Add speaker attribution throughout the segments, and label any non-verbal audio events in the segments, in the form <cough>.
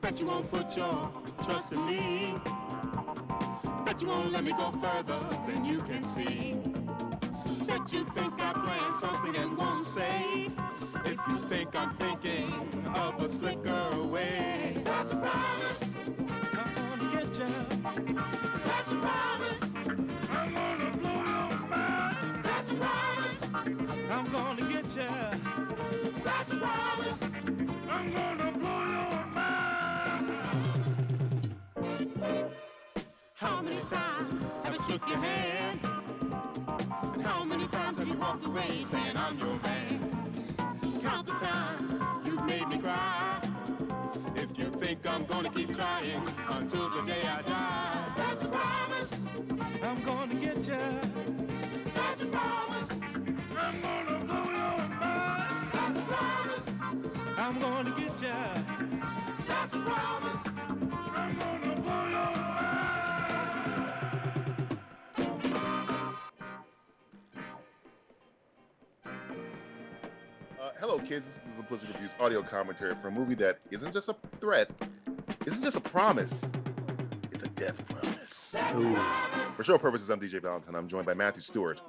Speaker 1: Bet you won't put your trust in me. Bet you won't let me go further than you can see. Bet you think I plan something and won't say. If you think I'm thinking of a slicker way, that's a promise.
Speaker 2: I'm gonna get ya.
Speaker 1: That's a promise.
Speaker 2: I'm gonna blow out my.
Speaker 1: That's a promise.
Speaker 2: I'm gonna get ya.
Speaker 1: That's a promise.
Speaker 2: I'm gonna blow your mind.
Speaker 1: How many times have I shook your hand? And how many times have you walked away saying I'm your man? Count the times you've made me cry. If you think I'm gonna keep trying until the day I die, that's a promise.
Speaker 2: I'm gonna get ya.
Speaker 1: That's a promise.
Speaker 2: I'm gonna blow your mind.
Speaker 1: That's a promise.
Speaker 2: I'm gonna get ya.
Speaker 1: That's a promise.
Speaker 2: I'm gonna blow your
Speaker 3: Uh, hello, kids. This is Implicit Reviews audio commentary for a movie that isn't just a threat, isn't just a promise. It's a death promise. For show purposes, I'm DJ Valentine. I'm joined by Matthew Stewart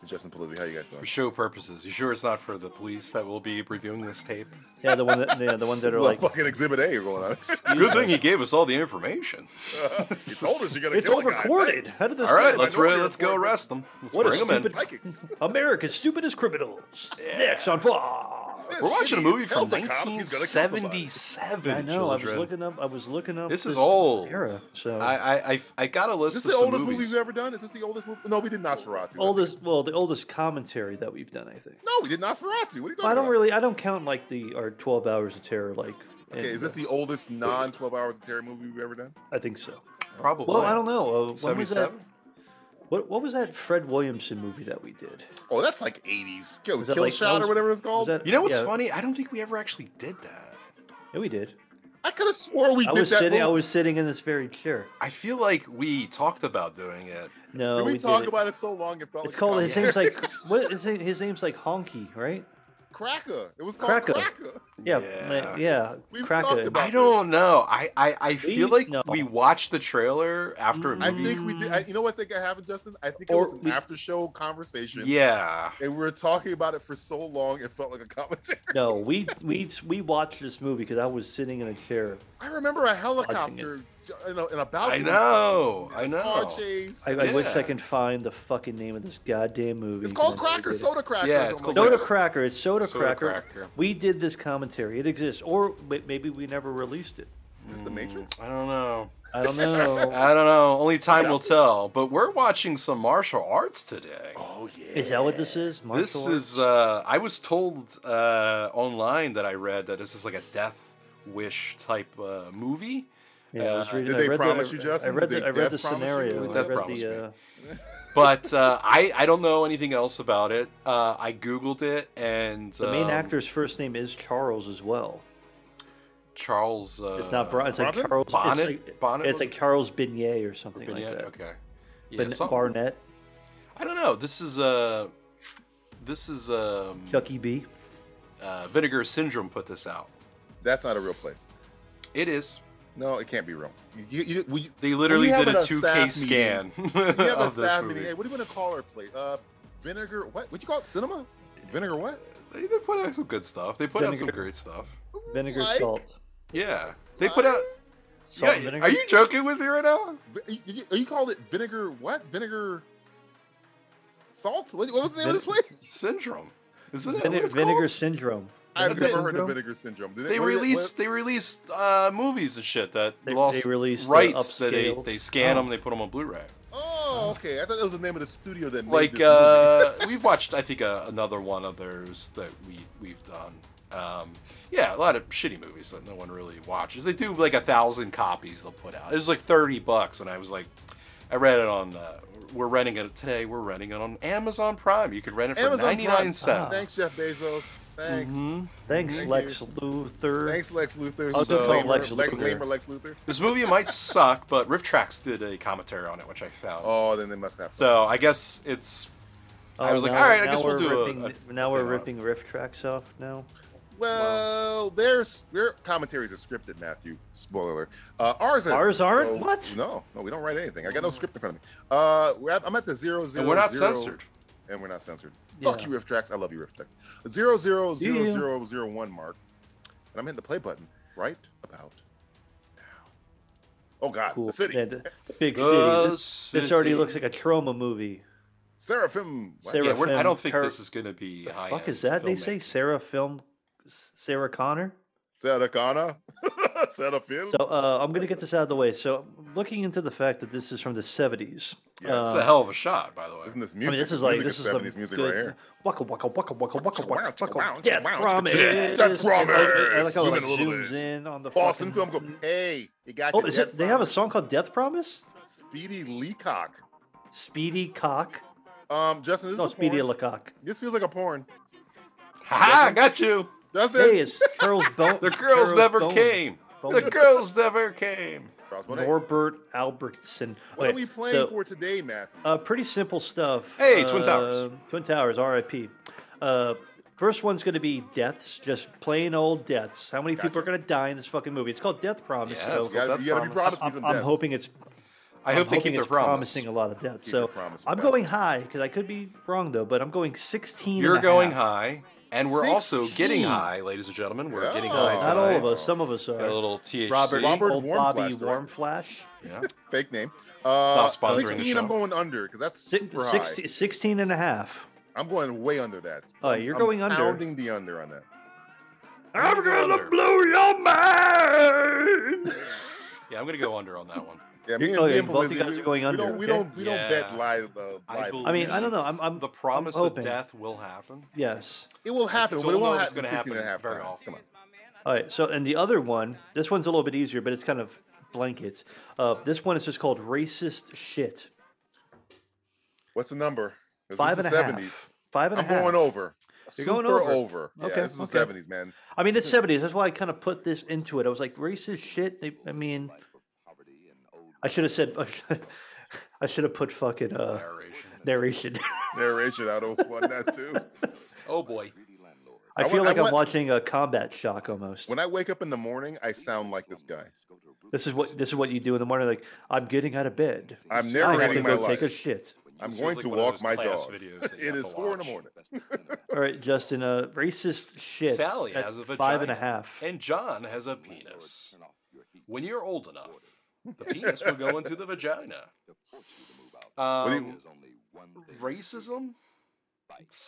Speaker 3: and Justin Palizzi. How you guys doing?
Speaker 4: For show purposes, you sure it's not for the police that will be reviewing this tape?
Speaker 5: Yeah, the one that the, the ones that
Speaker 3: <laughs> This
Speaker 5: are
Speaker 3: is
Speaker 5: like,
Speaker 3: like fucking Exhibit A going
Speaker 4: <laughs>
Speaker 3: on.
Speaker 4: Good thing he gave us all the information.
Speaker 3: you told us you're gonna
Speaker 5: it's
Speaker 3: kill
Speaker 5: all
Speaker 3: a guy.
Speaker 5: recorded.
Speaker 3: Thanks.
Speaker 5: How did this?
Speaker 4: All right,
Speaker 5: go?
Speaker 4: let's
Speaker 3: I know
Speaker 4: re-
Speaker 3: you're
Speaker 4: let's go
Speaker 3: bored, but-
Speaker 4: arrest them. Let's
Speaker 5: What a
Speaker 4: bring them in.
Speaker 5: stupid-
Speaker 4: <laughs>
Speaker 3: Vikings.
Speaker 5: America's stupidest criminals. Next on Fox.
Speaker 3: This
Speaker 4: We're watching a
Speaker 3: idiot
Speaker 4: movie from
Speaker 3: tells the cops he's gonna kill somebody.
Speaker 4: 1977.
Speaker 5: I know. I was
Speaker 4: children.
Speaker 5: looking up. I was looking up.
Speaker 4: This is old.
Speaker 5: era. So
Speaker 4: I, I, I, I got a list
Speaker 3: Is
Speaker 4: of
Speaker 3: this the
Speaker 4: some
Speaker 3: oldest movie
Speaker 4: movies.
Speaker 3: we've ever done? Is this the oldest movie? No, we did Nosferatu.
Speaker 5: oldest. Well, the oldest commentary that we've done, I think.
Speaker 3: No, we did Nosferatu. What are you talking
Speaker 5: I don't
Speaker 3: about?
Speaker 5: really. I don't count like the our twelve hours of terror. Like,
Speaker 3: Okay, is this the oldest non-12 hours of terror movie we've ever done?
Speaker 5: I think so.
Speaker 4: Probably.
Speaker 5: Well, I don't know. Uh, when was that?
Speaker 4: 77.
Speaker 5: What What was that Fred Williamson movie that we did?
Speaker 3: Oh, that's like 80s. Kill,
Speaker 5: Was that
Speaker 3: Kill
Speaker 5: like-
Speaker 3: Shot
Speaker 5: that was-
Speaker 3: or whatever it's called.
Speaker 5: Was that-
Speaker 4: You know what's
Speaker 5: yeah,
Speaker 4: funny? I don't think we ever actually did that.
Speaker 5: Yeah, we did.
Speaker 3: I could have swore we
Speaker 5: I
Speaker 3: did
Speaker 5: was
Speaker 3: that.
Speaker 5: sitting. I
Speaker 3: movie.
Speaker 5: was sitting in this very chair.
Speaker 4: I feel like we talked about doing it.
Speaker 5: No,
Speaker 3: Did we,
Speaker 5: we
Speaker 3: talk
Speaker 5: did it.
Speaker 3: about it so long it felt
Speaker 5: It's
Speaker 3: like
Speaker 5: called. His
Speaker 4: yeah.
Speaker 5: name's like.
Speaker 3: <laughs>
Speaker 5: What is it, his name's like Honky, right?
Speaker 3: Cracker. It was called
Speaker 5: Cracker.
Speaker 3: Cracker.
Speaker 5: Yeah,
Speaker 4: Yeah.
Speaker 5: man, yeah.
Speaker 3: We've
Speaker 5: Cracker.
Speaker 3: talked about-
Speaker 4: I don't know. I, I, I feel like
Speaker 5: no.
Speaker 4: we watched the trailer after a
Speaker 3: Mm-hmm. I
Speaker 4: movie.
Speaker 3: think we did. I, you know what I think I happened, Justin? I think it
Speaker 5: Or
Speaker 3: was an
Speaker 5: we-
Speaker 3: after-show conversation.
Speaker 4: yeah.
Speaker 3: And we were talking about it for so long, it felt like a commentary. <laughs>
Speaker 5: No, we we we watched this movie because I was sitting in a chair.
Speaker 3: I remember a helicopter, you know, in a balcony.
Speaker 4: I know.
Speaker 3: Car
Speaker 4: I know.
Speaker 3: chase.
Speaker 5: I, I wish I
Speaker 4: Yeah.
Speaker 5: can find the fucking name of this goddamn movie.
Speaker 3: it's called
Speaker 5: 'cause I never
Speaker 3: Cracker,
Speaker 5: did it.
Speaker 3: Soda Cracker.
Speaker 4: Yeah,
Speaker 3: or
Speaker 4: it's
Speaker 3: something
Speaker 4: called
Speaker 5: Soda
Speaker 3: like
Speaker 4: Cracker.
Speaker 5: Cracker. It's Soda,
Speaker 4: Soda
Speaker 5: Cracker.
Speaker 4: Cracker.
Speaker 5: We did this commentary. It exists, or ma- maybe we never released it.
Speaker 3: that. Is this the Matrix?
Speaker 4: I don't know.
Speaker 5: I don't know.
Speaker 3: <laughs>
Speaker 4: I don't know. Only time will tell. But we're watching some martial arts today.
Speaker 3: Oh yeah.
Speaker 5: is that what this is? Martial
Speaker 4: this
Speaker 5: arts?
Speaker 4: is. Uh, I was told uh, online that I read that this is like a death wish type uh, movie.
Speaker 5: Yeah, I was
Speaker 4: uh,
Speaker 5: reading.
Speaker 3: Did
Speaker 5: I
Speaker 3: they
Speaker 5: read
Speaker 3: promise
Speaker 5: the,
Speaker 3: you,
Speaker 5: I
Speaker 3: Justin?
Speaker 5: read
Speaker 3: Did
Speaker 5: the,
Speaker 3: they
Speaker 5: I read the
Speaker 3: death promise you?
Speaker 5: scenario.
Speaker 3: Did
Speaker 5: I
Speaker 4: they
Speaker 5: read
Speaker 4: promise me?
Speaker 5: the. Uh,
Speaker 4: But
Speaker 5: <laughs>
Speaker 4: uh, I I don't know anything else about it. Uh, I googled it and
Speaker 5: the main
Speaker 4: um,
Speaker 5: actor's first name is Charles as well.
Speaker 4: Charles. Uh,
Speaker 5: It's not Bron. It's like
Speaker 3: Bronson?
Speaker 5: Charles.
Speaker 4: Bonnet?
Speaker 5: It's like,
Speaker 4: Bonnet
Speaker 5: it's
Speaker 4: was
Speaker 5: like
Speaker 4: it?
Speaker 5: Charles Beignet or something
Speaker 4: Bennett?
Speaker 5: like that.
Speaker 4: Okay. Yeah,
Speaker 5: Beignet-
Speaker 4: something-
Speaker 5: Barnett,
Speaker 4: I don't know. This is uh, this is um,
Speaker 5: Chucky B.
Speaker 4: uh, Vinegar Syndrome put this out.
Speaker 3: That's not a real place.
Speaker 4: It is.
Speaker 3: No, it can't be real. You, you, you, we,
Speaker 4: They literally
Speaker 3: have
Speaker 4: did a
Speaker 3: a
Speaker 4: two
Speaker 3: staff
Speaker 4: K
Speaker 3: meeting.
Speaker 4: scan
Speaker 3: <laughs> we have a
Speaker 4: <laughs> of this
Speaker 3: staff meeting.
Speaker 4: movie.
Speaker 3: Hey, what do you want to call our play? Uh, vinegar. What? What you call it? Cinema? Vinegar? What?
Speaker 4: They, they put out some good stuff. They put out some
Speaker 5: Vinegar.
Speaker 4: great stuff.
Speaker 5: Vinegar
Speaker 3: Like-
Speaker 5: salt.
Speaker 4: Yeah, they put out.
Speaker 5: Salt and
Speaker 4: Yeah,
Speaker 5: vinegar.
Speaker 4: are you joking with me right now?
Speaker 3: Vi- You, you- you called it vinegar? What? Vinegar? Salt? What, what was the name of this place?
Speaker 4: Syndrome, isn't it?
Speaker 5: Vine-
Speaker 4: what it's
Speaker 5: vinegar
Speaker 4: called?
Speaker 5: syndrome.
Speaker 3: I've
Speaker 5: Vinegar
Speaker 3: never heard of
Speaker 5: syndrome?
Speaker 3: vinegar syndrome. Did it-
Speaker 4: They
Speaker 3: what is it-
Speaker 4: released they released uh, movies and shit that
Speaker 5: They-
Speaker 4: lost
Speaker 5: they released the
Speaker 4: rights that they,
Speaker 5: upscaled-
Speaker 4: they scan
Speaker 5: Oh.
Speaker 4: them. They put them on Blu-ray.
Speaker 3: what- oh, okay. I thought that was the name of the studio that made
Speaker 4: Like
Speaker 3: this movie.
Speaker 4: uh, we've watched, I think uh, another one of theirs that we we've done. Um, yeah, a lot of shitty movies that no one really watches. They do like a thousand copies they'll put out. It was like thirty bucks, and I was like, I read it on. Uh, we're renting it today. We're renting it on Amazon Prime. You could rent it for
Speaker 3: Amazon
Speaker 4: ninety nine
Speaker 3: Prime.
Speaker 5: Ah.
Speaker 4: cents.
Speaker 3: Thanks, Jeff Bezos. Thanks.
Speaker 4: Mhm.
Speaker 5: Thanks,
Speaker 3: Thank
Speaker 5: Lex
Speaker 3: you.
Speaker 5: Luthor.
Speaker 3: Thanks, Lex Luthor.
Speaker 5: Oh,
Speaker 4: don't
Speaker 3: Lamer-
Speaker 4: call
Speaker 5: Lex
Speaker 3: Lex,
Speaker 5: Luthor.
Speaker 3: Lamer Lex Luthor.
Speaker 4: This movie might suck, but Riff Trax did a commentary on it, which I found.
Speaker 3: Oh, then they must have. some.
Speaker 4: So I guess it's. I
Speaker 5: Oh,
Speaker 4: was like,
Speaker 5: now-
Speaker 4: all right, I
Speaker 5: now
Speaker 4: guess we'll
Speaker 5: we're
Speaker 4: do a-
Speaker 5: ripping,
Speaker 4: a-
Speaker 5: Now
Speaker 4: a
Speaker 5: we're
Speaker 4: thing on it.
Speaker 5: ripping riff tracks off now.
Speaker 3: Well, there's their commentaries are scripted, Matthew. Spoiler. Uh, ours is
Speaker 5: Ours aren't? What? Mm.
Speaker 3: No, no, we don't write anything. I got no script in front of me. Uh, we're at, I'm at the zero zero.
Speaker 4: and we're not
Speaker 3: zero-
Speaker 4: censored.
Speaker 3: and we're not censored. Fuck
Speaker 5: Yeah.
Speaker 3: you, Riff Tracks. I love you, Riff Tracks. Zero zero zero
Speaker 5: Yeah.
Speaker 3: zero zero one mark, and I'm hitting the play button right about now. Oh God,
Speaker 5: Cool.
Speaker 3: the city,
Speaker 5: Yeah, the- the big city.
Speaker 4: The
Speaker 5: This, this
Speaker 4: Uh,
Speaker 5: already
Speaker 4: city.
Speaker 5: looks like a trauma movie.
Speaker 3: Seraphim. What?
Speaker 4: Yeah,
Speaker 5: Seraph-
Speaker 4: we're, I don't
Speaker 5: Seraphim
Speaker 4: think
Speaker 5: Cur-
Speaker 4: this is going to be. high
Speaker 5: Fuck is that? They say Sarah film, Sarah Connor.
Speaker 3: Seracana. <laughs> Seraphim.
Speaker 5: So uh, I'm gonna get this out of the way. So looking into the fact that this is from the 70s.
Speaker 3: Yeah,
Speaker 4: It's
Speaker 5: uh,
Speaker 4: a hell of a shot, by the way.
Speaker 3: Isn't this
Speaker 5: I
Speaker 3: music?
Speaker 5: mean, this is like
Speaker 3: music
Speaker 5: this is
Speaker 3: seventies
Speaker 5: some
Speaker 3: music
Speaker 5: good
Speaker 3: right here.
Speaker 5: Waka waka waka waka waka waka
Speaker 3: Chicka-wow, chicka-wow,
Speaker 5: waka. Death
Speaker 3: chicka-wow,
Speaker 5: promise.
Speaker 3: chicka-wow. Death
Speaker 5: I like- I like how
Speaker 3: Zoom
Speaker 5: it
Speaker 3: in a little
Speaker 5: zooms
Speaker 3: bit.
Speaker 5: in on the
Speaker 3: Boston
Speaker 5: fucking-
Speaker 3: film. Go, hey, you got
Speaker 5: Oh,
Speaker 3: the
Speaker 5: is
Speaker 3: Death
Speaker 5: it? They have a
Speaker 3: Promise.
Speaker 5: song called Death Promise.
Speaker 3: Speedy Leacock.
Speaker 5: Speedy cock.
Speaker 3: Um, Justin, this
Speaker 5: No,
Speaker 3: is a
Speaker 5: Speedy
Speaker 3: porn. <laughs>
Speaker 5: Lecoq.
Speaker 3: This feels like a porn.
Speaker 4: ha! I got you.
Speaker 3: Justin,
Speaker 5: Hey, it's Charles
Speaker 3: <laughs>
Speaker 5: Bone.
Speaker 4: The girls
Speaker 5: Charles
Speaker 4: never
Speaker 5: Bone-
Speaker 4: came. The
Speaker 5: Bone-
Speaker 4: girls never came.
Speaker 3: Crossbone A.
Speaker 5: Norbert Albertson.
Speaker 3: what
Speaker 5: Okay,
Speaker 3: are we playing
Speaker 5: so,
Speaker 3: for today, Matthew?
Speaker 5: Uh, pretty simple stuff.
Speaker 4: Hey, Twin Towers.
Speaker 5: Uh, Twin Towers, RIP. Uh, first one's going to be deaths, just plain old deaths. How many people
Speaker 3: Gotcha.
Speaker 5: are going to die in this fucking movie? It's called Death Promise.
Speaker 4: Yeah,
Speaker 5: so
Speaker 4: it's
Speaker 3: You gotta,
Speaker 4: Death
Speaker 3: you gotta be
Speaker 4: Promise.
Speaker 3: promising me some
Speaker 5: I'm
Speaker 3: deaths.
Speaker 5: hoping it's.
Speaker 4: I
Speaker 5: I'm
Speaker 4: hope they
Speaker 5: hoping
Speaker 4: keep their
Speaker 5: it's
Speaker 4: promise.
Speaker 5: promising a lot of deaths.
Speaker 3: Keep
Speaker 5: So
Speaker 3: your promise,
Speaker 5: I'm
Speaker 3: Sebastian.
Speaker 5: going high because I could be wrong though, but I'm going 16. and
Speaker 4: You're
Speaker 5: a
Speaker 4: going
Speaker 5: half.
Speaker 4: high, and we're also
Speaker 3: 16.
Speaker 4: getting high, ladies and gentlemen. We're getting
Speaker 3: Yeah.
Speaker 4: high.
Speaker 3: Oh,
Speaker 5: Not all of
Speaker 4: tonight.
Speaker 5: us. Some of us are.
Speaker 4: Got a little THC.
Speaker 5: Robert,
Speaker 3: Robert
Speaker 5: old
Speaker 3: Warmflash
Speaker 5: Bobby
Speaker 3: directed.
Speaker 5: Warmflash.
Speaker 4: Yeah.
Speaker 3: Fake name. Uh,
Speaker 4: Not sponsoring the
Speaker 3: 16, I'm
Speaker 4: show.
Speaker 3: going under because that's
Speaker 5: Si-
Speaker 3: super high.
Speaker 5: 60 16 and a half.
Speaker 3: I'm going way under that.
Speaker 5: Oh,
Speaker 3: I'm-
Speaker 5: you're
Speaker 3: I'm
Speaker 5: going under.
Speaker 3: Pounding the under on that.
Speaker 4: I'm gonna
Speaker 5: blow your mind.
Speaker 4: <laughs> Yeah, I'm gonna go under on that one.
Speaker 3: Yeah, me
Speaker 5: You're-
Speaker 3: and,
Speaker 5: oh,
Speaker 3: me
Speaker 5: yeah,
Speaker 3: and
Speaker 5: both you
Speaker 3: Blizzy,
Speaker 5: guys
Speaker 3: we-
Speaker 5: are going
Speaker 3: We
Speaker 5: under,
Speaker 3: don't, we
Speaker 5: okay?
Speaker 3: don't, we don't
Speaker 4: Yeah.
Speaker 3: bet live. Uh,
Speaker 4: I,
Speaker 3: live.
Speaker 5: I mean, I don't
Speaker 4: believe
Speaker 5: know, I'm- I'm-
Speaker 4: the promise
Speaker 5: I'm
Speaker 4: of
Speaker 5: hoping.
Speaker 4: death will happen.
Speaker 5: Yes.
Speaker 3: it will happen, but
Speaker 4: don't
Speaker 3: it
Speaker 4: know
Speaker 3: won't
Speaker 4: if it's
Speaker 3: happen.
Speaker 4: gonna
Speaker 3: 16 and a
Speaker 4: happen
Speaker 3: half
Speaker 4: very
Speaker 3: times.
Speaker 4: often.
Speaker 3: Come on.
Speaker 5: All right. So, and the other one, this one's a little bit easier, but it's kind of blankets. Uh, this one is just called racist shit.
Speaker 3: What's the number? This
Speaker 5: Five
Speaker 3: is
Speaker 5: and
Speaker 3: the
Speaker 5: a half.
Speaker 3: 70s.
Speaker 5: Five and a
Speaker 3: I'm
Speaker 5: half.
Speaker 3: going over.
Speaker 5: You're
Speaker 3: Super
Speaker 5: going over.
Speaker 3: Yeah,
Speaker 5: Okay,
Speaker 3: this is
Speaker 5: okay.
Speaker 3: the 70s, man.
Speaker 5: I mean, it's seventies. That's why I kind of put this into it. I was like, racist shit. they- I mean, I should have said. <laughs> I should have put fucking uh,
Speaker 4: Narration.
Speaker 5: narration. <laughs>
Speaker 3: Narration, I don't want that too.
Speaker 4: Oh boy.
Speaker 5: I
Speaker 3: I
Speaker 5: feel
Speaker 3: wa- I
Speaker 5: like I am
Speaker 3: wa-
Speaker 5: watching a combat shock almost.
Speaker 3: When I wake up in the morning, I sound like this guy.
Speaker 5: This is what this is what you do in the morning. Like, I'm getting out of bed.
Speaker 3: I'm
Speaker 5: I have to
Speaker 3: narrating my
Speaker 5: go take a
Speaker 3: life.
Speaker 5: shit.
Speaker 3: I'm
Speaker 4: This
Speaker 3: going
Speaker 4: feels
Speaker 3: to
Speaker 4: like one of
Speaker 3: walk
Speaker 4: those
Speaker 3: my
Speaker 4: class
Speaker 3: dog. <laughs>
Speaker 4: videos that you
Speaker 3: It
Speaker 4: have
Speaker 3: is
Speaker 4: to
Speaker 3: four in the
Speaker 4: watch.
Speaker 3: morning.
Speaker 5: All right, Justin. Uh, racist shit.
Speaker 4: Sally
Speaker 5: at
Speaker 4: has a
Speaker 5: five and a
Speaker 4: vagina.
Speaker 5: half.
Speaker 4: And John has a penis. When you're old enough, the penis will go into the vagina.
Speaker 3: do
Speaker 4: Um,
Speaker 3: you-
Speaker 4: racism.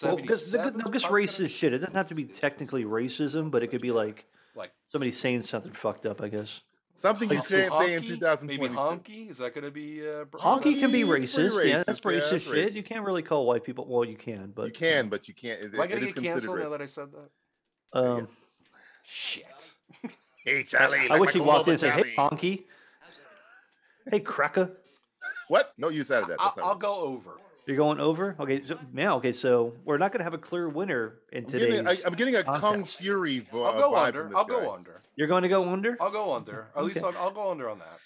Speaker 5: Well, because the,
Speaker 4: 77's
Speaker 5: no, just
Speaker 4: probably
Speaker 5: racist shit. It doesn't have to be technically racism, but it could be like
Speaker 4: Like
Speaker 5: somebody saying something fucked up. I guess.
Speaker 3: Something you can't say in
Speaker 4: honky? Maybe
Speaker 3: 2022.
Speaker 4: honky? Is that going to be uh, br-
Speaker 5: Honky can be
Speaker 3: It's
Speaker 5: racist.
Speaker 3: Oh, pretty
Speaker 5: Yeah, that's
Speaker 3: racist, yeah,
Speaker 5: racist
Speaker 3: that's
Speaker 5: shit. You
Speaker 3: racist.
Speaker 5: can't really call white people. Well, you can, but
Speaker 3: You can, but you can't. It,
Speaker 4: Am I
Speaker 3: it
Speaker 4: going to
Speaker 3: is
Speaker 4: get canceled
Speaker 3: considered
Speaker 4: now that I
Speaker 3: racist.
Speaker 4: said that?
Speaker 5: Um,
Speaker 4: Shit.
Speaker 3: Hey, Charlie.
Speaker 5: I
Speaker 3: like
Speaker 5: wish
Speaker 3: my
Speaker 5: he
Speaker 3: cool
Speaker 5: walked in and
Speaker 3: little
Speaker 5: said, "Hey,
Speaker 3: Charlie."
Speaker 5: honky. Hey, cracker.
Speaker 3: What? No, you said that.
Speaker 4: I'll,
Speaker 3: That's not
Speaker 4: I'll
Speaker 3: right.
Speaker 4: go over.
Speaker 5: You're going over. Okay, so now, okay, so we're not gonna have a clear winner in
Speaker 3: I'm getting,
Speaker 5: today's.
Speaker 3: I, am getting a Kung
Speaker 5: contest.
Speaker 3: Fury vi-
Speaker 4: I'll
Speaker 3: vibe
Speaker 4: go
Speaker 3: from
Speaker 4: under.
Speaker 3: this
Speaker 4: I'll
Speaker 3: guy.
Speaker 4: go under.
Speaker 5: You're going to go under.
Speaker 3: Uh,
Speaker 4: I'll go under. At least I'll, I'll go under on that.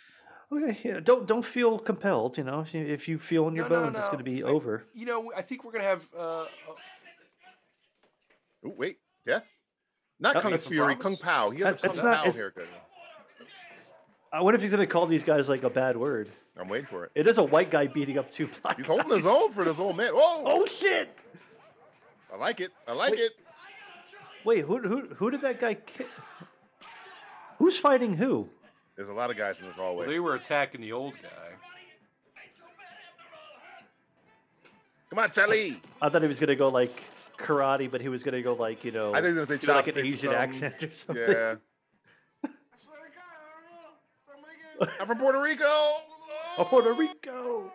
Speaker 5: Okay, yeah. Don't don't feel compelled. You know, If you- if you feel in your
Speaker 4: No, no,
Speaker 5: bones, it's
Speaker 4: no.
Speaker 5: gonna be over.
Speaker 4: You know, I think we're going to have. Uh, a-
Speaker 3: Ooh, wait, death? Not
Speaker 5: Oh,
Speaker 3: Kung
Speaker 4: that's a
Speaker 3: Fury, Kung
Speaker 4: promise?
Speaker 3: Pao. He has a
Speaker 5: That- that's
Speaker 3: Kung
Speaker 5: not-
Speaker 3: Pao
Speaker 5: it's-
Speaker 3: haircut.
Speaker 5: I wonder Uh, if he's gonna call these guys like a bad word.
Speaker 3: I'm waiting for it.
Speaker 5: It is a white guy beating up two black.
Speaker 3: He's holding
Speaker 5: guys.
Speaker 3: his own for this old man. Whoa!
Speaker 5: <laughs> Oh shit!
Speaker 3: I like it. I like
Speaker 5: Wait.
Speaker 3: it.
Speaker 5: Wait, who who who did that guy kick? Who's fighting who?
Speaker 3: There's a lot of guys in this hallway.
Speaker 4: they were attacking the old guy.
Speaker 3: Come on,
Speaker 5: <laughs>
Speaker 3: Charlie.
Speaker 5: I thought he was gonna go like karate, but he was gonna go like you know,
Speaker 3: I think he was gonna say
Speaker 5: do, like an
Speaker 3: chopsticks or
Speaker 5: Asian
Speaker 3: something.
Speaker 5: accent or something. <laughs>
Speaker 3: Yeah. I'm from Puerto Rico.
Speaker 5: Oh, Puerto Rico.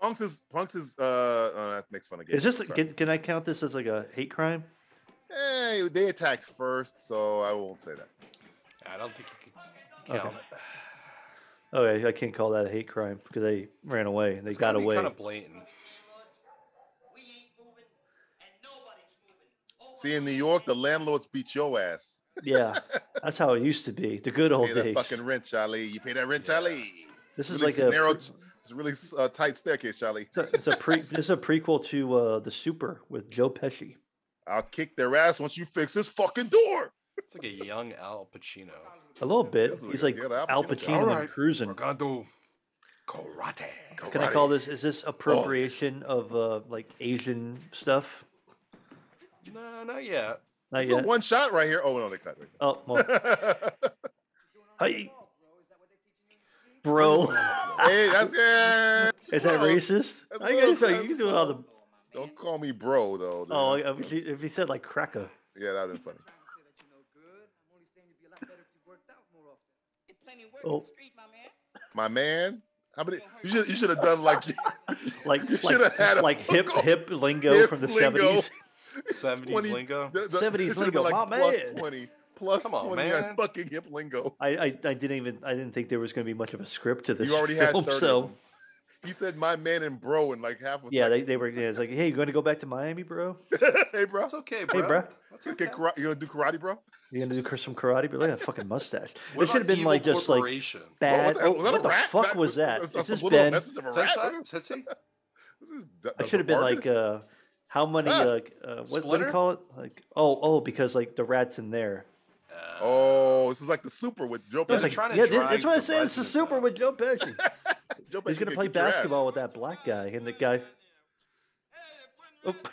Speaker 3: Punks is Punks is uh oh, that makes fun of Gabriel,
Speaker 5: Is this?
Speaker 3: sorry.
Speaker 5: Can, can I count this as like a hate crime?
Speaker 3: Hey, they attacked first, so I won't say that.
Speaker 4: I don't think you can count
Speaker 5: Okay.
Speaker 4: it.
Speaker 5: Oh, I can't call that a hate crime because they ran away. They
Speaker 4: It's
Speaker 5: got
Speaker 4: gonna be
Speaker 5: away. <laughs>
Speaker 4: kind of blatant.
Speaker 3: See, in New York, the landlords beat your ass.
Speaker 5: Yeah, that's how it used to be. The good old
Speaker 3: Pay that
Speaker 5: days.
Speaker 3: fucking rent, Charlie. You pay that rent, Charlie.
Speaker 5: Oh, This is
Speaker 3: really
Speaker 5: like a
Speaker 3: narrow,
Speaker 5: pre-
Speaker 3: it's a really uh, tight staircase, Charlie.
Speaker 5: it's a, it's a pre this is a prequel to uh, the Super with Joe Pesci.
Speaker 3: I'll kick their ass once you fix this fucking door.
Speaker 4: It's like a young Al Pacino.
Speaker 5: A little bit.
Speaker 3: That's like
Speaker 5: He's
Speaker 3: a-
Speaker 5: like
Speaker 3: yeah, the Al
Speaker 5: Al
Speaker 3: Pacino guy.
Speaker 5: Pacino
Speaker 4: Alright,
Speaker 5: and cruising.
Speaker 4: gonna do karate.
Speaker 5: Can I call this? Is this
Speaker 3: Oh.
Speaker 5: appropriation of uh, like Asian stuff?
Speaker 4: No, not yet.
Speaker 5: Not
Speaker 3: It's a
Speaker 5: yet.
Speaker 3: one shot right here. Oh no, they cut right
Speaker 5: Oh, well,
Speaker 3: <laughs> there.
Speaker 5: hey, bro,
Speaker 3: hey, that's yeah.
Speaker 5: is that
Speaker 3: bro.
Speaker 5: racist?
Speaker 3: That's
Speaker 5: I guess so.
Speaker 3: racist.
Speaker 5: You can do all the.
Speaker 3: Don't call me bro though. dude.
Speaker 5: Oh,
Speaker 3: That's-
Speaker 5: if you,
Speaker 3: that's-
Speaker 5: if you said
Speaker 3: <laughs>
Speaker 5: like cracker,
Speaker 3: yeah, that'd been funny.
Speaker 5: oh,
Speaker 3: My man, how many? You should you should have done like <laughs>
Speaker 5: like
Speaker 3: shoulda
Speaker 5: like
Speaker 3: had a
Speaker 5: like hip
Speaker 3: fuck-off.
Speaker 5: hip lingo
Speaker 3: Hip
Speaker 5: from the
Speaker 3: lingo.
Speaker 5: seventies. <laughs>
Speaker 4: 70s
Speaker 3: 20
Speaker 4: lingo.
Speaker 3: the- the- it
Speaker 5: 70s
Speaker 3: should've
Speaker 5: lingo,
Speaker 3: been,
Speaker 5: my
Speaker 3: plus
Speaker 5: man.
Speaker 3: twenty, plus
Speaker 4: Come on,
Speaker 3: twenty on
Speaker 4: man.
Speaker 3: fucking hip lingo.
Speaker 5: I, I I didn't even I didn't think there was going to be much of a script to this
Speaker 3: You already had
Speaker 5: film. <laughs>
Speaker 3: 30 of
Speaker 5: so
Speaker 3: them. He said my man and bro in like half a
Speaker 5: yeah,
Speaker 3: second.
Speaker 5: they, they were. Yeah, it's like, hey, you going to go back to Miami,
Speaker 3: <laughs>
Speaker 5: bro?
Speaker 3: hey bro,
Speaker 4: That's okay, bro.
Speaker 5: bruh.
Speaker 4: That's
Speaker 3: you, gonna karate, you gonna do karate, bro?
Speaker 5: You going to do some karate? But look at that
Speaker 3: <laughs>
Speaker 5: fucking mustache.
Speaker 4: What
Speaker 5: it should have
Speaker 4: about
Speaker 5: been like
Speaker 4: Evil
Speaker 5: just like
Speaker 4: Corporation?
Speaker 5: bad.
Speaker 3: the-
Speaker 5: Oh,
Speaker 3: was
Speaker 5: what
Speaker 3: that
Speaker 5: the,
Speaker 3: a rat?
Speaker 5: fuck
Speaker 3: That-
Speaker 5: was that?
Speaker 3: that's
Speaker 5: Is this
Speaker 3: subliminal
Speaker 5: Ben?
Speaker 3: message of a rat?
Speaker 4: Sensei? Sensei?
Speaker 3: This is d-
Speaker 5: I
Speaker 3: the
Speaker 5: should have been
Speaker 3: bargain?
Speaker 5: like, uh, how many?
Speaker 3: Ah,
Speaker 5: Uh, uh, what, what do
Speaker 4: Splinter?
Speaker 5: you call it? Like, oh, oh, because like the rat's in there.
Speaker 4: Uh,
Speaker 3: oh, this is like the super with Joe.
Speaker 5: I
Speaker 4: They're
Speaker 5: was like,
Speaker 3: Pesci.
Speaker 4: trying to
Speaker 5: yeah, thi-
Speaker 4: drag
Speaker 5: that's what I
Speaker 4: the
Speaker 5: said. It's the
Speaker 4: residents
Speaker 5: super
Speaker 4: out.
Speaker 5: with Joe Pesci.
Speaker 3: <laughs> Joe
Speaker 5: He's
Speaker 3: Pesci
Speaker 5: gonna
Speaker 3: can
Speaker 5: play
Speaker 3: kick your ass.
Speaker 5: basketball with that black guy and
Speaker 3: <laughs>
Speaker 5: the guy. Oh, <laughs>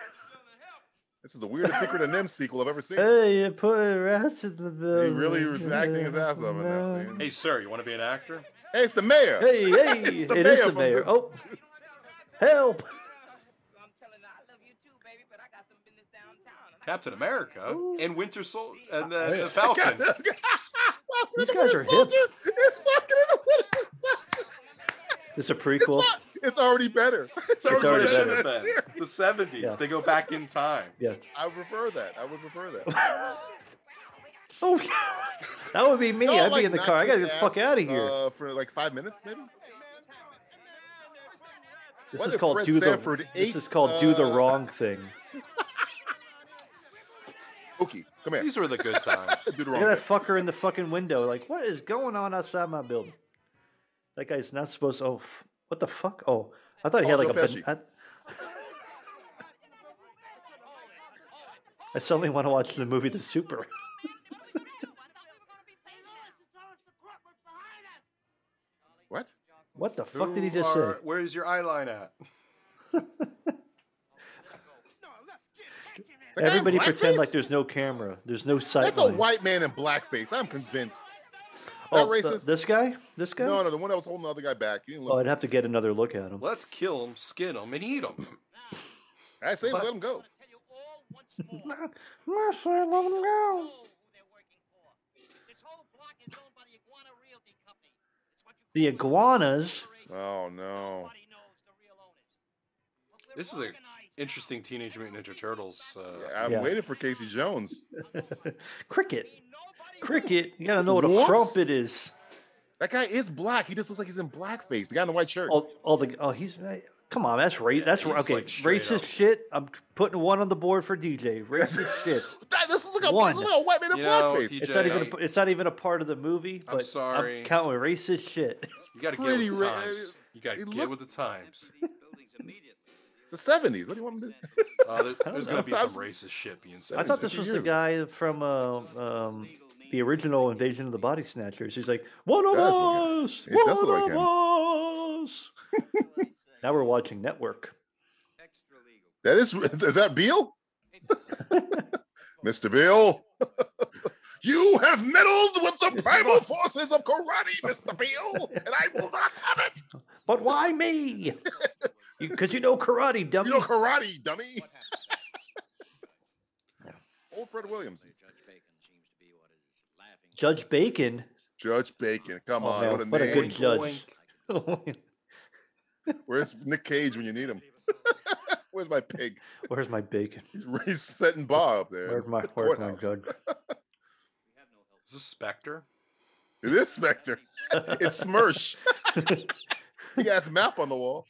Speaker 3: This is the weirdest Secret of Nim sequel I've ever seen.
Speaker 5: hey, you put rats in the building.
Speaker 3: He really was acting his ass off in that
Speaker 5: No.
Speaker 3: scene.
Speaker 4: Hey, sir, you want to be an actor?
Speaker 3: Hey, it's the mayor.
Speaker 5: Hey,
Speaker 3: <laughs>
Speaker 5: hey,
Speaker 3: It's the
Speaker 5: it is
Speaker 3: mayor
Speaker 5: the
Speaker 3: from
Speaker 5: mayor.
Speaker 3: the- <laughs>
Speaker 5: Oh, help!
Speaker 6: I'm telling her I love you too, baby, but I got some business downtown. and I
Speaker 4: Captain America and Winter Soldier and the,
Speaker 3: <laughs> Yeah.
Speaker 4: <laughs> the Falcon.
Speaker 5: These guys are hip.
Speaker 3: Soldier. It's fucking in the Winter Soldier.
Speaker 5: This is a
Speaker 3: It's,
Speaker 5: prequel.
Speaker 3: not- it's already better. <laughs> It's
Speaker 4: That's
Speaker 3: already,
Speaker 5: already
Speaker 4: what it
Speaker 3: better.
Speaker 4: should
Speaker 3: than
Speaker 4: have
Speaker 3: that
Speaker 4: been.
Speaker 3: series.
Speaker 4: The 70s.
Speaker 5: Yeah.
Speaker 4: They go back in time.
Speaker 5: Yeah.
Speaker 3: I would prefer that. I would prefer that.
Speaker 5: Oh, <laughs> that would be me.
Speaker 3: Y'all
Speaker 5: I'd
Speaker 3: like
Speaker 5: be in the car. I gotta get the
Speaker 3: knocking
Speaker 5: fuck
Speaker 3: ass,
Speaker 5: out of here.
Speaker 3: Uh, for like five minutes, maybe.
Speaker 5: this
Speaker 3: why
Speaker 5: is
Speaker 3: did
Speaker 5: called
Speaker 3: Fred
Speaker 5: do
Speaker 3: Sanford
Speaker 5: the. This is
Speaker 3: eight,
Speaker 5: called do the
Speaker 3: uh, <laughs>
Speaker 5: wrong thing.
Speaker 3: Ookie, come here.
Speaker 4: These were the good times.
Speaker 3: Do the
Speaker 5: Look
Speaker 3: wrong
Speaker 5: at that
Speaker 3: thing.
Speaker 5: fucker in the fucking window. Like, what is going on outside my building? That guy's not supposed. Oh, f- what the fuck? Oh, I thought he had
Speaker 3: Call
Speaker 5: like a.
Speaker 3: Joe
Speaker 5: ban- I, I suddenly want to watch the movie The Super. <laughs>
Speaker 3: What?
Speaker 5: What the <laughs> fuck
Speaker 4: Who
Speaker 5: did he just
Speaker 4: are-
Speaker 5: say?
Speaker 4: Where's your eyeline at?
Speaker 3: That guy in
Speaker 5: Everybody pretend
Speaker 3: blackface?
Speaker 5: like there's no camera. There's no sight.
Speaker 3: That's a
Speaker 5: line.
Speaker 3: white man in blackface. I'm convinced. Is
Speaker 5: Oh,
Speaker 3: that
Speaker 5: the-
Speaker 3: racist?
Speaker 5: this guy? This guy?
Speaker 3: no, no, the one that was holding the other guy back. He didn't
Speaker 5: Oh,
Speaker 3: look,
Speaker 5: I'd have to get another look at him.
Speaker 4: Let's kill him, skin him, and eat him.
Speaker 3: I say let him go.
Speaker 5: The iguanas.
Speaker 3: Oh no.
Speaker 4: This is an interesting Teenage Mutant Ninja Turtles. Uh,
Speaker 3: Yeah, I'm
Speaker 5: Yeah.
Speaker 3: waiting for Casey Jones.
Speaker 5: Cricket. <laughs> Cricket. You gotta know what a
Speaker 3: Whoops.
Speaker 5: crumpet is.
Speaker 3: That guy is black. He just looks like he's in blackface. The guy in the white shirt.
Speaker 5: All, all the oh, he's come on. That's ra- that's ra-
Speaker 4: he's,
Speaker 5: okay.
Speaker 4: like, straight
Speaker 5: racist
Speaker 4: up.
Speaker 5: shit. I'm putting one on the board for DJ.
Speaker 4: <laughs>
Speaker 5: Racist shit.
Speaker 3: That- this is like a,
Speaker 5: One.
Speaker 3: look at a white man in
Speaker 4: You know,
Speaker 3: blackface.
Speaker 4: DJ,
Speaker 5: It's not even. A,
Speaker 4: I-
Speaker 5: it's not even a part of the movie. But
Speaker 4: sorry.
Speaker 5: counting racist shit. <laughs>
Speaker 4: you gotta get
Speaker 3: pretty
Speaker 4: with the
Speaker 3: ra-
Speaker 4: times. You gotta
Speaker 3: it
Speaker 4: get
Speaker 3: look-
Speaker 4: with the
Speaker 5: <laughs>
Speaker 4: times.
Speaker 3: it's the seventies. What do you want me to do? <laughs>
Speaker 4: Uh, there- there's gonna be some
Speaker 3: Sometimes-
Speaker 4: racist shit being said.
Speaker 5: I thought this
Speaker 3: Fifty
Speaker 5: was the
Speaker 3: years.
Speaker 5: guy from uh, um, the original Invasion of the Body Snatchers. He's like one of
Speaker 3: Does look
Speaker 5: us.
Speaker 3: it does
Speaker 5: one
Speaker 3: look like
Speaker 5: of
Speaker 6: <laughs>
Speaker 5: us. now we're watching Network.
Speaker 3: That is is that Beal?
Speaker 5: <laughs>
Speaker 3: Mr. Beal. <laughs> you have meddled with the primal forces of karate, Mr. Beal, and I will not have it.
Speaker 5: But why me? Because you, know karate, dummy.
Speaker 3: You know karate, dummy. <laughs> Old Fred Williams.
Speaker 5: Judge Bacon. <laughs>
Speaker 3: Judge Bacon. Come
Speaker 5: Oh,
Speaker 3: on.
Speaker 5: man,
Speaker 3: what a
Speaker 5: what a
Speaker 3: name.
Speaker 5: good judge.
Speaker 3: Where's Nick Cage when you need him? <laughs> Where's my pig?
Speaker 5: Where's my bacon?
Speaker 3: He's, <laughs> he's setting bar up there.
Speaker 5: Where's my
Speaker 3: The
Speaker 5: where's my
Speaker 3: courthouse. <laughs>
Speaker 5: judge?
Speaker 4: Is this Spectre?
Speaker 3: It is Spectre. it's
Speaker 5: <laughs>
Speaker 3: Smirsh. he has a map on the wall.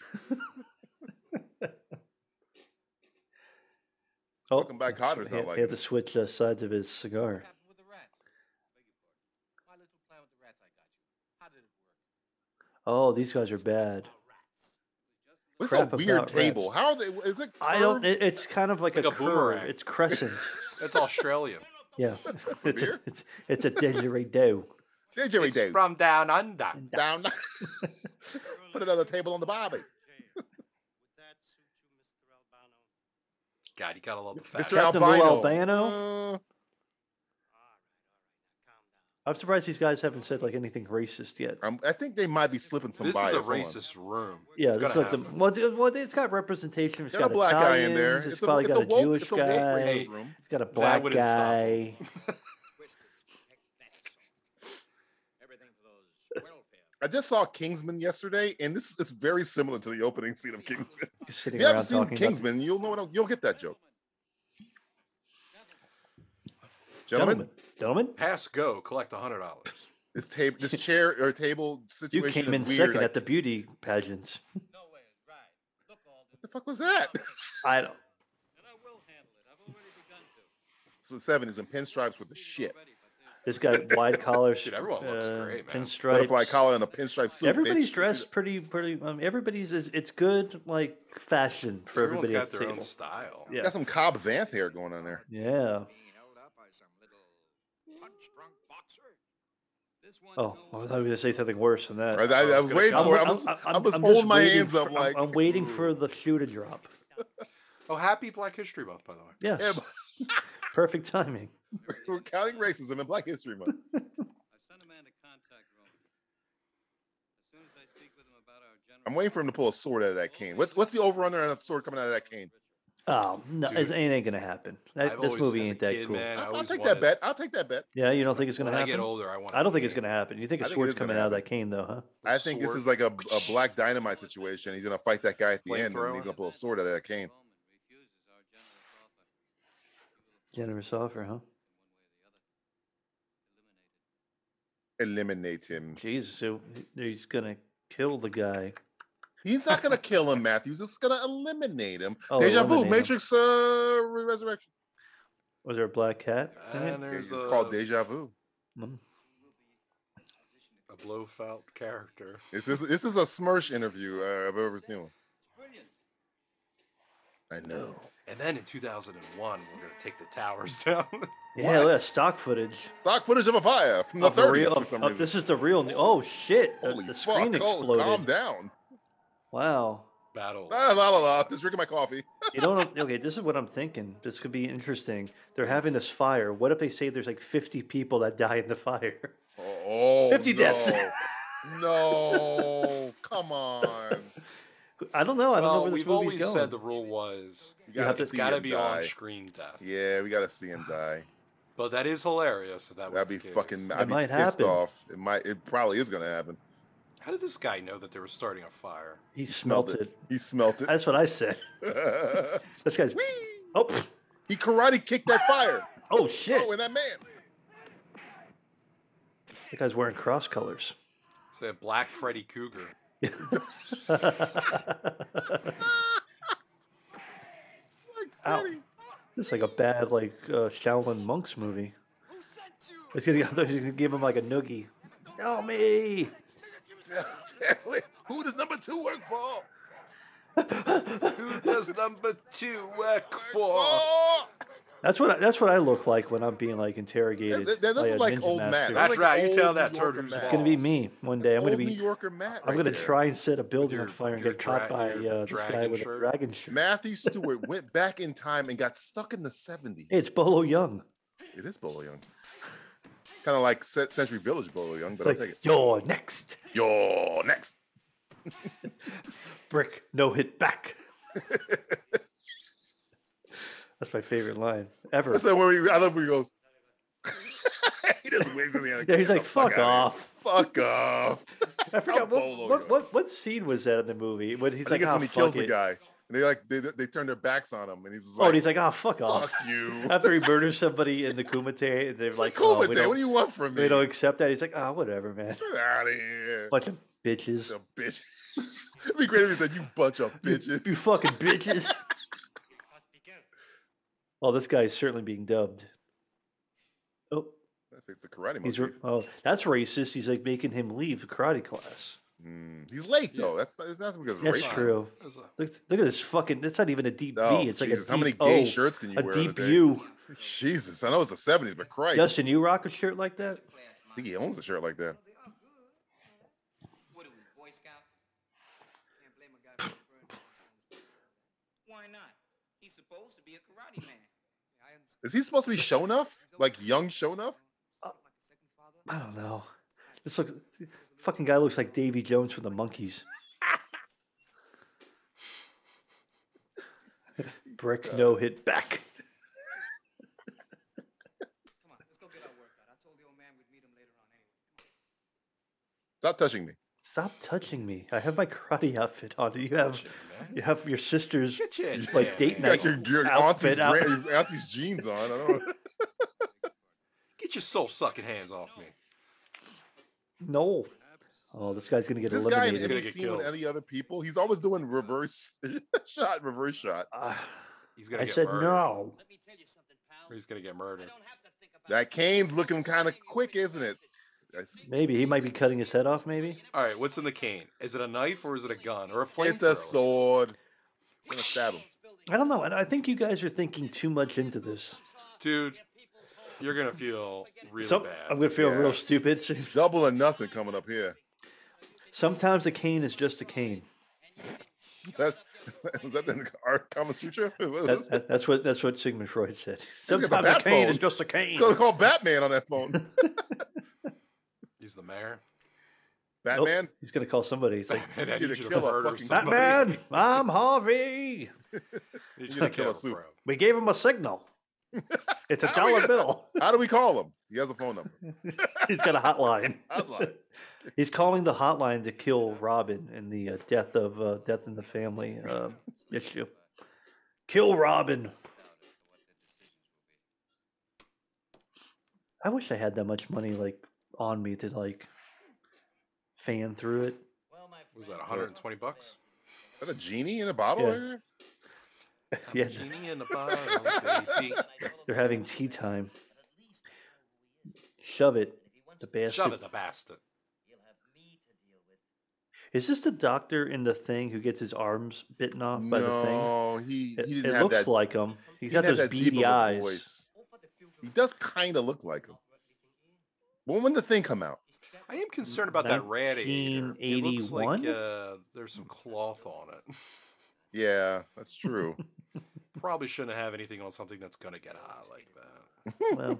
Speaker 5: Oh,
Speaker 3: Welcome back,
Speaker 5: that's-
Speaker 3: Cotter's
Speaker 5: He,
Speaker 3: not
Speaker 5: he
Speaker 3: like
Speaker 5: had
Speaker 3: it.
Speaker 5: to switch uh, sides of his cigar.
Speaker 6: What happened with the rats? Beg your pardon. My little plan with the rats I got you. How did it work?
Speaker 5: Oh, these guys are bad.
Speaker 3: This is
Speaker 5: Crap
Speaker 3: a weird
Speaker 5: about rats.
Speaker 3: table. How are they? Is it? Curved?
Speaker 5: I don't. It, it's kind of like,
Speaker 4: like
Speaker 5: a,
Speaker 4: a
Speaker 5: curve.
Speaker 4: boomerang.
Speaker 5: It's crescent.
Speaker 3: <laughs>
Speaker 4: That's Australian.
Speaker 5: Yeah, <laughs> it's a,
Speaker 3: beer?
Speaker 5: it's it's a didgeridoo.
Speaker 3: Hey, Jerry
Speaker 4: it's
Speaker 3: Dave,
Speaker 4: from down under.
Speaker 3: down. <laughs> Put another table on the bobby.
Speaker 4: God, you gotta love the fact.
Speaker 3: Mr.
Speaker 5: Captain Lou
Speaker 3: Albino.
Speaker 5: Albano?
Speaker 3: Uh,
Speaker 5: I'm surprised these guys haven't said like anything racist yet.
Speaker 3: I'm, I think they might be slipping some
Speaker 4: This
Speaker 3: bias.
Speaker 4: is a
Speaker 3: on.
Speaker 4: racist room.
Speaker 5: Yeah,
Speaker 4: It's
Speaker 5: this is
Speaker 4: gonna
Speaker 5: like the
Speaker 4: happen.
Speaker 5: well, it's, well, it's got representation.
Speaker 3: It's
Speaker 5: It's
Speaker 3: got a black guy in there.
Speaker 5: Italians, It's,
Speaker 3: a,
Speaker 5: probably
Speaker 3: it's
Speaker 5: got a,
Speaker 3: a woke,
Speaker 5: Jewish
Speaker 3: it's a woke
Speaker 5: guy.
Speaker 3: racist room.
Speaker 5: It's got a black
Speaker 4: wouldn't stop
Speaker 5: guy.
Speaker 3: I just saw Kingsman yesterday, and this is very similar to the opening scene of Kingsman.
Speaker 5: Just
Speaker 3: If
Speaker 5: <laughs> sitting
Speaker 3: you
Speaker 5: around
Speaker 3: haven't seen
Speaker 5: talking about-
Speaker 3: Kingsman, you'll know what I'm- you'll get that joke. Gentlemen,
Speaker 5: gentlemen, gentlemen,
Speaker 4: Pass go, collect a hundred dollars.
Speaker 3: this table, this chair or table
Speaker 5: you
Speaker 3: situation
Speaker 5: came in
Speaker 3: is weird.
Speaker 5: second
Speaker 3: I-
Speaker 5: at the beauty pageants.
Speaker 3: what the fuck was that? <laughs>
Speaker 5: I don't.
Speaker 3: so seventies when pinstripes were the shit.
Speaker 5: This guy
Speaker 3: <laughs>
Speaker 5: wide collars,
Speaker 4: Dude, everyone looks great, man.
Speaker 5: Uh, Pinstripes.
Speaker 3: Butterfly collar and a pinstripe suit.
Speaker 5: Everybody's
Speaker 3: bitch.
Speaker 5: dressed pretty, pretty. Um, everybody's is it's good like fashion for
Speaker 4: Everyone's
Speaker 5: everybody.
Speaker 4: got
Speaker 5: at the
Speaker 4: their own
Speaker 5: table.
Speaker 4: style.
Speaker 5: Yeah.
Speaker 3: Got some Cobb Vanth hair going on there.
Speaker 5: Yeah. Oh, I thought I was gonna say something worse than that.
Speaker 3: I, I, I was
Speaker 4: gonna
Speaker 3: waiting
Speaker 4: come-
Speaker 3: for it. I
Speaker 5: I'm-
Speaker 3: was,
Speaker 5: I'm-
Speaker 3: I was
Speaker 5: I'm just
Speaker 3: holding my
Speaker 5: waiting
Speaker 3: hands
Speaker 5: for-
Speaker 3: up
Speaker 5: I'm-
Speaker 3: like.
Speaker 5: I'm, waiting for the shoe to drop.
Speaker 4: Oh, happy Black History Month, by the way.
Speaker 5: Yes,
Speaker 3: <laughs> Yeah,
Speaker 5: perfect timing.
Speaker 3: but <laughs> we're counting racism in Black History Month. I'm waiting for him to pull a sword out of that cane. What's what's the over under on that sword coming out of that cane?
Speaker 5: Oh no,
Speaker 4: Dude.
Speaker 5: it ain't gonna happen. That,
Speaker 4: I've
Speaker 5: this
Speaker 4: always-
Speaker 5: movie
Speaker 4: as a
Speaker 5: ain't that
Speaker 4: kid,
Speaker 5: cool.
Speaker 4: man, I
Speaker 3: I'll, I'll
Speaker 4: always
Speaker 3: take
Speaker 4: wanted-
Speaker 3: that bet. I'll take that bet.
Speaker 5: Yeah, you don't think it's gonna
Speaker 4: When I
Speaker 5: happen?
Speaker 4: get older, I want.
Speaker 5: I don't think it's gonna happen. You think a
Speaker 3: I think it
Speaker 5: sword's
Speaker 3: is gonna
Speaker 5: coming out of that cane, though, huh?
Speaker 3: I think this is like a,
Speaker 4: <laughs>
Speaker 3: a black dynamite situation. He's gonna fight that guy at the end,
Speaker 4: Flamethrower.
Speaker 3: and he's gonna pull a sword out of that cane.
Speaker 5: Generous offer, huh?
Speaker 3: Eliminate him.
Speaker 5: Jesus, so he's gonna kill the guy.
Speaker 3: He's not gonna kill
Speaker 4: <laughs>
Speaker 3: him, Matthews. He's just gonna eliminate him.
Speaker 5: Oh,
Speaker 3: Deja vu,
Speaker 5: eliminate him.
Speaker 3: Matrix uh, Resurrection.
Speaker 5: Was there a black cat? in it?
Speaker 4: And
Speaker 3: It's
Speaker 4: there's a,
Speaker 3: called Deja vu.
Speaker 5: Mm.
Speaker 4: a Blofeld character.
Speaker 3: This is this is a Smirsh interview uh, I've ever seen. One. I know.
Speaker 4: And then in 2001, we're gonna take the towers <laughs> down.
Speaker 5: Yeah, look at that stock footage.
Speaker 3: Stock footage of a fire from the
Speaker 5: of the real,
Speaker 3: 30s for
Speaker 5: of-
Speaker 3: some
Speaker 5: of-
Speaker 3: reason.
Speaker 5: this is the real. ne- Oh shit! the-
Speaker 3: Holy
Speaker 5: the
Speaker 3: fuck!
Speaker 5: screen
Speaker 3: oh,
Speaker 5: exploded.
Speaker 3: calm down.
Speaker 5: Wow.
Speaker 4: Battle.
Speaker 3: La la la la. Just drinking my coffee.
Speaker 5: You don't. Okay, this is what I'm thinking. This could be interesting. They're having this fire. What if they say there's like 50 people that die in the fire?
Speaker 3: Oh,
Speaker 5: 50
Speaker 3: no.
Speaker 5: deaths.
Speaker 3: <laughs> no, come on.
Speaker 5: I don't know. I don't know
Speaker 4: Well,
Speaker 5: where this
Speaker 4: we've
Speaker 5: movie's
Speaker 4: always
Speaker 5: going.
Speaker 4: said the rule was
Speaker 3: You
Speaker 5: have
Speaker 3: gotta
Speaker 5: to-
Speaker 4: it's
Speaker 3: see
Speaker 4: got to
Speaker 3: him
Speaker 4: be
Speaker 3: die.
Speaker 4: on screen death.
Speaker 3: Yeah, we gotta see
Speaker 4: <sighs>
Speaker 3: him die.
Speaker 4: But that is hilarious. If that was
Speaker 3: That'd
Speaker 4: the
Speaker 3: be
Speaker 4: case.
Speaker 3: fucking.
Speaker 5: It
Speaker 3: I'd be
Speaker 5: might
Speaker 3: pissed
Speaker 5: happen.
Speaker 3: off. It might. It probably is gonna happen.
Speaker 4: How did this guy know that they were starting a fire?
Speaker 5: he smelt it.
Speaker 3: He smelt it.
Speaker 5: That's what I said. <laughs> This guy's.
Speaker 3: Whee!
Speaker 5: Oh, pff,
Speaker 3: <laughs> he karate kicked that
Speaker 5: <laughs>
Speaker 3: fire.
Speaker 5: oh shit!
Speaker 3: Oh, and that man. <laughs>
Speaker 5: That guy's wearing cross colors.
Speaker 4: Say a black Freddy Cougar.
Speaker 5: Ow. This is like a bad like uh, Shaolin monks movie. He's gonna, <laughs> he's gonna give him like a noogie. Tell me.
Speaker 3: Who does number two work for?
Speaker 4: Who does number two work for?
Speaker 3: Oh,
Speaker 5: That's what I, that's what I look like when I'm being like
Speaker 3: Yeah,
Speaker 5: interrogated.
Speaker 3: th- th- this
Speaker 5: by
Speaker 3: is
Speaker 5: a
Speaker 3: like
Speaker 5: ninja
Speaker 3: old Matt.
Speaker 5: master.
Speaker 4: That's
Speaker 3: like
Speaker 4: right, you
Speaker 3: old
Speaker 4: tell
Speaker 3: New
Speaker 4: that
Speaker 3: Yorker
Speaker 4: turd in his
Speaker 3: Matt.
Speaker 5: It's gonna be me one day. I'm gonna
Speaker 3: Old
Speaker 5: be
Speaker 3: New Yorker Matt.
Speaker 5: I'm
Speaker 3: right
Speaker 5: gonna
Speaker 3: there.
Speaker 5: try and set a building on
Speaker 4: your-
Speaker 5: fire and
Speaker 4: your
Speaker 5: get caught
Speaker 4: dra-
Speaker 5: by
Speaker 4: your
Speaker 5: uh, this guy
Speaker 4: dragon
Speaker 5: with a
Speaker 4: shirt.
Speaker 5: dragon shirt.
Speaker 3: Matthew Stewart went back in time and got stuck in the 70s.
Speaker 5: Hey, it's Bolo Young.
Speaker 3: It is Bolo Young. kind of like Cent- Century Village Bolo Young, but
Speaker 5: It's
Speaker 3: I'll
Speaker 5: like,
Speaker 3: take it.
Speaker 5: you're next.
Speaker 3: Yo, next.
Speaker 5: Brick, no hit back. <laughs> that's my favorite line ever.
Speaker 3: That's the where he, I love where he goes. <laughs> he just waves in the air.
Speaker 5: Yeah, he's
Speaker 3: "Get
Speaker 5: like,
Speaker 3: the
Speaker 5: fuck
Speaker 3: outta here.
Speaker 5: off.
Speaker 3: Fuck
Speaker 5: <laughs>
Speaker 3: off.
Speaker 5: I forgot
Speaker 3: Bolo
Speaker 5: what,
Speaker 3: Young.
Speaker 5: what, what what scene was that in the movie when he's
Speaker 3: I think
Speaker 5: like,
Speaker 3: it's
Speaker 5: "Ah,
Speaker 3: when he
Speaker 5: fuck
Speaker 3: kills the
Speaker 5: it."
Speaker 3: guy. And they like they, they turn their backs on him, and he's just
Speaker 5: Oh,
Speaker 3: like,
Speaker 5: and he's like, oh, fuck off.
Speaker 3: "Fuck
Speaker 5: <laughs>
Speaker 3: you."
Speaker 5: After he murders somebody in the Kumite, and they're like,
Speaker 3: cool,
Speaker 5: oh, we
Speaker 3: Mateo,
Speaker 5: don't-
Speaker 3: What do you want from me?
Speaker 5: They don't accept that. He's like, ah, whatever,
Speaker 3: <laughs>
Speaker 5: man.
Speaker 3: Get out of
Speaker 5: <laughs>
Speaker 3: here.
Speaker 5: Bunch of bitches.
Speaker 3: Bunch of bitches. <laughs> It'd be great if he said, "You bunch of
Speaker 5: You
Speaker 3: bitches."
Speaker 5: fucking
Speaker 3: <laughs>
Speaker 5: bitches. oh, this guy is certainly being dubbed. Oh,
Speaker 3: It's the karate
Speaker 5: he's
Speaker 3: motif.
Speaker 5: oh, that's racist. He's like making him leave karate class.
Speaker 3: Mm, he's late though. That's that's not because of
Speaker 5: That's
Speaker 3: racism.
Speaker 5: true.
Speaker 4: It's a-
Speaker 5: Look, look at this fucking. It's not even a deep
Speaker 3: Oh,
Speaker 5: V. It's like
Speaker 3: Jesus,
Speaker 5: a
Speaker 3: how many
Speaker 5: deep
Speaker 3: gay
Speaker 5: O,
Speaker 3: shirts can you
Speaker 5: a
Speaker 3: wear
Speaker 5: deep
Speaker 3: today?
Speaker 5: U.
Speaker 3: <laughs> Jesus, I know it's the seventies, but Christ,
Speaker 5: Justin, you rock a shirt like that?
Speaker 3: I think he owns a shirt like that.
Speaker 6: What are we, Boy Scouts? Can't blame a guy for referring to us. Why not? He's supposed to be a karate man. I understand.
Speaker 3: Is he supposed to be Shonuff? Like young Shonuff?
Speaker 6: like a second father.
Speaker 5: I don't know. This look, fucking guy looks like Davy Jones from
Speaker 3: <laughs>
Speaker 5: the Monkees. Brick no hit back.
Speaker 6: Come on, let's go get our workout. I told the old man we'd meet him later on anyway.
Speaker 3: Stop touching me.
Speaker 5: Stop touching me. I have my karate outfit on. You have
Speaker 4: shit, man.
Speaker 5: you have
Speaker 3: <laughs>
Speaker 5: your sister's
Speaker 4: Get your damn
Speaker 5: like date
Speaker 3: You got
Speaker 5: night.
Speaker 3: your, your auntie's
Speaker 5: outfit out.
Speaker 3: grand, your auntie's jeans on. I don't know.
Speaker 4: Get your soul sucking hands off me.
Speaker 5: No. Oh, this guy's gonna <laughs> get
Speaker 3: Is <laughs> this guy in
Speaker 5: eliminated.
Speaker 3: any
Speaker 4: get
Speaker 3: scene with
Speaker 4: killed.
Speaker 3: any other people? He's always doing reverse <laughs> shot, reverse shot.
Speaker 5: Ah,
Speaker 4: He's gonna
Speaker 5: I
Speaker 4: get
Speaker 5: said
Speaker 4: murdered.
Speaker 5: no.
Speaker 6: Let me tell you something, pal.
Speaker 4: He's gonna get
Speaker 6: I
Speaker 4: murdered.
Speaker 6: don't have to think about
Speaker 3: That
Speaker 6: it.
Speaker 3: cane's looking kind of quick, isn't it? It's,
Speaker 5: Maybe he might be cutting his head off. Maybe
Speaker 4: All right, what's in the cane? Is it a knife or is it a gun or a flamethrower?
Speaker 3: it's a
Speaker 4: <laughs>
Speaker 3: sword. I'm gonna stab him.
Speaker 5: I don't know. And I think you guys are thinking too much into this.
Speaker 4: Dude, you're gonna feel really
Speaker 5: Some,
Speaker 4: bad.
Speaker 5: I'm gonna feel
Speaker 3: Yeah.
Speaker 5: real stupid. <laughs> soon.
Speaker 3: Double or nothing coming up here.
Speaker 5: Sometimes a cane is just a cane.
Speaker 3: Is that, <laughs> was that the our Kama Sutra? <laughs>
Speaker 5: That's,
Speaker 3: That's,
Speaker 5: that- that's what that's what Sigmund Freud
Speaker 3: got
Speaker 5: said.
Speaker 3: the
Speaker 5: Sometimes a
Speaker 3: bat
Speaker 5: cane
Speaker 3: phone.
Speaker 5: is just a cane.
Speaker 3: so call Batman on that
Speaker 5: <laughs>
Speaker 3: phone.
Speaker 4: He's the mayor. <laughs>
Speaker 5: Nope,
Speaker 3: Batman.
Speaker 5: He's gonna call
Speaker 3: <laughs>
Speaker 5: somebody. He's like,
Speaker 4: Batman, I
Speaker 3: You
Speaker 4: need
Speaker 3: need to
Speaker 4: you to
Speaker 3: kill a
Speaker 4: murder
Speaker 3: fucking
Speaker 4: somebody.
Speaker 5: Batman, I'm Harvey.
Speaker 4: I need
Speaker 3: You
Speaker 4: you
Speaker 3: need
Speaker 4: to
Speaker 3: to kill
Speaker 4: kill
Speaker 3: a soup.
Speaker 4: bro.
Speaker 5: We gave him a signal.
Speaker 3: <laughs>
Speaker 5: It's a
Speaker 3: How we
Speaker 5: dollar
Speaker 3: gonna-
Speaker 5: bill. <laughs>
Speaker 3: How do we call him? He has a phone number.
Speaker 5: He's got a hotline.
Speaker 3: Hotline.
Speaker 5: <laughs> He's calling the hotline to kill Robin in the uh, death of uh, death in the family
Speaker 4: <laughs>
Speaker 5: uh, issue. Kill Robin. I wish I had that much money like on me to like fan through it. <laughs>
Speaker 4: What Was that 120 bucks?
Speaker 3: Is that a genie in a bottle?
Speaker 5: Yeah.
Speaker 3: right there?
Speaker 5: Yeah,
Speaker 4: Genie in the bottle, baby.
Speaker 5: <laughs> they're having tea time. Shove it, the
Speaker 4: Shove
Speaker 5: bastard.
Speaker 4: it, the bastard.
Speaker 5: Is this the doctor in the thing who gets his arms bitten off by the thing?
Speaker 3: No, he, he
Speaker 5: It,
Speaker 3: didn't
Speaker 5: it
Speaker 3: have
Speaker 5: looks
Speaker 3: that.
Speaker 5: like him.
Speaker 3: he
Speaker 5: He's got
Speaker 3: didn't
Speaker 5: those
Speaker 3: have that deep of
Speaker 5: beady
Speaker 3: a
Speaker 5: eyes.
Speaker 3: voice. He does kind of look like him. Well, when did the thing come out?
Speaker 4: I am concerned about that radiator. It looks like
Speaker 5: 1981?
Speaker 4: uh, there's some cloth on it.
Speaker 3: Yeah, that's
Speaker 5: <laughs>
Speaker 3: true.
Speaker 4: Probably shouldn't have anything on something that's gonna get hot like that.
Speaker 3: <laughs>
Speaker 5: Well,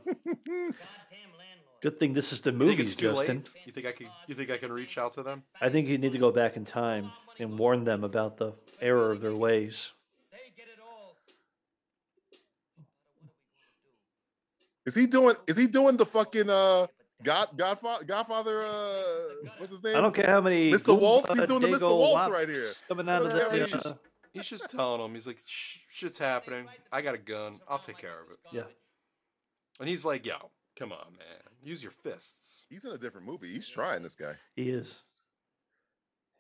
Speaker 5: good thing this is the
Speaker 4: You think
Speaker 5: movies,
Speaker 4: it's too
Speaker 5: Justin.
Speaker 4: late? You think I could? You think I can reach out to them?
Speaker 5: I think you need to go back in time and warn them about the error of their ways.
Speaker 3: Is he doing? Is he doing the fucking uh God Godfather Godfather? Uh, what's his name?
Speaker 5: I don't care how many.
Speaker 3: Mr.
Speaker 5: goon
Speaker 3: Waltz? He's
Speaker 5: butt
Speaker 3: doing the Mr.
Speaker 5: dago
Speaker 3: Waltz
Speaker 5: wops
Speaker 3: right here.
Speaker 5: Coming out of
Speaker 3: Yeah,
Speaker 5: the.
Speaker 4: He's
Speaker 5: uh,
Speaker 4: just, he's just telling him. He's like, "Shh, shit's happening. I got a gun. I'll take care of it.
Speaker 5: yeah.
Speaker 4: And he's like, yo, come on, man. Use your fists.
Speaker 3: He's in a different movie. He's trying this guy.
Speaker 5: He is.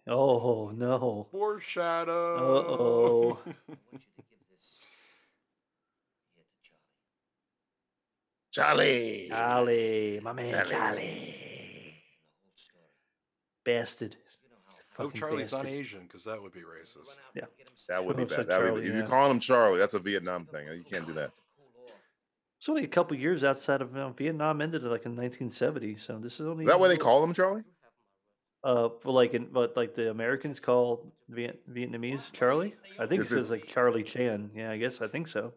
Speaker 5: Oh no.
Speaker 4: Foreshadow. <laughs>
Speaker 5: Uh-oh.
Speaker 6: <laughs>
Speaker 3: Charlie.
Speaker 5: Ah, Charlie, my man
Speaker 3: Charlie.
Speaker 5: Charlie. Bastard.
Speaker 4: Oh,
Speaker 5: Fucking
Speaker 4: Charlie's not
Speaker 5: bastard.
Speaker 4: Asian because that would be racist.
Speaker 5: Yeah.
Speaker 3: That would be
Speaker 5: Who
Speaker 3: bad.
Speaker 5: said
Speaker 3: That would be,
Speaker 5: Charlie,
Speaker 3: If you
Speaker 5: yeah.
Speaker 3: call him Charlie, that's a Vietnam thing. You can't do that.
Speaker 5: It's only a couple years outside of um, Vietnam ended like in 1970. So this is only.
Speaker 3: Is that why they call him Charlie?
Speaker 5: Uh, for like in but like the Americans call Viet- Vietnamese Charlie. I think it
Speaker 3: Is it-
Speaker 5: says like Charlie Chan. Yeah, I guess I think so.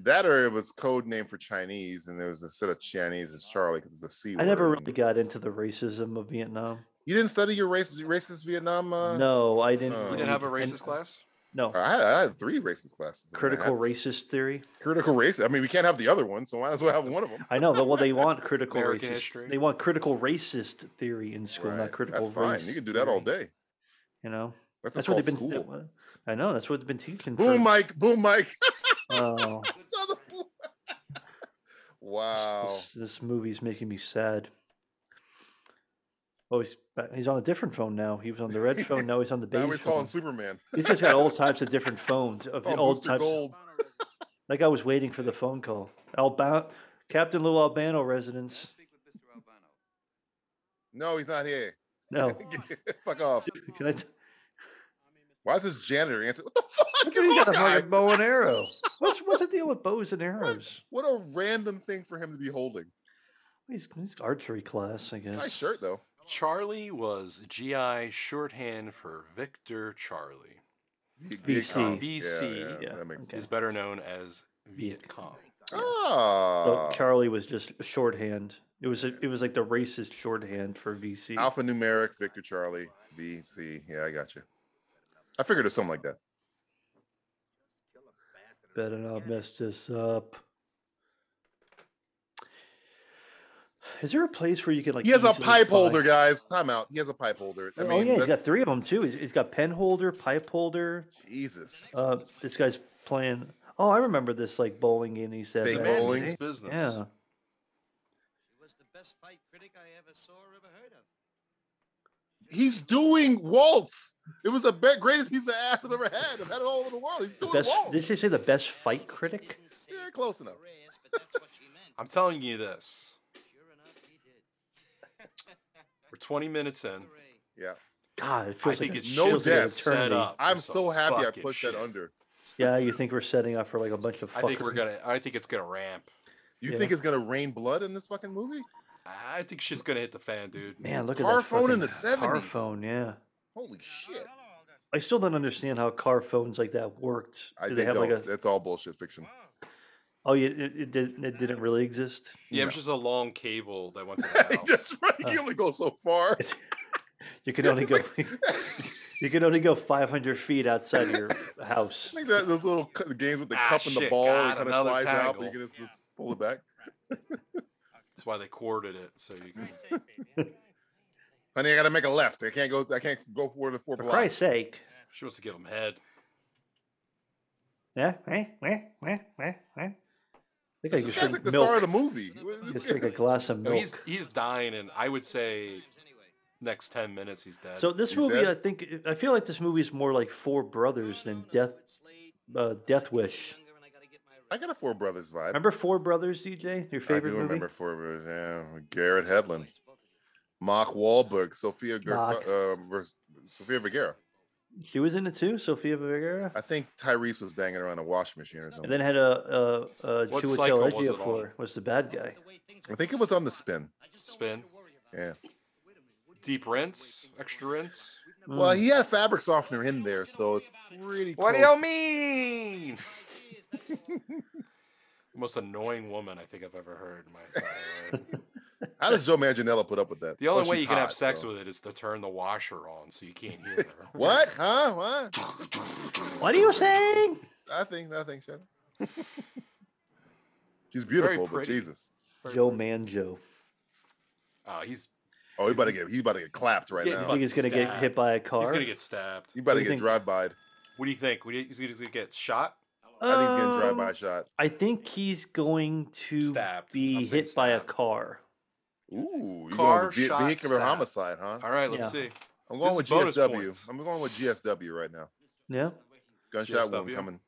Speaker 3: That or it was code name for Chinese, and there was a set of Chinese as Charlie because it's a C.
Speaker 5: Oh. I never
Speaker 3: word, and-
Speaker 5: really got into the racism of Vietnam.
Speaker 3: You didn't study your racist racist Vietnam. Uh,
Speaker 5: no, I didn't.
Speaker 3: uh,
Speaker 4: You didn't have a
Speaker 5: read- and-
Speaker 4: racist class?
Speaker 5: No,
Speaker 3: I had, I had three racist classes. I mean, I
Speaker 5: critical
Speaker 3: had s-
Speaker 5: racist theory.
Speaker 3: Critical race. I mean, we can't have the other one, so might as well have one of them.
Speaker 5: I know. Well, they want critical
Speaker 4: American
Speaker 5: racist.
Speaker 4: history.
Speaker 5: They want critical racist theory in school, not critical
Speaker 3: That's fine.
Speaker 5: race.
Speaker 3: You can do that all
Speaker 5: theory,
Speaker 3: day.
Speaker 5: You know,
Speaker 3: That's,
Speaker 5: that's
Speaker 3: just
Speaker 5: what
Speaker 3: called
Speaker 5: they've been. uh,
Speaker 3: school.
Speaker 5: I know that's what they've been teaching.
Speaker 3: boom,
Speaker 5: for,
Speaker 3: Mike. Boom, Mike.
Speaker 5: <laughs> oh,
Speaker 3: <laughs> I saw the boom.
Speaker 5: this- <laughs>
Speaker 3: wow.
Speaker 5: this, this movie's making me sad. Oh, he's ba- he's on a different phone now. He was on the red phone. Now he's on the
Speaker 3: <laughs> Now
Speaker 5: beige
Speaker 3: he's
Speaker 5: phone.
Speaker 3: calling Superman.
Speaker 5: He's just got all types of different phones of
Speaker 3: <laughs> Oh,
Speaker 5: all
Speaker 3: Booster
Speaker 5: types.
Speaker 3: Gold.
Speaker 5: Like I was waiting for the phone call. Alba- Captain Lou Albano residence.
Speaker 3: No, he's not here. <laughs>
Speaker 5: <laughs> No.
Speaker 3: Fuck
Speaker 5: <laughs>
Speaker 3: off.
Speaker 5: Can I? T-
Speaker 3: Why is this janitor answer? <laughs> What the fuck
Speaker 5: you
Speaker 3: is
Speaker 5: got a
Speaker 3: that guy?
Speaker 5: fucking bow and arrow. What's what's the deal with bows and arrows?
Speaker 3: What a random thing for him to be holding.
Speaker 5: He's, he's archery class, I
Speaker 3: Nice
Speaker 5: guess.
Speaker 3: shirt though.
Speaker 4: Charlie was GI shorthand for Victor Charlie.
Speaker 3: V- Viet
Speaker 5: VC.
Speaker 3: Cong.
Speaker 4: VC.
Speaker 3: Yeah, yeah,
Speaker 5: Yeah,
Speaker 3: that makes
Speaker 5: okay.
Speaker 4: Is better known as Viet
Speaker 5: Viet
Speaker 4: Cong.
Speaker 3: sense. Ah,
Speaker 5: Well, Oh, Charlie was just shorthand. It was a, it was like the racist shorthand for VC.
Speaker 3: alphanumeric Victor Charlie VC. Yeah, I got you. I figured it was something like that.
Speaker 5: Better not mess this up. Is there a place where you can like?
Speaker 3: He has a
Speaker 5: easily
Speaker 3: pipe
Speaker 5: find-
Speaker 3: holder, guys. Time out. He has a pipe holder. I mean,
Speaker 5: oh yeah, he's got
Speaker 3: that's-
Speaker 5: three of them too. He's, he's got pen holder, pipe holder.
Speaker 3: Jesus.
Speaker 5: Uh, this guy's playing. Oh, I remember this like bowling game. He said
Speaker 3: Fake
Speaker 5: back in the
Speaker 3: bowling.
Speaker 5: day.
Speaker 4: Man's business.
Speaker 5: Yeah,
Speaker 6: She was the best fight critic I ever saw or ever heard of.
Speaker 3: He's doing waltz. It was the be- greatest piece of ass I've ever had. I've had it all over the world. He's doing
Speaker 5: best.
Speaker 3: waltz.
Speaker 5: Did they say the best fight critic?
Speaker 6: Didn't say
Speaker 3: yeah, close enough.
Speaker 6: Perez, but that's what she meant.
Speaker 4: I'm telling you this.
Speaker 6: Sure enough, he did.
Speaker 4: We're 20 minutes in.
Speaker 6: Hooray.
Speaker 3: Yeah.
Speaker 5: God, it
Speaker 4: I
Speaker 5: feels
Speaker 4: think
Speaker 5: like
Speaker 4: it's
Speaker 5: a
Speaker 3: no
Speaker 5: feels like an
Speaker 3: death
Speaker 4: set
Speaker 5: eternity.
Speaker 4: up. for
Speaker 3: I'm
Speaker 4: some
Speaker 3: so happy I
Speaker 4: fucking
Speaker 3: pushed
Speaker 4: shit.
Speaker 3: that under.
Speaker 5: Yeah, you think we're setting up for like a bunch of?
Speaker 4: I think we're
Speaker 5: fuckery?
Speaker 4: gonna. I think it's gonna ramp.
Speaker 3: You
Speaker 5: Yeah.
Speaker 3: think it's gonna rain blood in this fucking movie?
Speaker 4: I think shit's gonna hit the fan, dude.
Speaker 5: Man, look at
Speaker 3: Car
Speaker 5: that
Speaker 3: phone in
Speaker 5: fucking
Speaker 3: the 70s.
Speaker 5: Carphone, yeah.
Speaker 3: Holy shit!
Speaker 5: I still don't understand how car phones like that worked.
Speaker 3: I
Speaker 5: Did
Speaker 3: think
Speaker 5: they have like a?
Speaker 3: that's all bullshit fiction.
Speaker 5: Oh, yeah, it, it, did, it didn't really exist. <laughs>
Speaker 4: Yeah, it was just a long cable that went to
Speaker 3: <laughs>
Speaker 5: Oh.
Speaker 4: the house.
Speaker 3: That's right. You can only go so
Speaker 5: <laughs>
Speaker 3: far.
Speaker 5: It's- you could only
Speaker 3: It's
Speaker 5: go. <laughs> you could only go 500 feet outside
Speaker 4: <laughs>
Speaker 5: your
Speaker 3: I
Speaker 5: house.
Speaker 3: think that those little cu- games with the
Speaker 4: Ah,
Speaker 3: cup and the
Speaker 4: shit,
Speaker 3: ball
Speaker 4: God,
Speaker 3: it kind of
Speaker 4: another
Speaker 3: flies out, but you can
Speaker 4: tangle.
Speaker 3: just, just pull it back.
Speaker 4: That's why they corded it so you can.
Speaker 5: <laughs>
Speaker 3: Honey, I gotta make a left. I can't go. I can't go forward the four
Speaker 5: For
Speaker 3: blocks.
Speaker 5: Christ's sake!
Speaker 4: She wants to give him head.
Speaker 5: Yeah, eh, eh, eh, eh, eh. They gotta
Speaker 3: This guy's
Speaker 5: go drink
Speaker 3: like the
Speaker 5: milk.
Speaker 3: star of the
Speaker 5: <laughs>
Speaker 3: movie. What is
Speaker 5: Just
Speaker 3: this
Speaker 5: drink a
Speaker 3: guy-
Speaker 5: glass of
Speaker 4: No,
Speaker 5: milk.
Speaker 4: he's he's dying, and I would say
Speaker 6: Anyway,
Speaker 4: next ten minutes he's dead.
Speaker 5: So this
Speaker 3: He's
Speaker 5: movie,
Speaker 3: dead?
Speaker 5: I think, I feel like this movie is more like Four Brothers than Death,
Speaker 6: it's late.
Speaker 5: uh, Death Wish.
Speaker 6: Younger, and I gotta get my
Speaker 3: I got a Four Brothers vibe.
Speaker 5: Remember Four Brothers, DJ? Your
Speaker 3: I
Speaker 5: favorite
Speaker 3: do
Speaker 5: movie?
Speaker 3: remember Four Brothers. Yeah, Garrett Hedlund, Mark Wahlberg, Sophia
Speaker 5: Mark.
Speaker 3: Gersa, uh, vers- Sophia Vergara.
Speaker 5: She was in it too, Sofia Vergara.
Speaker 3: I think Tyrese was banging around a washing machine or
Speaker 5: And <laughs>
Speaker 3: something.
Speaker 5: then had a, a, a
Speaker 4: What
Speaker 5: Chiwetel
Speaker 4: cycle was it
Speaker 5: Ejiofor
Speaker 4: on?
Speaker 5: was the bad guy.
Speaker 3: I think it was on the spin.
Speaker 4: Spin,
Speaker 3: Yeah.
Speaker 4: deep rinse,
Speaker 3: <laughs>
Speaker 4: extra
Speaker 5: <laughs>
Speaker 6: <laughs>
Speaker 4: rinse.
Speaker 3: Well,
Speaker 5: Mm.
Speaker 3: he had fabric softener in there, so it's pretty. close.
Speaker 4: mean? Most annoying woman I think I've ever heard in my entire life.
Speaker 3: How does Joe Manganiello put up with that?
Speaker 4: The only
Speaker 3: Plus,
Speaker 4: way
Speaker 3: she's
Speaker 4: you can have
Speaker 3: hot,
Speaker 4: sex
Speaker 3: so-
Speaker 4: with it is to turn the washer on so you can't hear her.
Speaker 3: What? Huh? What?
Speaker 5: What are you saying?
Speaker 3: Nothing. Nothing.
Speaker 4: <laughs>
Speaker 3: Shut up. She's
Speaker 4: Very
Speaker 3: beautiful, but
Speaker 4: pretty.
Speaker 3: Jesus.
Speaker 5: Joe Manjo.
Speaker 4: Oh, he's
Speaker 3: Oh, he about to get. He about to get clapped right
Speaker 4: Getting
Speaker 5: You
Speaker 3: now.
Speaker 5: think he's gonna get
Speaker 4: stabbed.
Speaker 5: hit by a car?
Speaker 4: he's gonna get stabbed.
Speaker 3: He about
Speaker 5: What do
Speaker 3: to
Speaker 5: you
Speaker 3: get
Speaker 5: think?
Speaker 3: drive by.
Speaker 4: What do you think? What do you, he's gonna get shot?
Speaker 3: I think he's getting drive by
Speaker 5: Um,
Speaker 3: shot.
Speaker 5: I think he's going to
Speaker 4: Stabbed.
Speaker 5: be
Speaker 4: I'm saying
Speaker 5: hit by a
Speaker 4: stabbed.
Speaker 5: car.
Speaker 3: Ooh, you
Speaker 4: car
Speaker 3: going with ve-
Speaker 4: shot
Speaker 3: vehicular
Speaker 4: stabbed.
Speaker 3: homicide, huh?
Speaker 4: All right, let's
Speaker 5: Yeah.
Speaker 4: see.
Speaker 3: I'm
Speaker 4: This
Speaker 3: going
Speaker 4: is
Speaker 3: with
Speaker 4: bonus
Speaker 3: GSW.
Speaker 4: points.
Speaker 3: I'm going with GSW right now.
Speaker 5: Yeah,
Speaker 3: Gunshot wound
Speaker 4: GSW?
Speaker 3: coming.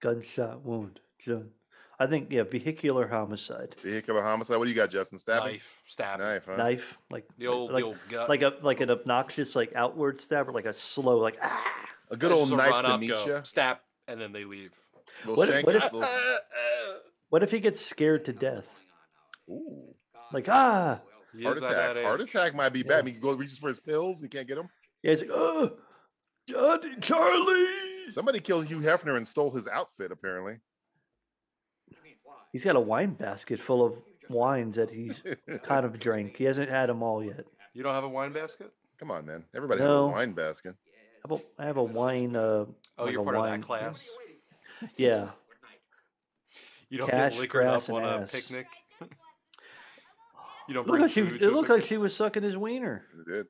Speaker 5: gunshot wound. John. I think yeah, vehicular homicide,
Speaker 3: Vehicular homicide. What do you got, Justin? Stabbing
Speaker 4: Knife, stabbing.
Speaker 3: Knife, huh?
Speaker 5: knife, like
Speaker 4: The old,
Speaker 5: like,
Speaker 4: the old gut.
Speaker 5: like a like an obnoxious like outward stab or like a slow like ah.
Speaker 3: A good
Speaker 4: It's
Speaker 3: old
Speaker 4: just a
Speaker 3: knife
Speaker 4: run
Speaker 3: to
Speaker 4: up,
Speaker 3: meet
Speaker 4: go,
Speaker 3: you.
Speaker 4: Stab, and then they leave.
Speaker 3: Little
Speaker 5: What if-
Speaker 3: shank.
Speaker 5: what
Speaker 4: <laughs>
Speaker 5: if-
Speaker 3: little-
Speaker 5: What if he gets scared to death?
Speaker 3: Ooh.
Speaker 5: Like ah,
Speaker 4: He
Speaker 3: Heart
Speaker 4: is at that
Speaker 3: attack. Heart
Speaker 4: age.
Speaker 3: attack might be bad. I mean, he goes reaches for his pills. He can't get them.
Speaker 5: yeah, he's like oh, Johnny Charlie.
Speaker 3: Somebody killed Hugh Hefner and stole his outfit, apparently. <laughs>
Speaker 5: He's got a wine basket full of wines
Speaker 4: <laughs>
Speaker 5: that he's kind of drank. He hasn't had them all yet.
Speaker 4: You don't have a wine basket?
Speaker 3: Come on, man. Everybody has
Speaker 5: No.
Speaker 3: a wine basket.
Speaker 5: I have a, I have a wine. Uh,
Speaker 4: Oh,
Speaker 5: like
Speaker 4: you're
Speaker 5: a
Speaker 4: part of
Speaker 5: wine-
Speaker 4: that class.
Speaker 5: Yeah,
Speaker 4: You don't
Speaker 5: Cash,
Speaker 4: get liquored up
Speaker 5: grass, and
Speaker 4: on a
Speaker 5: ass.
Speaker 4: picnic. <laughs> you don't
Speaker 5: look
Speaker 4: bring
Speaker 5: like she.
Speaker 4: food
Speaker 5: It
Speaker 4: to a
Speaker 5: looked
Speaker 4: pic-
Speaker 5: like she was sucking his wiener.
Speaker 3: It did.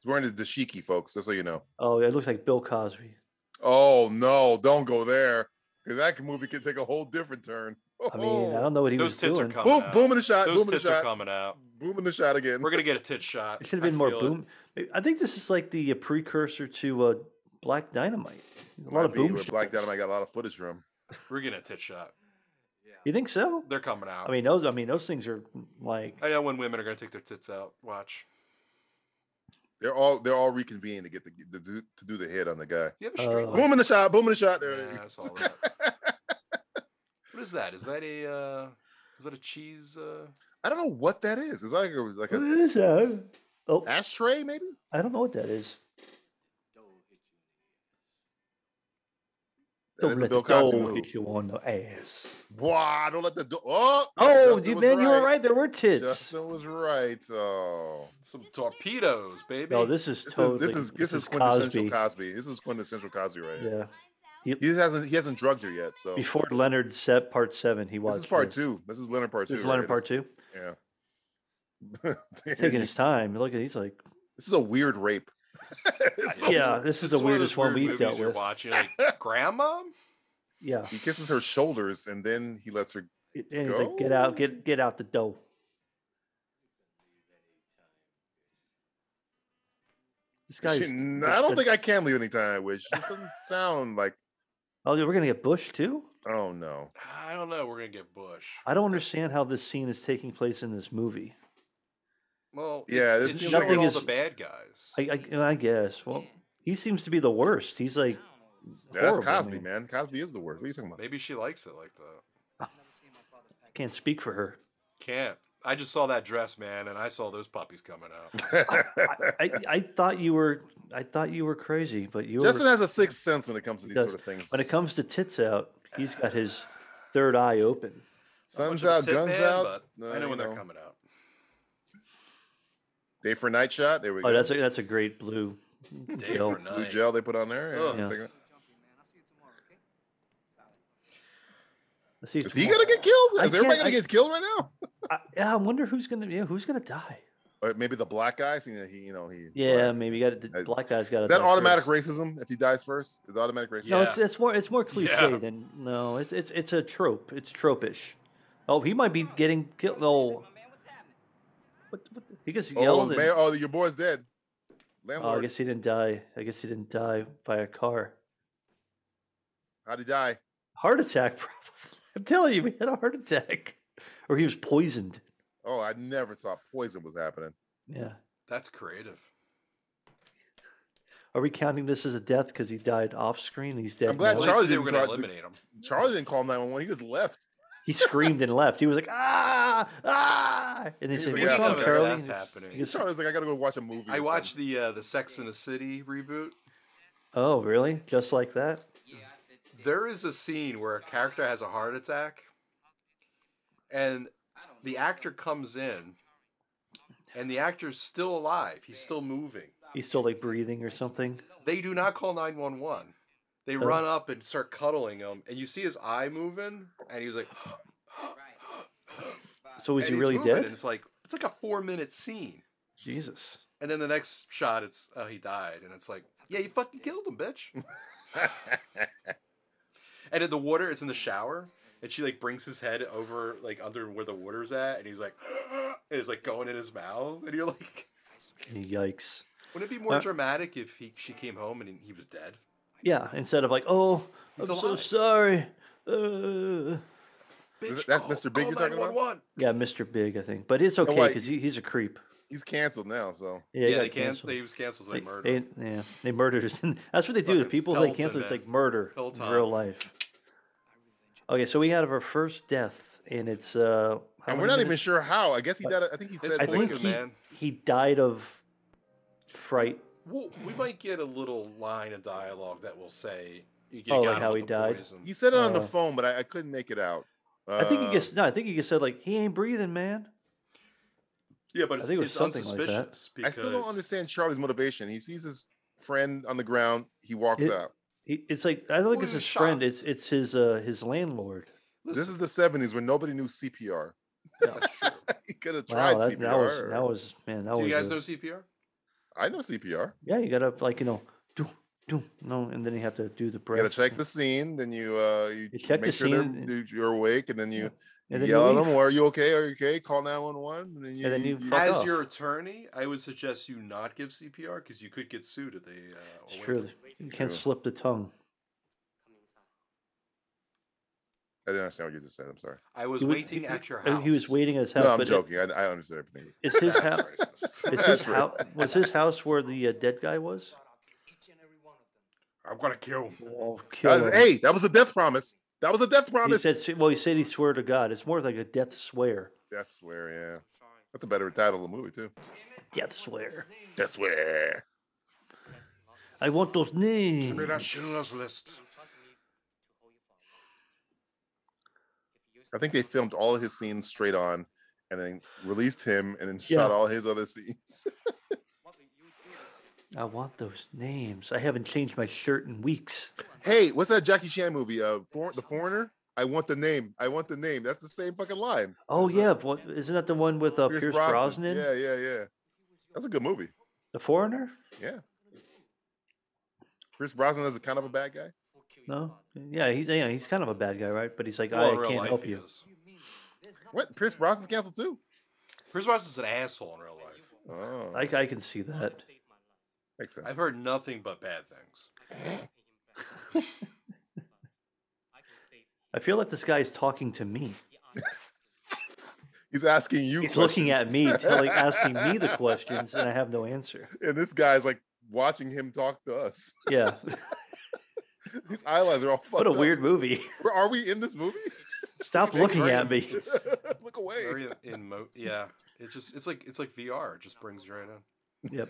Speaker 3: He's wearing his dashiki, folks. That's so you know.
Speaker 5: Oh, it looks like Bill Cosby.
Speaker 3: Oh no! Don't go there, because that movie can take a whole different turn. <laughs> Oh.
Speaker 5: I mean, I don't know what he
Speaker 4: Oh. Those
Speaker 5: was
Speaker 4: tits
Speaker 5: doing.
Speaker 4: are coming
Speaker 3: boom!
Speaker 4: out.
Speaker 3: Booming the shot.
Speaker 4: Those
Speaker 3: Booming the
Speaker 4: tits are
Speaker 3: shot.
Speaker 4: coming out.
Speaker 3: Booming the shot again.
Speaker 4: We're gonna get a tit shot.
Speaker 5: It should have
Speaker 4: I
Speaker 5: been more
Speaker 4: feel it.
Speaker 5: boom. Maybe- I think this is like the uh, precursor to uh, Black Dynamite. A
Speaker 3: Might
Speaker 5: lot of
Speaker 3: be
Speaker 5: boom
Speaker 3: where Black
Speaker 5: shots.
Speaker 3: Dynamite got a lot of footage from.
Speaker 4: We're getting a tit shot.
Speaker 5: You think so?
Speaker 4: They're coming out.
Speaker 5: I mean those. I mean those things are like. <laughs>
Speaker 4: I know when women are gonna take their tits out. Watch.
Speaker 3: They're all they're all reconvening to get the, the do- to do the hit on the guy.
Speaker 4: You have a straight
Speaker 5: Uh,
Speaker 4: line?
Speaker 3: Boom in the shot. Boom in the shot. There. it
Speaker 4: Yeah, I
Speaker 3: is.
Speaker 4: saw that.
Speaker 3: <laughs>
Speaker 4: what is that? Is that a uh, is that a cheese? Uh...
Speaker 3: I don't know what that is. It's like a, like
Speaker 5: What
Speaker 3: an
Speaker 5: is that? Oh,
Speaker 3: ashtray, maybe.
Speaker 5: I don't know what that is.
Speaker 3: That
Speaker 5: Don't
Speaker 3: is a
Speaker 5: let
Speaker 3: Bill
Speaker 5: the dog
Speaker 3: Cosby move.
Speaker 5: hit you on the ass.
Speaker 3: Wow! Don't let the door. Oh,
Speaker 5: Oh,
Speaker 3: Justin
Speaker 5: you,
Speaker 3: was
Speaker 5: man, you were right. There were tits.
Speaker 3: Justin was right. Oh,
Speaker 4: Some torpedoes, baby. <laughs>
Speaker 5: No, this is
Speaker 3: this
Speaker 5: totally.
Speaker 3: is this is this, is quintessential Cosby.
Speaker 5: Cosby.
Speaker 3: This is quintessential Cosby right here.
Speaker 5: Yeah.
Speaker 3: He hasn't he hasn't drugged her yet. So
Speaker 5: Before Leonard set part seven, he watched.
Speaker 3: this is part
Speaker 5: this.
Speaker 3: two. This is Leonard part two.
Speaker 5: This is Leonard
Speaker 3: right?
Speaker 5: part two.
Speaker 3: It's- Yeah. <laughs>
Speaker 5: Taking his time. Look at he's like,
Speaker 3: this is a weird rape. <laughs> It's so-
Speaker 5: yeah, this is the
Speaker 4: one of those
Speaker 5: weirdest one
Speaker 4: weird
Speaker 5: we've dealt
Speaker 4: movies you're
Speaker 5: with.
Speaker 4: Watching like grandma.
Speaker 5: Yeah,
Speaker 3: He kisses her shoulders and then he lets her.
Speaker 5: It- and he's like, get out, get get out the dough. This guy's.
Speaker 3: She- "Nah, I don't think I can leave anytime I wish. This
Speaker 5: <laughs>
Speaker 3: doesn't sound like.
Speaker 5: Oh, we're gonna get Bush too.
Speaker 3: Oh no.
Speaker 4: I don't know. We're gonna get Bush.
Speaker 5: I don't understand how this scene is taking place in this movie.
Speaker 4: Well,
Speaker 3: Yeah,
Speaker 4: it's,
Speaker 3: this
Speaker 4: it's
Speaker 3: is-
Speaker 4: showing
Speaker 5: Nothing
Speaker 4: all
Speaker 5: is-
Speaker 4: the bad guys.
Speaker 5: I, I, I guess. Well, he seems to be the worst. He's like,
Speaker 3: That's
Speaker 5: Horrible,
Speaker 3: Cosby,
Speaker 5: man.
Speaker 3: man. Cosby is the worst. What are you talking about?
Speaker 4: Maybe she likes it like that.
Speaker 5: I can't speak for her.
Speaker 4: Can't. I just saw that dress, man, and I saw those puppies coming out.
Speaker 5: <laughs> I,
Speaker 3: <laughs>
Speaker 5: I, I thought you were, I thought you were crazy, but you
Speaker 3: Justin
Speaker 5: were.
Speaker 3: has a sixth sense when it comes to
Speaker 5: He
Speaker 3: these
Speaker 5: does.
Speaker 3: sort of things.
Speaker 5: When it comes to tits out, he's got his third eye open.
Speaker 3: suns
Speaker 4: Much of a
Speaker 3: out,
Speaker 4: tip
Speaker 3: guns
Speaker 4: man,
Speaker 3: out.
Speaker 4: but
Speaker 3: uh,
Speaker 4: I know
Speaker 3: you
Speaker 4: when they're coming
Speaker 3: <laughs>
Speaker 4: out.
Speaker 3: Day for night shot. There we go.
Speaker 5: Oh, that's a, that's a
Speaker 3: <laughs>
Speaker 5: great blue
Speaker 4: Day
Speaker 5: gel.
Speaker 4: for
Speaker 3: blue
Speaker 4: night.
Speaker 3: gel they put on there. yeah,
Speaker 4: Ugh.
Speaker 5: Yeah.
Speaker 3: take it.
Speaker 5: Let's see
Speaker 3: Is he
Speaker 5: tomorrow.
Speaker 3: gonna get killed?
Speaker 5: I
Speaker 3: Is everybody
Speaker 5: can't-
Speaker 3: gonna
Speaker 5: I-
Speaker 3: get killed right now?
Speaker 5: I, yeah, I wonder who's gonna yeah who's gonna die.
Speaker 3: Or maybe the black guy. Seeing that he, you know, he.
Speaker 5: Yeah,
Speaker 3: black.
Speaker 5: maybe got the
Speaker 3: I-
Speaker 5: black guy's got
Speaker 3: Is that automatic racism? If he dies first, is automatic racism?
Speaker 5: No,
Speaker 4: Yeah.
Speaker 5: it's it's more it's more cliche
Speaker 4: Yeah.
Speaker 5: than no. It's it's it's a trope. It's tropish. Oh, he might be getting killed. No, what, what, he gets
Speaker 3: Oh,
Speaker 5: yelled.
Speaker 3: the
Speaker 5: at.
Speaker 3: mayor, oh, your boy's dead.
Speaker 5: oh, I
Speaker 3: Landlord,
Speaker 5: guess he didn't die. I guess he didn't die by a car.
Speaker 3: how'd he die?
Speaker 5: Heart attack, <laughs> probably. I'm telling you, he had a heart attack, or he was poisoned.
Speaker 3: Oh, I never thought poison was happening.
Speaker 5: Yeah.
Speaker 4: That's creative.
Speaker 5: Are we counting this as a death because he died off screen? He's dead.
Speaker 3: I'm glad
Speaker 5: now?
Speaker 4: Well,
Speaker 3: Charlie
Speaker 4: Charlie, they were
Speaker 3: didn't
Speaker 4: gonna
Speaker 3: draw the-
Speaker 4: eliminate him.
Speaker 3: Charlie didn't call 911. He just left.
Speaker 5: He screamed and left. He was like, ah, ah. And they
Speaker 3: He's
Speaker 5: said,
Speaker 3: like,
Speaker 5: what's
Speaker 3: "Yeah,
Speaker 5: wrong,
Speaker 3: okay,
Speaker 5: Charlie?
Speaker 4: that's
Speaker 5: And it's-
Speaker 4: happening.
Speaker 5: he goes,
Speaker 3: Charlie's like, I gotta go watch a movie. or
Speaker 4: I
Speaker 3: something."
Speaker 4: watched the uh, the Sex in the City reboot.
Speaker 5: oh, really? Just like that?
Speaker 4: There is a scene where a character has a heart attack, and the actor comes in, and the actor's still alive. He's still moving.
Speaker 5: He's still like breathing or something.
Speaker 4: They do not call nine one one. They run up and start cuddling him, and you see his eye moving, and he's like,
Speaker 5: So was
Speaker 4: and
Speaker 5: he
Speaker 4: he's
Speaker 5: really
Speaker 4: moving,
Speaker 5: dead?
Speaker 4: And it's like it's like a four minute scene,
Speaker 5: Jesus.
Speaker 4: and then the next shot, it's oh he died, and it's like yeah you fucking killed him,
Speaker 5: <laughs>
Speaker 4: bitch. And in the water, it's in the shower, and she like brings his head over like under where the water's at, and he's like, <gasps> and it's like going in his mouth, and you're like,
Speaker 5: Yikes.
Speaker 4: wouldn't it be more
Speaker 5: Uh,
Speaker 4: dramatic if he she came home and he was dead?
Speaker 5: Yeah, instead of like, oh,
Speaker 4: He's
Speaker 5: I'm so
Speaker 4: alive.
Speaker 5: sorry. Uh,
Speaker 3: Is it- that's Mr. Big you're talking about?
Speaker 4: 911.
Speaker 5: yeah, Mr. Big, I think. But it's okay
Speaker 3: why-
Speaker 5: because he, he's a creep.
Speaker 3: He's canceled now, so
Speaker 5: Yeah,
Speaker 4: Oh, Yeah,
Speaker 5: he
Speaker 4: they
Speaker 5: got
Speaker 4: can't.
Speaker 5: canceled.
Speaker 4: They was canceled. They
Speaker 5: They-
Speaker 4: murdered.
Speaker 5: they-
Speaker 4: him.
Speaker 5: yeah, they murdered. us. <laughs> That's what they do. The
Speaker 4: Fucking
Speaker 5: people they
Speaker 4: Peloton,
Speaker 5: cancel, it's
Speaker 4: man.
Speaker 5: like murder
Speaker 4: Peloton.
Speaker 5: in real life. Okay, so we had our first death, and it's uh, how
Speaker 3: and we're
Speaker 5: many
Speaker 3: not even
Speaker 5: minutes?
Speaker 3: sure how. I guess he died. I think he said.
Speaker 4: It's
Speaker 5: I
Speaker 3: like,
Speaker 5: think
Speaker 4: Blinken,
Speaker 5: he,
Speaker 4: man.
Speaker 5: he died of fright.
Speaker 4: Well, we might get a little line of dialogue that will say, you get
Speaker 5: Oh, like
Speaker 4: got
Speaker 5: how
Speaker 4: with
Speaker 5: he
Speaker 4: the
Speaker 5: died?
Speaker 4: poison.
Speaker 3: he said it on the
Speaker 5: uh,
Speaker 3: phone, but I, I couldn't make it out.
Speaker 5: I think he
Speaker 3: Uh,
Speaker 5: gets no. I think he just said like he ain't breathing, man.
Speaker 4: Yeah, but it's,
Speaker 5: think it was
Speaker 4: it's
Speaker 5: something like that.
Speaker 4: unsuspicious.
Speaker 3: I still don't
Speaker 4: because-
Speaker 3: understand Charlie's motivation. He sees his friend on the ground. He walks
Speaker 5: It-
Speaker 3: out.
Speaker 5: He, it's like I don't think
Speaker 4: Well,
Speaker 5: it's
Speaker 4: he was
Speaker 5: his friend.
Speaker 4: shocked.
Speaker 5: It's it's his uh his landlord.
Speaker 3: This is the '70s when nobody knew CPR.
Speaker 4: That's true.
Speaker 3: <laughs> he could have tried
Speaker 5: Wow, that,
Speaker 3: CPR.
Speaker 5: that was
Speaker 3: or-
Speaker 5: that was man. That
Speaker 4: Do
Speaker 5: was
Speaker 4: you guys
Speaker 5: a-
Speaker 4: know CPR?
Speaker 3: I know CPR.
Speaker 5: yeah. You gotta like you know do do no, and then you have to do
Speaker 3: You
Speaker 5: the breath.
Speaker 3: gotta check the scene, then you uh you,
Speaker 5: You check the
Speaker 3: make sure they're-
Speaker 5: scene,
Speaker 3: they're, you're awake, and then you
Speaker 5: and then you
Speaker 3: yell at
Speaker 5: leave.
Speaker 3: them, "Are you okay? Are you okay? Call 911." And then you,
Speaker 5: And then you fuck
Speaker 4: As
Speaker 5: off.
Speaker 4: your attorney, I would suggest you not give CPR because you could get sued if they. Uh,
Speaker 5: It's
Speaker 4: awake.
Speaker 5: true. You
Speaker 3: True.
Speaker 5: can't slip the tongue.
Speaker 3: I didn't understand what you just said. I'm sorry.
Speaker 4: I was
Speaker 5: He was-
Speaker 4: waiting
Speaker 5: he-
Speaker 4: at your
Speaker 5: And
Speaker 4: house.
Speaker 5: he
Speaker 4: <laughs>
Speaker 5: was waiting at his house.
Speaker 3: No, I'm
Speaker 5: but it-
Speaker 3: joking. I, I understand everything.
Speaker 5: Is his house?
Speaker 3: Racist.
Speaker 5: Is his
Speaker 3: That's right.
Speaker 5: house? Was his house where the uh, dead guy was?
Speaker 6: Each and every one of them.
Speaker 4: I'm gonna kill him.
Speaker 5: Oh,
Speaker 3: That
Speaker 5: kill
Speaker 3: was-
Speaker 5: him.
Speaker 3: hey, that was a death promise. That was a death
Speaker 5: He
Speaker 3: promise.
Speaker 5: said, s- "Well, he said he swore to God. It's more like a death swear.
Speaker 3: Death swear, yeah. That's a better title of the movie too.
Speaker 5: Death swear.
Speaker 3: Death swear.
Speaker 5: I want those names.
Speaker 4: that Schindler's List.
Speaker 3: I think they filmed all of his scenes straight on, and then released him, and then shot
Speaker 5: Yeah.
Speaker 3: all his other scenes. <laughs>
Speaker 5: I want those names. I haven't changed my shirt in weeks.
Speaker 3: hey, what's that Jackie Chan movie? Uh, For- the Foreigner. I want the name. I want the name. That's the same fucking line.
Speaker 5: Oh
Speaker 3: Is it-
Speaker 5: yeah, what, isn't that the one with uh, Pierce, Brosnan,
Speaker 3: Yeah, yeah, yeah. That's a good movie.
Speaker 5: the foreigner?
Speaker 3: Yeah. Pierce Brosnan is a kind of a bad guy.
Speaker 5: No, yeah, he's yeah, he's kind of a bad guy, right? But he's like,
Speaker 4: Well, in
Speaker 5: I
Speaker 4: real
Speaker 5: can't
Speaker 4: life,
Speaker 5: help
Speaker 4: he
Speaker 5: you.
Speaker 4: is.
Speaker 3: What? Pierce Brosnan's canceled too.
Speaker 4: Pierce Brosnan's an asshole in real life.
Speaker 3: Oh,
Speaker 5: I, I can see that.
Speaker 3: makes sense.
Speaker 4: I've heard nothing but bad
Speaker 3: <laughs>
Speaker 4: things.
Speaker 5: I feel like this guy is talking to me.
Speaker 3: He's asking you.
Speaker 5: He's looking at
Speaker 3: questions.
Speaker 5: me,
Speaker 3: <laughs>
Speaker 5: telling, asking me the questions, and I have no answer.
Speaker 3: and this guy's like watching him talk to us. <laughs>
Speaker 5: Yeah, <laughs>
Speaker 3: These eyelines are all fucked
Speaker 5: what a
Speaker 3: up. <laughs>
Speaker 5: weird movie.
Speaker 3: Where are we in this movie?
Speaker 5: Stop looking
Speaker 4: very-
Speaker 5: at me.
Speaker 3: <laughs> Look away. <laughs>
Speaker 4: Very emo- yeah, it's just it's like it's like VR. It just brings you right in.
Speaker 5: Yep.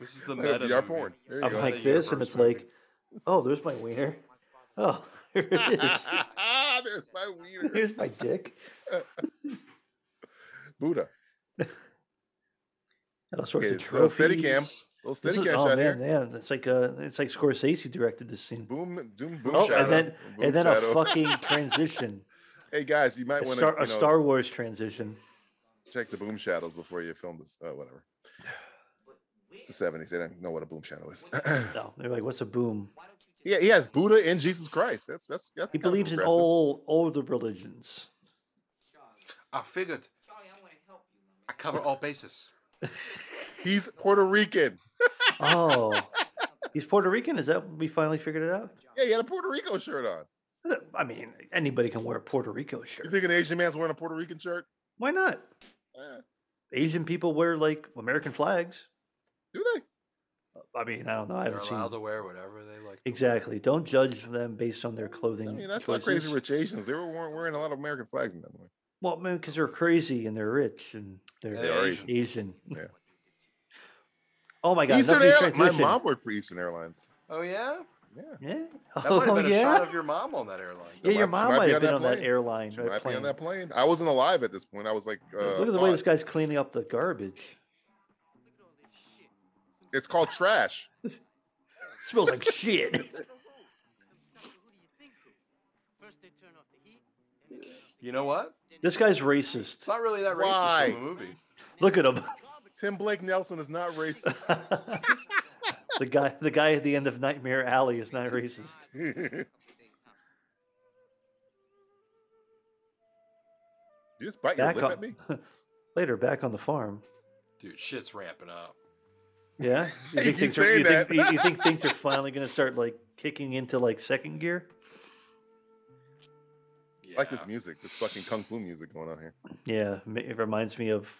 Speaker 4: This is the
Speaker 3: Like a
Speaker 4: meta.
Speaker 3: VR
Speaker 4: movie.
Speaker 3: porn. There you
Speaker 5: <laughs> I'm
Speaker 3: go.
Speaker 5: like this, and it's like, oh, there's my wiener. Oh, <laughs> there it is.
Speaker 3: ah, <laughs> there's my
Speaker 5: <laughs>
Speaker 3: wiener.
Speaker 5: Here's my dick.
Speaker 3: Buddha.
Speaker 5: And all sorts
Speaker 3: Okay,
Speaker 5: of
Speaker 3: so
Speaker 5: trophies.
Speaker 3: steady cam. Little
Speaker 5: This
Speaker 3: steady
Speaker 5: is,
Speaker 3: cam
Speaker 5: oh
Speaker 3: shot
Speaker 5: man,
Speaker 3: here.
Speaker 5: man, it's like uh, it's like Scorsese directed this scene.
Speaker 3: Boom, boom, boom.
Speaker 5: oh,
Speaker 3: shadow.
Speaker 5: and then
Speaker 3: boom
Speaker 5: and then
Speaker 3: shadow.
Speaker 5: a fucking
Speaker 3: <laughs>
Speaker 5: transition,
Speaker 3: Hey guys, you might
Speaker 5: a,
Speaker 3: want
Speaker 5: Star, a
Speaker 3: to
Speaker 5: Star Wars transition.
Speaker 3: check the boom shadows before you film this. Uh, whatever. It's the 70s. They don't know what a boom shadow is. <clears throat>
Speaker 5: No, they're like, what's a boom?
Speaker 3: yeah, he has Buddha and Jesus Christ. That's that's that's.
Speaker 5: He
Speaker 3: kind of
Speaker 5: believes in
Speaker 3: progressive.
Speaker 5: all older religions.
Speaker 4: I figured
Speaker 6: Charlie, I want to help you, my man.
Speaker 4: I cover all bases.
Speaker 3: He's Puerto Rican. <laughs>
Speaker 5: Oh, he's Puerto Rican. Is that we finally figured it out?
Speaker 3: Yeah, he had a Puerto Rico shirt on.
Speaker 5: I mean, anybody can wear a Puerto Rico
Speaker 3: You
Speaker 5: shirt.
Speaker 3: think an Asian man's wearing a Puerto Rican shirt?
Speaker 5: Why not?
Speaker 3: Eh,
Speaker 5: Asian people wear like American flags.
Speaker 3: do they?
Speaker 5: I mean, I don't know. I
Speaker 4: They're
Speaker 5: haven't seen
Speaker 4: allowed to wear whatever they like. to wear.
Speaker 5: exactly. Don't judge them based on their clothing.
Speaker 3: I mean, that's not
Speaker 5: choices.
Speaker 3: crazy rich Asians. They were wearing, wearing a lot of American flags in that movie.
Speaker 5: Well, man, because they're crazy and they're rich and they're
Speaker 4: They're
Speaker 5: Asian.
Speaker 4: Asian.
Speaker 3: Yeah.
Speaker 5: Oh my God!
Speaker 3: Eastern
Speaker 5: nothing's
Speaker 3: Airlines. My
Speaker 5: transition.
Speaker 3: mom worked for Eastern Airlines.
Speaker 4: Oh
Speaker 5: <laughs>
Speaker 4: yeah,
Speaker 3: Yeah.
Speaker 5: Yeah.
Speaker 4: that might have
Speaker 5: Oh
Speaker 4: been a shot
Speaker 5: yeah.
Speaker 4: of your mom on that airline.
Speaker 5: Yeah,
Speaker 3: She
Speaker 5: your
Speaker 3: might- she
Speaker 5: mom
Speaker 3: might
Speaker 5: might
Speaker 3: be on
Speaker 5: have been
Speaker 3: that
Speaker 5: on that
Speaker 3: plane.
Speaker 5: airline.
Speaker 3: She
Speaker 5: right,
Speaker 3: might be
Speaker 5: plane.
Speaker 3: on that plane. I wasn't alive at this point. I was like, uh,
Speaker 5: Look at the way this
Speaker 3: five.
Speaker 5: guy's cleaning up the garbage.
Speaker 3: It's called trash.
Speaker 5: smells
Speaker 3: <laughs>
Speaker 5: like shit.
Speaker 6: First they turn off the heat.
Speaker 4: You know what?
Speaker 5: This guy's
Speaker 4: It's
Speaker 5: racist.
Speaker 4: not really that racist
Speaker 3: Why?
Speaker 4: in the movie.
Speaker 5: Look at him.
Speaker 3: Tim Blake Nelson is not racist.
Speaker 5: <laughs>
Speaker 3: <laughs>
Speaker 5: The guy, the guy at the end of Nightmare Alley is not racist.
Speaker 3: you just bite your
Speaker 5: Back
Speaker 3: lip at me?
Speaker 5: on, <laughs> later, back on the farm.
Speaker 4: Dude, shit's ramping up.
Speaker 5: Yeah,
Speaker 3: <laughs> You
Speaker 5: you think,
Speaker 3: keep
Speaker 5: things, are,
Speaker 3: saying
Speaker 5: you, think,
Speaker 3: that.
Speaker 5: you- you think things are finally going to start like kicking into like second gear?
Speaker 3: I like this
Speaker 4: Yeah.
Speaker 3: music, this fucking kung fu music going on here.
Speaker 5: Yeah, m- it reminds me of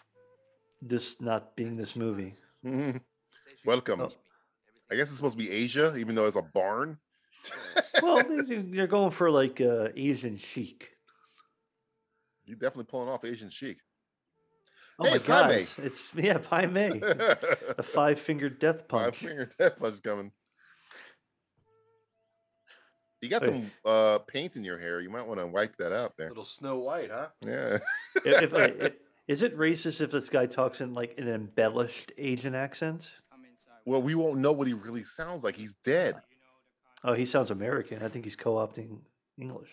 Speaker 5: this not being this movie.
Speaker 3: Mhm. Welcome.
Speaker 5: Oh.
Speaker 3: <laughs> I guess it's supposed to be Asia, even though it's a barn. <laughs>
Speaker 5: Well, they- they- they're going for like uh, Asian chic.
Speaker 3: You're definitely pulling off Asian
Speaker 5: <laughs>
Speaker 3: chic.
Speaker 5: Oh
Speaker 3: Hey,
Speaker 5: my
Speaker 3: it's Pai
Speaker 5: god,
Speaker 3: Mei.
Speaker 5: it's yeah,
Speaker 3: <laughs>
Speaker 5: Pai Mei, a five-fingered death
Speaker 3: Five
Speaker 5: punch.
Speaker 3: finger <laughs> death punch coming. You got
Speaker 5: Wait.
Speaker 3: some uh, paint in your hair. You might want to wipe that out there.
Speaker 4: Little Snow White,
Speaker 3: <laughs>
Speaker 4: huh?
Speaker 3: Yeah.
Speaker 5: If-
Speaker 3: <laughs>
Speaker 5: if, like, it- is it racist if this guy talks in like an embellished Asian accent?
Speaker 3: Well, we won't know what he really sounds like. He's dead.
Speaker 5: Oh, he sounds American. I think he's co-opting English.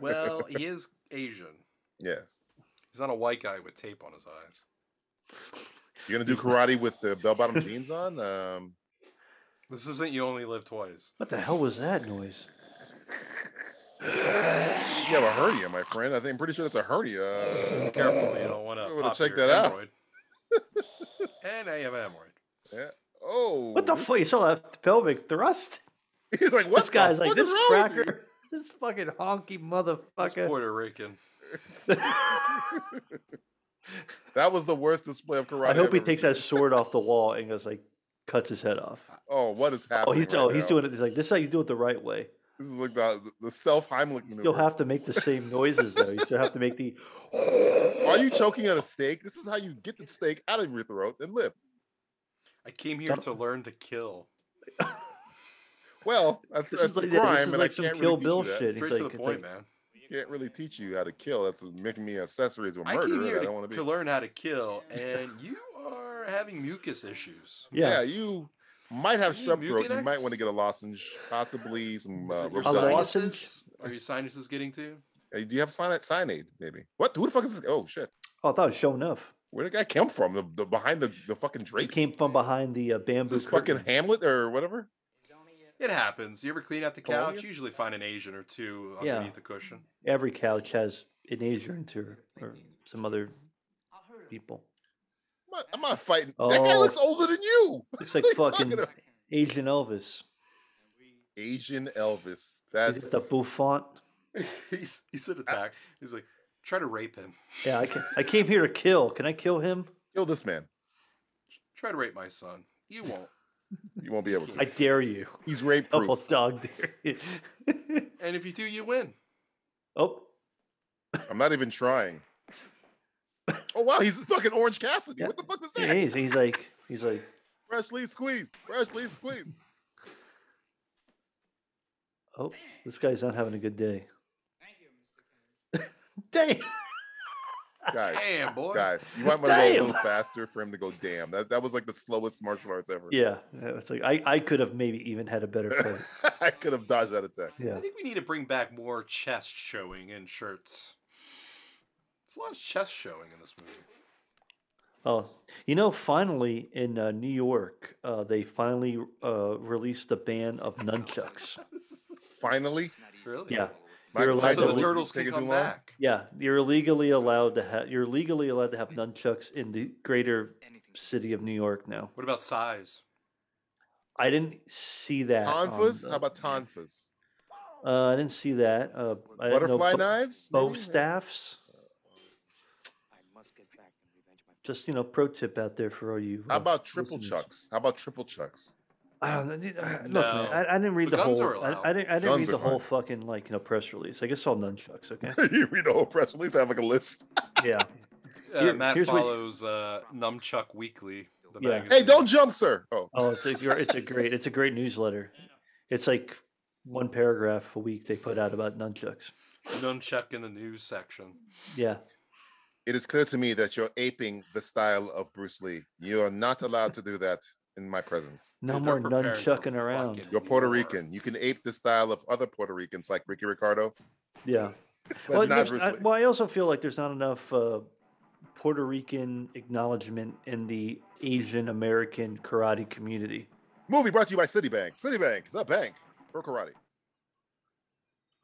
Speaker 4: Well, he is Asian.
Speaker 3: Yes.
Speaker 4: He's not a white guy with tape on his eyes.
Speaker 3: You're gonna do karate with the bell-bottom jeans on. Um,
Speaker 4: This isn't you only live twice.
Speaker 5: What the hell was that noise?
Speaker 3: you have a hernia, my friend. I think I'm pretty sure that's a hernia.
Speaker 4: Careful, you don't want
Speaker 3: Oh, I'm
Speaker 4: to.
Speaker 3: gonna check that out. <laughs>
Speaker 4: and now you have an hemorrhoid.
Speaker 3: Yeah. Oh.
Speaker 5: What the
Speaker 3: this-
Speaker 5: fuck? You saw that pelvic thrust?
Speaker 3: <laughs> He's like, what?
Speaker 5: this guy's like this cracker. <laughs> This fucking honky
Speaker 4: It's
Speaker 5: motherfucker.
Speaker 4: Puerto Rican.
Speaker 3: That was the worst display of karate.
Speaker 5: I hope
Speaker 3: I've
Speaker 5: he
Speaker 3: ever
Speaker 5: takes
Speaker 3: seen.
Speaker 5: that sword off the wall and goes like cuts his head off.
Speaker 3: Oh, what is
Speaker 5: Oh,
Speaker 3: happening?
Speaker 5: he's
Speaker 3: right
Speaker 5: oh he's
Speaker 3: now?
Speaker 5: doing it. He's like this is how you do it the right way.
Speaker 3: This is like the the self Heimlich maneuver.
Speaker 5: You'll have to make
Speaker 3: <laughs>
Speaker 5: the same noises though. You still have to make the
Speaker 3: Are you choking on a steak? This is how you get the steak out of your throat and live.
Speaker 4: I came here
Speaker 5: Some-
Speaker 4: to learn to kill.
Speaker 3: Well, that's,
Speaker 5: <laughs> this
Speaker 3: that's
Speaker 5: is
Speaker 3: a
Speaker 5: like,
Speaker 3: crime,
Speaker 5: this is
Speaker 3: and
Speaker 5: like
Speaker 3: I
Speaker 5: some
Speaker 3: can't
Speaker 5: Kill
Speaker 3: really
Speaker 5: Bill
Speaker 3: teach you that.
Speaker 5: shit. He's
Speaker 4: Straight
Speaker 5: like,
Speaker 4: to the
Speaker 5: it's
Speaker 4: point,
Speaker 5: like,
Speaker 4: man.
Speaker 3: Can't really teach you how to kill. That's making me accessory to a
Speaker 4: I came
Speaker 3: murderer.
Speaker 4: here
Speaker 3: that I
Speaker 4: to,
Speaker 3: don't want
Speaker 4: to
Speaker 3: to be.
Speaker 4: learn how to kill, and you are having mucus issues.
Speaker 3: Yeah.
Speaker 5: yeah,
Speaker 3: you might have
Speaker 4: Are you
Speaker 3: strep throat. You might
Speaker 4: mucinex?
Speaker 3: want to get a lozenge, possibly some.
Speaker 4: Is
Speaker 3: Uh,
Speaker 4: it your
Speaker 5: A
Speaker 3: Robitussin.
Speaker 5: lozen-
Speaker 4: sinuses? Are your sinuses getting to? you?
Speaker 3: Hey, do you have cyanide? Cyanide, maybe. What? Who the fuck is this? Oh shit!
Speaker 5: oh, I thought it was showing enough.
Speaker 3: Where did that guy come from? The, the behind the, the fucking
Speaker 5: He
Speaker 3: drapes.
Speaker 5: came from behind the uh,
Speaker 3: Is
Speaker 5: bamboo.
Speaker 3: this fucking
Speaker 5: curtain.
Speaker 3: Hamlet or whatever?
Speaker 4: It happens. You ever clean out the couch?
Speaker 3: Colonias?
Speaker 4: You usually find an Asian or two
Speaker 5: Yeah.
Speaker 4: underneath the cushion. <laughs>
Speaker 5: Every couch has an Asian to her or some other people.
Speaker 3: I'm not, I'm not fighting. That guy looks
Speaker 5: Oh.
Speaker 3: older than you. <laughs>
Speaker 5: Looks like
Speaker 3: What are you talking
Speaker 5: fucking
Speaker 3: about?
Speaker 5: Asian Elvis.
Speaker 3: Asian Elvis.
Speaker 5: Is
Speaker 3: That's
Speaker 5: it the Buffon?
Speaker 4: he's he's an attack. He's like, try to rape him.
Speaker 5: Yeah, I, ca- I came here to kill. Can I kill him?
Speaker 3: kill this man.
Speaker 4: Try to rape my son. You won't.
Speaker 3: You won't be able to.
Speaker 5: I
Speaker 3: <laughs>
Speaker 5: dare you.
Speaker 3: He's rape
Speaker 5: Double
Speaker 3: proof.
Speaker 5: dog dare you. <laughs>
Speaker 4: And if you do, you win.
Speaker 5: oh,
Speaker 3: I'm not even trying. Oh wow, he's fucking Orange Cassidy.
Speaker 5: Yeah.
Speaker 3: What the fuck was
Speaker 5: he
Speaker 3: that?
Speaker 5: is. He's like, he's like,
Speaker 3: Freshly squeezed. Freshly
Speaker 5: <laughs>
Speaker 3: squeezed.
Speaker 5: oh, this guy's not having a good day. <laughs>
Speaker 6: Thank you, Mr. Kennedy.
Speaker 5: Damn.
Speaker 3: Guys,
Speaker 4: Damn, boy.
Speaker 3: guys, you might want to go a
Speaker 5: Damn.
Speaker 3: little faster for him to go. Damn, that that was like the slowest martial arts ever. <laughs>
Speaker 5: Yeah, yeah, it's like I, I could have maybe even had a better fight.
Speaker 3: I could have dodged that attack.
Speaker 5: Yeah,
Speaker 4: I think we need to bring back more chest showing in shirts. There's a lot of chest showing in this movie. <laughs>
Speaker 5: Oh, you know, finally in uh, New York, uh, they finally uh, released the ban of nunchucks.
Speaker 3: Finally,
Speaker 4: Really?
Speaker 5: Yeah,
Speaker 3: Michael
Speaker 5: You're allowed
Speaker 3: Jackson
Speaker 4: So
Speaker 5: to Nigel,
Speaker 4: the
Speaker 3: was
Speaker 4: turtles can
Speaker 3: taking too
Speaker 4: come
Speaker 3: long?
Speaker 4: back.
Speaker 5: yeah, you're legally allowed to have you're legally allowed to have nunchucks in the greater
Speaker 6: Anything.
Speaker 5: city of New York now.
Speaker 4: What about size?
Speaker 5: I didn't see that. on
Speaker 3: Tonfas?
Speaker 5: the-
Speaker 3: How about tonfas?
Speaker 5: Uh, I didn't see that. Uh, I didn't know
Speaker 3: Butterfly
Speaker 5: bo-
Speaker 3: knives?
Speaker 5: bow
Speaker 3: maybe?
Speaker 5: staffs.
Speaker 6: I must get back and revenge my
Speaker 5: Just you know, pro tip out there for all you.
Speaker 3: How
Speaker 5: uh,
Speaker 3: about triple
Speaker 5: listeners.
Speaker 3: chucks? How about triple chucks? <laughs>
Speaker 5: I don't know. dude, I- Look,
Speaker 4: No.
Speaker 5: man, I, I didn't read
Speaker 4: The
Speaker 5: the,
Speaker 4: guns are
Speaker 5: whole. I,
Speaker 4: allowed.
Speaker 5: I didn't. I didn't
Speaker 3: Guns
Speaker 5: read
Speaker 3: are
Speaker 5: the whole
Speaker 3: fine.
Speaker 5: fucking like you know press release. I guess all
Speaker 3: <laughs>
Speaker 5: nunchucks. Okay.
Speaker 3: you read the whole press release. I have like a
Speaker 5: <laughs>
Speaker 3: list.
Speaker 5: Yeah.
Speaker 4: Uh,
Speaker 5: Here-
Speaker 4: Matt
Speaker 5: here's what-
Speaker 4: follows uh, Numchuck Weekly. The
Speaker 5: Yeah. Hey,
Speaker 3: Hey,
Speaker 4: magazine.
Speaker 3: don't jump, sir. Oh,
Speaker 5: Oh, it's a, gr- it's a great it's a great newsletter. It's like one paragraph a week they put out about nunchucks.
Speaker 4: Nunchuck in the news section.
Speaker 5: Yeah,
Speaker 3: it is clear to me that you're aping the style of Bruce Lee. You are not allowed to do that in my presence.
Speaker 5: no
Speaker 4: Dude, they're
Speaker 5: more
Speaker 4: preparing for
Speaker 5: nunchucking around.
Speaker 4: fucking
Speaker 3: You're Puerto
Speaker 4: war.
Speaker 3: Rican. You can ape the style of other Puerto Ricans like Ricky Ricardo,
Speaker 5: Yeah.
Speaker 3: but
Speaker 5: Well,
Speaker 3: not
Speaker 5: there's-
Speaker 3: Bruce
Speaker 5: I,
Speaker 3: Lee.
Speaker 5: well, I also feel like there's not enough uh, Puerto Rican acknowledgement in the Asian American karate community.
Speaker 3: Movie brought to you by Citibank. Citibank, the bank for karate.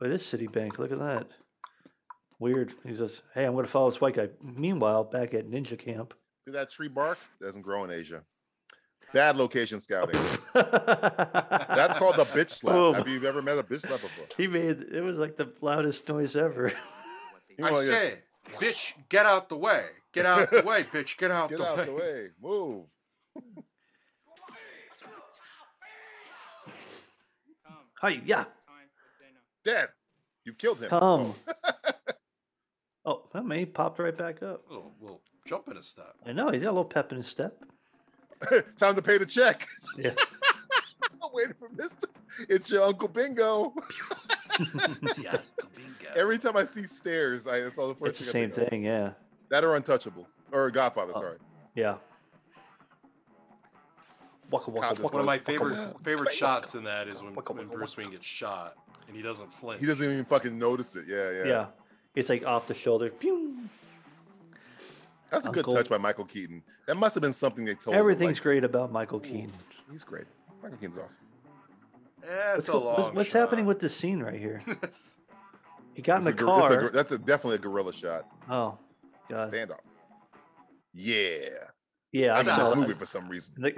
Speaker 5: But it is Citibank. Look at that. Weird. He says, "Hey, I'm going to follow this white guy." Meanwhile, back at ninja camp. <laughs>
Speaker 3: See that tree bark? Doesn't grow in Asia. Bad location scouting. That's called the bitch slap.
Speaker 5: Boom.
Speaker 3: Have you ever met a bitch slap before?
Speaker 5: he made it was like the loudest noise ever. <laughs>
Speaker 3: You wanna get-
Speaker 4: bitch, get out the way. Get out the <laughs> way, bitch. Get out,
Speaker 3: Get out the way. Move.
Speaker 5: Hi, yeah.
Speaker 6: time for dinner.
Speaker 3: Dead. You've killed him. Oh.
Speaker 5: Come. Oh, that man he popped right back up.
Speaker 4: Little, little jump in a step.
Speaker 5: I know he's got a little pep in his step.
Speaker 3: <laughs> Time to pay the check.
Speaker 5: Yeah.
Speaker 3: <laughs> I'm waiting for Mister. It's your Uncle Bingo.
Speaker 4: Yeah, kabinga.
Speaker 3: Every time I see stairs, I that's all the
Speaker 5: it's
Speaker 3: first
Speaker 5: the
Speaker 3: thing. I
Speaker 5: same
Speaker 3: think of.
Speaker 5: thing. Yeah.
Speaker 3: That are Untouchables or Godfather.
Speaker 5: Oh.
Speaker 3: Sorry.
Speaker 5: Yeah. Waka
Speaker 3: Cop
Speaker 5: waka
Speaker 3: just
Speaker 5: waka.
Speaker 4: One of my
Speaker 3: Waka
Speaker 4: favorite
Speaker 3: waka.
Speaker 4: favorite shots in that is when,
Speaker 5: Waka
Speaker 4: when
Speaker 5: waka
Speaker 4: Bruce Wayne gets shot and he doesn't flinch.
Speaker 3: He doesn't even fucking notice it. Yeah, yeah.
Speaker 5: Yeah. It's like off the shoulder. Pew.
Speaker 3: That's a good
Speaker 5: Uncle-
Speaker 3: touch by Michael Keaton. That must have been something they told. him,
Speaker 5: Everything's
Speaker 3: like,
Speaker 5: great about Michael Keaton.
Speaker 3: He's great. Michael Keaton's awesome.
Speaker 4: Eh, it's
Speaker 5: What's,
Speaker 4: a
Speaker 5: go-
Speaker 4: long
Speaker 5: what's, what's happening with this scene right
Speaker 3: <laughs>
Speaker 5: here?
Speaker 4: with?
Speaker 5: He got
Speaker 3: It's
Speaker 5: in
Speaker 3: a
Speaker 5: the
Speaker 3: gor- it's a
Speaker 5: car.
Speaker 3: gor- that's a, definitely a gorilla shot.
Speaker 5: oh, God.
Speaker 3: Stand up. Yeah.
Speaker 5: Yeah,
Speaker 3: I'm
Speaker 5: I
Speaker 3: in this
Speaker 5: saw
Speaker 3: movie
Speaker 5: that.
Speaker 3: for some reason. <laughs>
Speaker 5: The,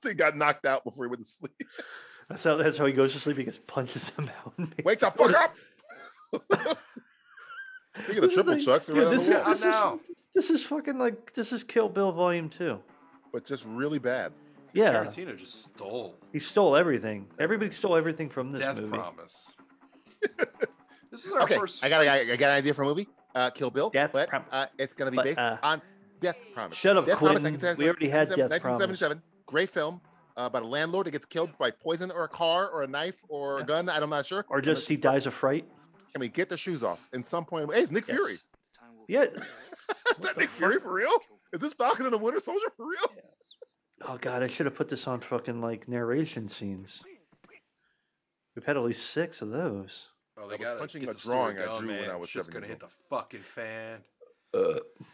Speaker 5: the, <laughs>
Speaker 3: he got knocked out before he went to sleep.
Speaker 5: That's how that's how he goes to sleep. He gets <laughs> punches him out. and
Speaker 3: Wake the
Speaker 5: makes-
Speaker 3: fuck up! <laughs> Speaking of
Speaker 5: This is
Speaker 3: triple
Speaker 5: like-
Speaker 3: chucks
Speaker 5: dude,
Speaker 3: around
Speaker 5: this
Speaker 3: the
Speaker 5: is,
Speaker 3: world,
Speaker 5: this,
Speaker 4: now.
Speaker 5: is, this is fucking like this is Kill Bill Volume Two.
Speaker 3: but just really bad.
Speaker 5: Yeah,
Speaker 4: Tarantino just stole
Speaker 5: he stole everything. Everybody stole everything from this
Speaker 4: Death
Speaker 3: <laughs>
Speaker 5: movie.
Speaker 4: Promise. this is our
Speaker 3: okay,
Speaker 4: first.
Speaker 3: I got, I, I got an idea for a movie. Uh, Kill Bill.
Speaker 5: Death
Speaker 3: but,
Speaker 5: Promise.
Speaker 3: Uh, it's gonna be
Speaker 5: But,
Speaker 3: based
Speaker 5: uh,
Speaker 3: on Death Promise.
Speaker 5: Shut up,
Speaker 3: Death Promise,
Speaker 5: Quentin.
Speaker 3: 1977
Speaker 5: We already had Death Promise.
Speaker 3: 1977. Great film uh, about a landlord that gets killed by poison or a car or a knife or a gun. I'm not sure.
Speaker 5: Or just he dies of fright.
Speaker 3: Can we get the shoes off? In some point, hey, it's Nick
Speaker 5: Yes.
Speaker 3: Fury. <laughs>
Speaker 6: Time will
Speaker 5: Yeah.
Speaker 3: Is that Nick Fury for real? Is this Falcon and the Winter Soldier for real?
Speaker 5: Oh god, I should have put this on fucking like narration scenes. We've had at least six of those.
Speaker 4: oh,
Speaker 3: I
Speaker 4: they
Speaker 3: was
Speaker 4: got
Speaker 3: punching
Speaker 4: get
Speaker 3: a
Speaker 4: the story
Speaker 3: drawing I
Speaker 4: going,
Speaker 3: drew when
Speaker 4: man.
Speaker 3: I was
Speaker 4: Shit's
Speaker 3: seven
Speaker 4: gonna
Speaker 3: years
Speaker 4: hit the fucking fan.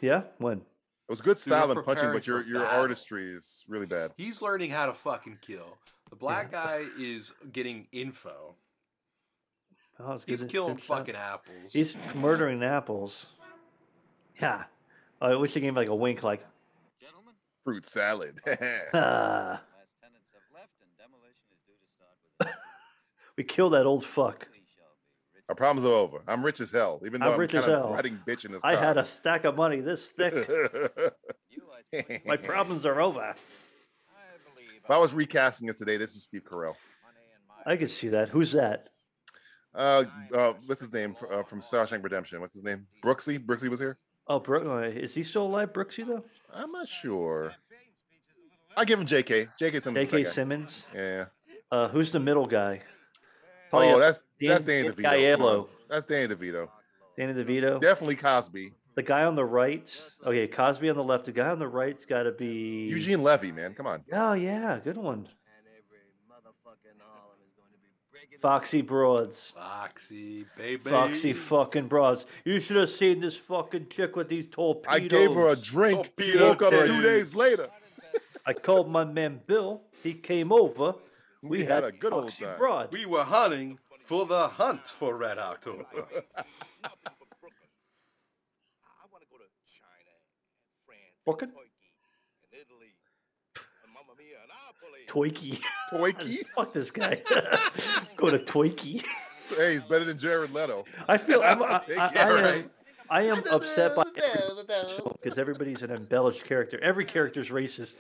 Speaker 5: Yeah, when?
Speaker 3: It was good style and
Speaker 4: we're
Speaker 3: punching,
Speaker 4: preparing
Speaker 3: but your
Speaker 4: for
Speaker 3: your
Speaker 4: battle.
Speaker 3: artistry is really bad.
Speaker 4: He's learning how to fucking kill. The black guy is getting info.
Speaker 5: Oh, it's
Speaker 4: He's
Speaker 5: good-
Speaker 4: killing
Speaker 5: good shot.
Speaker 4: fucking apples.
Speaker 5: He's murdering apples. Yeah. Oh, I wish they gave me like a wink, like,
Speaker 6: Gentlemen,
Speaker 3: Fruit salad. <laughs>
Speaker 5: ah,
Speaker 6: last tenants have left and demolition is due to start with. a
Speaker 5: we kill that old fuck.
Speaker 6: We shall be rich.
Speaker 3: Our problems are over. I'm rich as hell, even though
Speaker 5: I'm
Speaker 3: I'm,
Speaker 5: rich as
Speaker 3: kind of
Speaker 5: hell.
Speaker 3: riding bitch in this
Speaker 5: I had
Speaker 3: car.
Speaker 5: a stack of money this thick.
Speaker 3: <laughs>
Speaker 6: You, I think,
Speaker 5: My problems are over.
Speaker 6: I believe
Speaker 3: if I was recasting this today, this is Steve Carell.
Speaker 6: money and my
Speaker 5: I could see that. Who's that?
Speaker 3: Uh, uh, what's his name fr- uh, from Shawshank Redemption? What's his name? Brooksy. Brooksy was here.
Speaker 5: Oh, Bro- is he still alive, Brooksy, though?
Speaker 3: I'm not sure. I give him J.K. J.K. Simmons. is
Speaker 5: J.K.
Speaker 3: that guy.
Speaker 5: Simmons?
Speaker 3: Yeah.
Speaker 5: Uh, who's the middle guy? Probably, uh,
Speaker 3: Oh, that's
Speaker 5: Dan-
Speaker 3: that's Danny
Speaker 5: Dan
Speaker 3: DeVito. Come on.
Speaker 5: Aiello.
Speaker 3: That's Danny DeVito.
Speaker 5: Danny DeVito?
Speaker 3: Definitely Cosby.
Speaker 5: The guy on the right. Okay, Cosby on the left. The guy on the right's got to be.
Speaker 3: Eugene Levy, man. Come on.
Speaker 5: Oh, yeah. Good one.
Speaker 6: and every motherfucking Harlem is going to be breaking
Speaker 5: Foxy Broads.
Speaker 4: Foxy, baby.
Speaker 5: Foxy fucking broads. You should have seen this fucking chick with these torpedoes.
Speaker 3: I gave her a drink.
Speaker 4: Torpedo
Speaker 3: woke up two
Speaker 4: titties.
Speaker 3: days later.
Speaker 5: I called my man Bill. He came over.
Speaker 3: We, had, a good old
Speaker 5: Foxy
Speaker 3: time.
Speaker 5: broad.
Speaker 4: We were hunting for the hunt for
Speaker 3: <laughs>
Speaker 4: Red October.
Speaker 1: Nothing but Brooklyn. I want to go to China and France,
Speaker 6: Oh,
Speaker 5: Fucking
Speaker 1: Turkey and Italy, and Mamma Mia and Napoli.
Speaker 5: Twinkie.
Speaker 3: Toiki.
Speaker 5: <laughs> Fuck this guy. Go to Twinkie. <laughs>
Speaker 3: Hey, he's better than Jared Leto.
Speaker 5: I feel I'm, I,
Speaker 3: Take
Speaker 5: I,
Speaker 3: it,
Speaker 5: I am,
Speaker 4: right?
Speaker 5: I am upset
Speaker 3: <laughs>
Speaker 5: by because everybody's an embellished character. Every character's racist.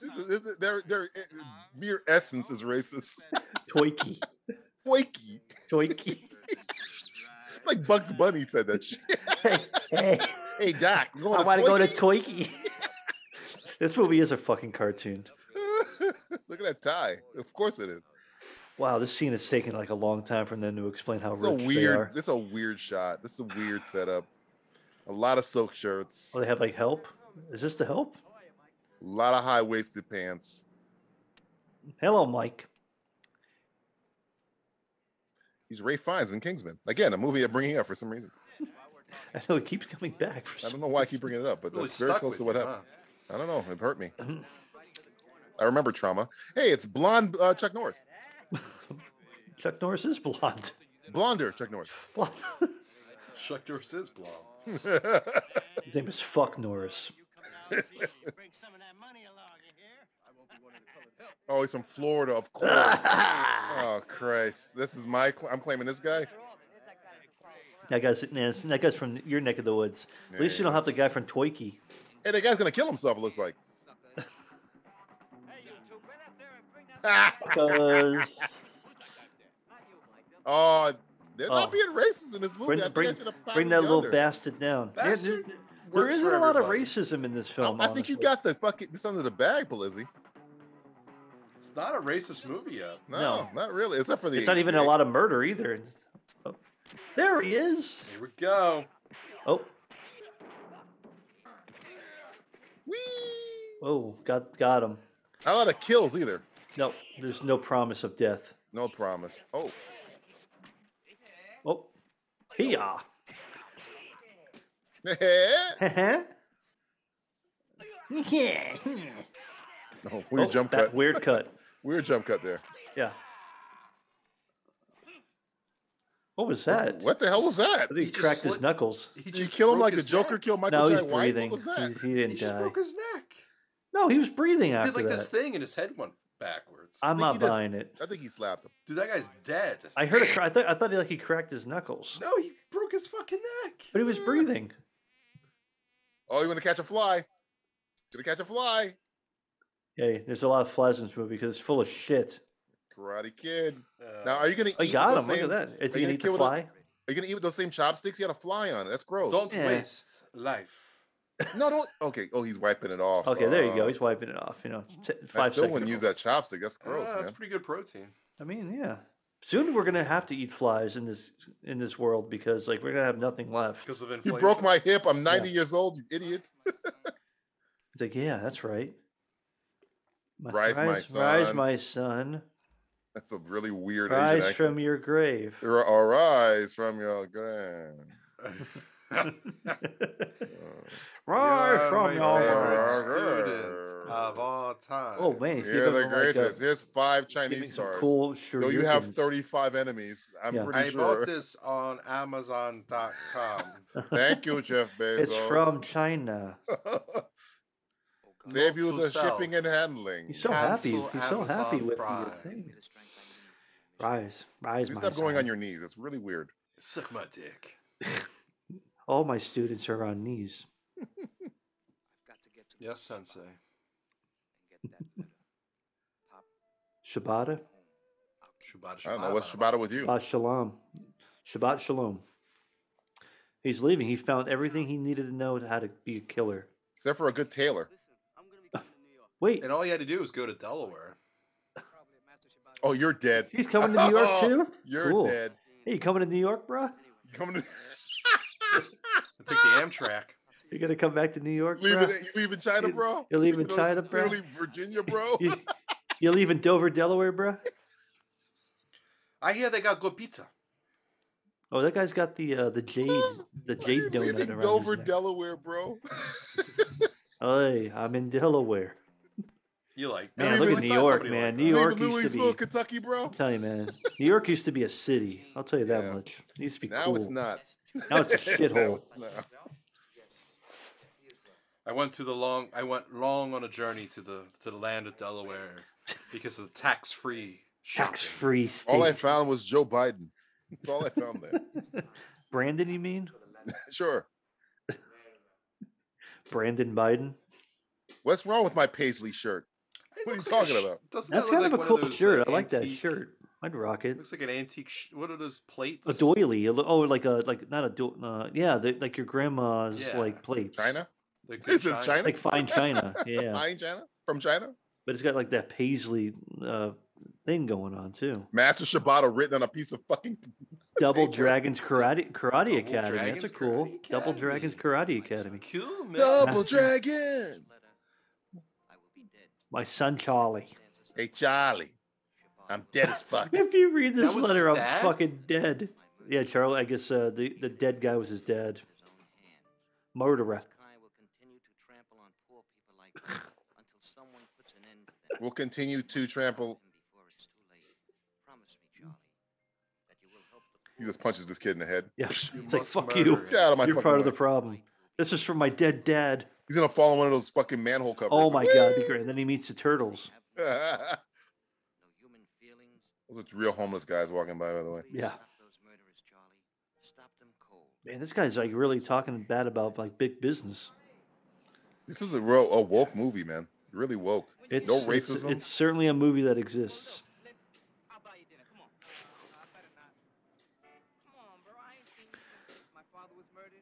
Speaker 3: This is- this is- Their, their eh, mere essence is <laughs> racist.
Speaker 5: Twinkie.
Speaker 3: Toiki.
Speaker 5: Twinkie. <laughs>
Speaker 3: It's like Bugs Bunny said that shit.
Speaker 5: Hey, hey,
Speaker 3: Hey, Doc, you
Speaker 5: I
Speaker 3: going
Speaker 5: want to go to
Speaker 3: Oh, Twinkie?
Speaker 5: Twinkie. <laughs> this movie is a fucking cartoon.
Speaker 3: <laughs> Look at that tie. Of course it is.
Speaker 5: Wow, this scene is taking like a long time for them to explain how
Speaker 3: It's a
Speaker 5: rich they
Speaker 3: weird.
Speaker 5: are.
Speaker 3: This is a weird shot. This is a weird setup. A lot of silk shirts.
Speaker 5: Oh, they have like help. Is this the help?
Speaker 3: A lot of high waisted pants.
Speaker 5: Hello, Mike. <laughs>
Speaker 3: He's Ray Fiennes in Kingsman. Again, a movie I'm bringing up for some reason.
Speaker 5: I know it keeps coming back for
Speaker 3: I
Speaker 5: some.
Speaker 3: don't know why I keep bringing it up, but
Speaker 4: Really
Speaker 3: that's very
Speaker 4: stuck
Speaker 3: close
Speaker 4: with
Speaker 3: to what
Speaker 4: you,
Speaker 3: happened. I don't know. It
Speaker 5: <laughs>
Speaker 3: hurt me. I remember trauma. Hey, it's blonde uh, Chuck Norris.
Speaker 5: Chuck Norris is <laughs> blonde.
Speaker 3: Blonder Chuck Norris.
Speaker 5: blonde. <laughs>
Speaker 4: huh? Chuck Norris is blonde.
Speaker 5: His name is Fuck Norris.
Speaker 1: Bring some of that money along, you hear? I won't be one of the colored
Speaker 3: Oh, he's from Florida, of
Speaker 5: <laughs>
Speaker 3: course. oh Christ, this is my. Cl- I'm claiming this guy.
Speaker 5: That guy's nah, it's- that guy's from your neck of the woods. At least you don't have the guy from Twikey.
Speaker 3: Hey, that guy's gonna kill himself. It looks like. <laughs>
Speaker 6: Hey, you two, get up there and bring that
Speaker 5: Because
Speaker 3: Oh, they're
Speaker 5: Oh.
Speaker 3: not being racist in this movie. I think I
Speaker 5: bring, bring,
Speaker 3: should have
Speaker 5: bring
Speaker 3: pounded
Speaker 5: that
Speaker 3: the
Speaker 5: little
Speaker 3: under.
Speaker 5: bastard down. Yeah,
Speaker 4: Bastard
Speaker 5: dude, there
Speaker 4: works
Speaker 5: isn't
Speaker 4: for
Speaker 5: a lot of
Speaker 4: everybody.
Speaker 5: racism in this
Speaker 3: I
Speaker 5: film.
Speaker 3: I think you
Speaker 5: honestly.
Speaker 3: got the fucking this under the bag, Blizzy.
Speaker 4: It's not a racist movie yet.
Speaker 3: No,
Speaker 5: No.
Speaker 3: not really. Except for the.
Speaker 5: It's not even a lot of murder either. Oh, there he is.
Speaker 4: Here we go.
Speaker 5: Oh,
Speaker 3: Whee!
Speaker 5: oh, got got him.
Speaker 3: Not a lot of kills either.
Speaker 5: No, there's no promise of death.
Speaker 3: No promise. Oh, <laughs>
Speaker 5: Oh, yeah.
Speaker 3: no
Speaker 5: yeah.
Speaker 3: weird
Speaker 5: Oh,
Speaker 3: jump
Speaker 5: that
Speaker 3: cut.
Speaker 5: Weird cut.
Speaker 3: Weird jump cut there.
Speaker 5: Yeah. What was that?
Speaker 3: What the hell was that?
Speaker 5: I think he,
Speaker 4: He just
Speaker 5: cracked his
Speaker 4: slit-
Speaker 5: knuckles.
Speaker 3: Did you kill him
Speaker 4: broke
Speaker 3: like the
Speaker 4: his
Speaker 3: Joker
Speaker 4: neck.
Speaker 3: killed Michael
Speaker 5: No,
Speaker 3: J.
Speaker 5: he's
Speaker 3: White?
Speaker 5: breathing.
Speaker 3: What was
Speaker 5: He's-
Speaker 3: that?
Speaker 5: he didn't
Speaker 4: He just
Speaker 5: die.
Speaker 4: broke his neck.
Speaker 5: No, he was breathing
Speaker 4: He
Speaker 5: after
Speaker 4: did like
Speaker 5: that.
Speaker 4: this thing, and his head went backwards.
Speaker 5: I'm
Speaker 3: think he
Speaker 5: not
Speaker 3: just-
Speaker 5: buying it.
Speaker 3: I think he slapped him.
Speaker 4: Dude, that guy's dead.
Speaker 5: I heard a cr- I thought I thought he like he cracked his knuckles,
Speaker 4: No, he broke his fucking neck.
Speaker 5: but he was breathing.
Speaker 3: Oh, you want to catch a fly? Gonna catch a fly?
Speaker 5: Hey, there's a lot of flies in this movie because it's full of shit.
Speaker 3: Karate Kid.
Speaker 4: Uh,
Speaker 3: Now, are you gonna?
Speaker 5: I
Speaker 3: eat
Speaker 5: Oh, got
Speaker 3: those
Speaker 5: him. Look
Speaker 3: same-
Speaker 5: at that. Is
Speaker 3: are
Speaker 5: he
Speaker 3: you
Speaker 5: gonna
Speaker 3: gonna
Speaker 5: eat the
Speaker 3: kill the-
Speaker 5: fly?
Speaker 3: Are you gonna eat with those same chopsticks? You got a fly on it. That's gross.
Speaker 4: don't
Speaker 5: Yeah.
Speaker 4: waste life.
Speaker 3: No, don't. Okay. Oh, he's wiping it off.
Speaker 5: Okay, there you
Speaker 3: Uh,
Speaker 5: go. He's wiping it off. You know, t-
Speaker 3: I
Speaker 5: five
Speaker 3: still
Speaker 5: seconds.
Speaker 3: wouldn't use that chopstick. That's
Speaker 4: Uh,
Speaker 3: gross,
Speaker 4: that's
Speaker 3: man.
Speaker 4: pretty good protein.
Speaker 5: I mean, yeah. Soon we're gonna have to eat flies in this in this world because like we're gonna have nothing left.
Speaker 4: Because of inflation.
Speaker 3: You broke
Speaker 4: <laughs>
Speaker 3: my hip. I'm 90 years old. You idiot.
Speaker 5: It's like, yeah, that's right. My-
Speaker 3: Rise, my
Speaker 5: Rise,
Speaker 3: son.
Speaker 5: my son.
Speaker 3: That's a really weird Asian
Speaker 5: Rise
Speaker 3: accent.
Speaker 5: from your grave.
Speaker 3: Ra- Arise from your grave.
Speaker 5: <laughs> Rise from your
Speaker 3: favorite
Speaker 5: grave.
Speaker 3: student of
Speaker 4: all time.
Speaker 5: Oh man, <laughs> he's
Speaker 3: You're the
Speaker 5: giving him, like, a-
Speaker 3: greatest. Here's five
Speaker 5: giving
Speaker 3: Chinese
Speaker 5: some
Speaker 3: stars.
Speaker 5: cool
Speaker 3: Though you have
Speaker 5: shurikens.
Speaker 3: 35 enemies, I'm
Speaker 5: Yeah.
Speaker 3: pretty sure.
Speaker 4: this on Amazon.com.
Speaker 3: <laughs>
Speaker 5: <laughs>
Speaker 3: Thank you, Jeff Bezos.
Speaker 5: It's from China.
Speaker 3: <laughs>
Speaker 1: Oh,
Speaker 3: Save you
Speaker 4: to
Speaker 3: the
Speaker 4: sell.
Speaker 3: shipping and handling.
Speaker 5: He's so
Speaker 4: Cancel
Speaker 5: happy. He's so happy
Speaker 4: Amazon
Speaker 5: with the
Speaker 4: Prime.
Speaker 5: thing. Rise, rise,
Speaker 3: You
Speaker 5: my
Speaker 3: stop going on
Speaker 5: son.
Speaker 3: your knees. It's really weird.
Speaker 4: Suck my dick.
Speaker 5: All my students are on knees.
Speaker 4: Yes, Sensei.
Speaker 5: Shabbat,
Speaker 4: Shibata,
Speaker 3: I don't know. What's Shibata with you?
Speaker 5: Shabbat shalom. Shabbat shalom. He's leaving. He found everything he needed to know how to be a killer.
Speaker 3: Except for a good tailor. <laughs>
Speaker 5: Wait,
Speaker 4: And all you had to do was go to Delaware.
Speaker 3: Oh, you're dead.
Speaker 5: he's coming to New
Speaker 3: <laughs>
Speaker 5: York too.
Speaker 3: You're
Speaker 5: Cool.
Speaker 3: dead.
Speaker 5: Hey, you coming to New York, bruh?
Speaker 3: Come to
Speaker 4: And take the Amtrak.
Speaker 5: <laughs> You're gonna come back to New York,
Speaker 3: leave
Speaker 5: bruh?
Speaker 3: it, you leaving China,
Speaker 5: You-
Speaker 3: bro?
Speaker 5: you're leaving
Speaker 3: Even though
Speaker 5: China,
Speaker 3: this is
Speaker 5: bro?
Speaker 3: Clearly Virginia, bro.
Speaker 5: <laughs> You,
Speaker 3: <laughs>
Speaker 5: you leaving Dover, Delaware, bruh?
Speaker 4: I hear they got good pizza.
Speaker 5: Oh, that guy's got the uh, the jade the
Speaker 3: Why are you
Speaker 5: jade donut
Speaker 3: leaving
Speaker 5: around
Speaker 3: Dover,
Speaker 5: his neck.
Speaker 3: Delaware, bro.
Speaker 5: Hey, I'm in Delaware.
Speaker 4: You like
Speaker 5: Man,
Speaker 3: Leaving-
Speaker 5: look at
Speaker 3: I
Speaker 5: New
Speaker 3: thought
Speaker 5: York,
Speaker 4: somebody
Speaker 5: man.
Speaker 4: liked
Speaker 5: New York
Speaker 3: leaving
Speaker 5: used to
Speaker 3: Louisville,
Speaker 5: be.
Speaker 3: Kentucky, bro.
Speaker 5: I'm telling
Speaker 3: <laughs>
Speaker 5: you, man. New York used to be a city. I'll tell you that
Speaker 3: Yeah.
Speaker 5: much. It used to be
Speaker 3: Now
Speaker 5: cool.
Speaker 3: it's not. <laughs>
Speaker 5: Now it's a
Speaker 3: Now
Speaker 5: shithole.
Speaker 3: it's not.
Speaker 4: I went to the long. I went long on a journey to the to the land of
Speaker 5: <laughs>
Speaker 4: Delaware because of the tax free
Speaker 5: Tax free
Speaker 3: All I
Speaker 5: state.
Speaker 3: found was Joe Biden. That's all I found there. <laughs>
Speaker 5: <laughs> Brandon, you mean?
Speaker 3: sure.
Speaker 5: Brandon Biden?
Speaker 3: What's wrong with my paisley shirt? What are you talking about?
Speaker 4: Doesn't
Speaker 5: That's
Speaker 4: that look
Speaker 5: kind
Speaker 4: like
Speaker 5: of a
Speaker 4: one
Speaker 5: cool
Speaker 4: those,
Speaker 3: uh,
Speaker 5: shirt.
Speaker 4: like,
Speaker 5: I like that
Speaker 4: antique-
Speaker 5: shirt. I'd rock it.
Speaker 4: Looks like an antique. Sh- what are those plates?
Speaker 5: A doily. a li- Oh, like a like not a do. Uh, yeah, the, like your grandma's
Speaker 4: Yeah.
Speaker 5: like plates.
Speaker 3: China?
Speaker 4: They're good
Speaker 3: Is it China?
Speaker 5: Like
Speaker 3: <laughs>
Speaker 5: fine china. Yeah,
Speaker 3: Fine China? From China?
Speaker 5: but it's got like that paisley uh, thing going on too.
Speaker 3: Master Shibata written on a piece of
Speaker 5: <laughs>
Speaker 3: fucking.
Speaker 5: Double
Speaker 3: Paper.
Speaker 5: Dragons Karate Karate
Speaker 4: Double
Speaker 5: Academy.
Speaker 4: Dragons
Speaker 5: That's a cool
Speaker 4: Karate
Speaker 5: Double Dragons Karate Academy.
Speaker 4: Cool, man.
Speaker 3: Double
Speaker 5: Master-
Speaker 3: Dragon!
Speaker 5: My son Charlie.
Speaker 3: Hey, Charlie. I'm
Speaker 1: <laughs>
Speaker 3: dead as fuck.
Speaker 5: If you read this
Speaker 4: was his
Speaker 5: letter, I'm
Speaker 4: dad?
Speaker 5: fucking dead. Yeah, Charlie. I guess uh, the the dead guy was his dad. Murderer.
Speaker 3: We'll continue to trample. He just punches this kid in the head. <laughs>
Speaker 5: Yeah,
Speaker 4: You
Speaker 5: it's like
Speaker 4: must
Speaker 5: fuck
Speaker 4: murder
Speaker 5: you.
Speaker 4: him.
Speaker 3: Get out of my
Speaker 5: You're
Speaker 3: fucking
Speaker 5: part of the
Speaker 3: way.
Speaker 5: problem. This is from my dead dad.
Speaker 3: He's gonna fall in one of those fucking manhole covers.
Speaker 5: Oh my god, that'd be great. And then he meets the turtles.
Speaker 3: <laughs> those are real homeless guys walking by, by the way.
Speaker 5: Yeah. Man, this guy's like really talking bad about like big business.
Speaker 3: This is a real a woke movie, man. Really woke.
Speaker 5: It's
Speaker 3: no
Speaker 5: it's-
Speaker 3: racism.
Speaker 5: It's, certainly a movie that exists.
Speaker 6: I'll buy you dinner. Come on. I better not. Come on, bro. I ain't seen you since my father was murdered.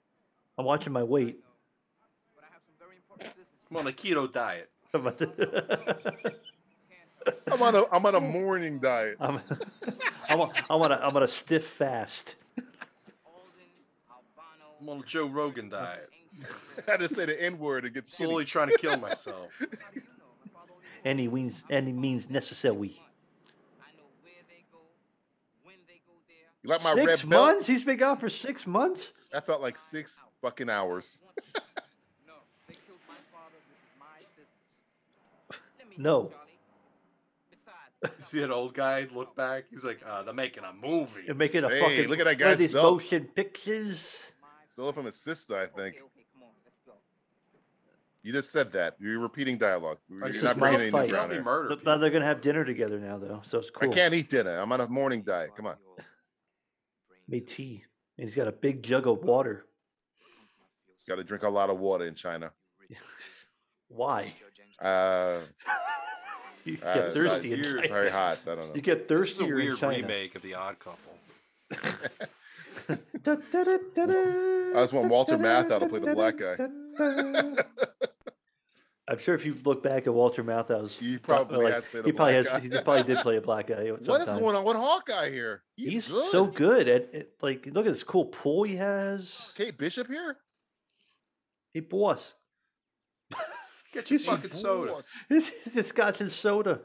Speaker 5: I'm watching my weight. <laughs>
Speaker 6: But I have some very important business.
Speaker 4: I'm
Speaker 6: <laughs>
Speaker 4: on a keto diet.
Speaker 5: How about that?
Speaker 3: I'm on a I'm on a morning diet.
Speaker 5: <laughs>
Speaker 3: <laughs>
Speaker 5: I'm, <laughs> I'm, on, I'm on a I'm on a stiff fast.
Speaker 6: Alden, Albano,
Speaker 4: I'm on a Joe Rogan diet.
Speaker 3: I had to say the N word and get skinny.
Speaker 4: Slowly trying to
Speaker 3: <laughs>
Speaker 4: kill myself.
Speaker 5: Any means any means necessary.
Speaker 6: I know where they go, when they go there.
Speaker 3: You like my
Speaker 5: six
Speaker 3: red belt?
Speaker 5: months? He's been gone for six months.
Speaker 3: That felt like six fucking hours.
Speaker 4: <laughs>
Speaker 6: No, they killed my father. This is my business. Let me
Speaker 5: No.
Speaker 6: Charlie. Besides,
Speaker 4: You <laughs> see that old guy look back? He's like, uh, they're making a movie.
Speaker 5: And making a
Speaker 3: Hey,
Speaker 5: fucking
Speaker 3: look at that
Speaker 5: one of
Speaker 3: guy's
Speaker 5: these
Speaker 3: belt.
Speaker 5: motion pictures.
Speaker 3: Still from his sister, I think.
Speaker 6: okay, okay, come on, let's go.
Speaker 3: You just said that. You're repeating dialogue. You're
Speaker 5: This
Speaker 3: not
Speaker 5: is my
Speaker 3: bringing any
Speaker 5: fight.
Speaker 3: new ground
Speaker 4: Probably
Speaker 3: here.
Speaker 4: murder.
Speaker 5: But, but they're gonna have dinner together now, though, so it's cool.
Speaker 3: I can't eat dinner. I'm on a morning diet. Come on.
Speaker 5: Me tea, and he's got a big jug of water.
Speaker 3: Got to drink a lot of water in China.
Speaker 5: Why? <laughs>
Speaker 4: <laughs>
Speaker 3: Uh,
Speaker 5: You
Speaker 3: uh,
Speaker 5: get
Speaker 3: it's not-
Speaker 5: thirsty in
Speaker 4: you're-
Speaker 3: it's
Speaker 5: China.
Speaker 3: very hot. I don't know.
Speaker 5: You get
Speaker 4: This is a
Speaker 5: thirsty in
Speaker 4: weird
Speaker 5: China.
Speaker 4: remake of The Odd Couple.
Speaker 5: Da, da, da, da, da,
Speaker 3: I just want
Speaker 5: da,
Speaker 3: Walter
Speaker 5: da,
Speaker 3: Matthau to
Speaker 5: da,
Speaker 3: play the
Speaker 5: da,
Speaker 3: black
Speaker 5: da,
Speaker 3: guy.
Speaker 5: da, da.
Speaker 3: <laughs>
Speaker 5: I'm sure if you look back at Walter Matthau's,
Speaker 3: He
Speaker 5: pro-
Speaker 3: probably
Speaker 5: like,
Speaker 3: has played a
Speaker 5: he probably
Speaker 3: black
Speaker 5: has, he
Speaker 3: guy.
Speaker 5: probably did play a
Speaker 3: <laughs>
Speaker 5: black guy. at
Speaker 3: What is
Speaker 5: sometime.
Speaker 3: going on with Hawkeye here? He's,
Speaker 5: He's
Speaker 3: good.
Speaker 5: so good at, at like look at this cool pool he has.
Speaker 3: Kate Bishop here.
Speaker 5: Hey boss,
Speaker 4: <laughs> Get your
Speaker 5: Jeez.
Speaker 4: fucking
Speaker 5: <laughs>
Speaker 4: soda.
Speaker 3: Boss.
Speaker 5: this is the scotch and soda.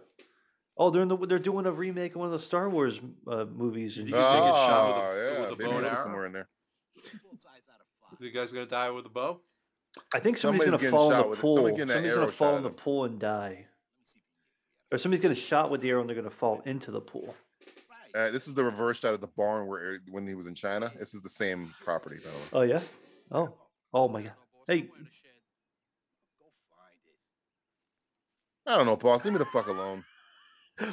Speaker 5: Oh, they're in the, they're doing a remake of one of the Star Wars uh, movies.
Speaker 4: You
Speaker 5: and-
Speaker 4: think he's gonna get shot with a-
Speaker 3: Ah, yeah,
Speaker 4: with a
Speaker 3: maybe
Speaker 4: bow and
Speaker 3: Yoda
Speaker 4: arrow?
Speaker 3: somewhere in there.
Speaker 4: The guy's gonna die with a bow.
Speaker 5: I think somebody's,
Speaker 3: somebody's
Speaker 5: gonna fall
Speaker 3: getting
Speaker 5: in
Speaker 3: shot
Speaker 5: the
Speaker 3: with it.
Speaker 5: pool.
Speaker 3: Somebody
Speaker 5: Somebody's
Speaker 3: getting an
Speaker 5: gonna
Speaker 3: arrow
Speaker 5: fall
Speaker 3: shot
Speaker 5: in
Speaker 3: at
Speaker 5: the
Speaker 3: him.
Speaker 5: pool and die, or somebody's gonna shot with the arrow and they're gonna fall into the pool.
Speaker 3: Uh, this is the reverse shot of the barn where Eric- when he was in China. This is the same property, by the way.
Speaker 5: Oh yeah. Oh. Oh my god. <laughs> Hey.
Speaker 3: I don't know, boss. Leave me the fuck alone.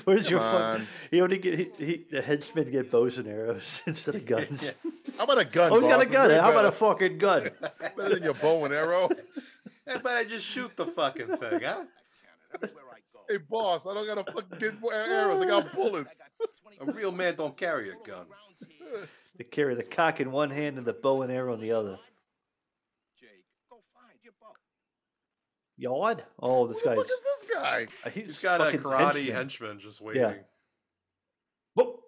Speaker 5: Where's your
Speaker 3: Come
Speaker 5: fun?
Speaker 3: on.
Speaker 5: He only get he, he, the henchmen get bows and arrows <laughs>
Speaker 3: <laughs>
Speaker 5: instead of guns.
Speaker 3: How about a gun?
Speaker 5: Oh, he's
Speaker 3: boss?
Speaker 5: got a
Speaker 3: It's
Speaker 5: gun.
Speaker 3: way
Speaker 5: How about a
Speaker 3: better. <laughs>
Speaker 5: fucking gun?
Speaker 3: better than your bow and
Speaker 5: <laughs>
Speaker 3: arrow?
Speaker 4: but I just shoot the fucking thing, huh?
Speaker 3: Hey, boss, I don't got to fucking get more arrows. I
Speaker 5: <laughs>
Speaker 3: got bullets.
Speaker 4: <laughs> A real man don't carry a gun. <laughs>
Speaker 5: They carry the cock in one hand and the bow and arrow in the other. Yod? Oh, this
Speaker 3: Who the
Speaker 5: guy's.
Speaker 3: fuck is this guy?
Speaker 5: uh, He's,
Speaker 4: He's got a
Speaker 5: fucking
Speaker 4: karate henchman.
Speaker 5: henchman.
Speaker 4: just waiting.
Speaker 5: Whoa.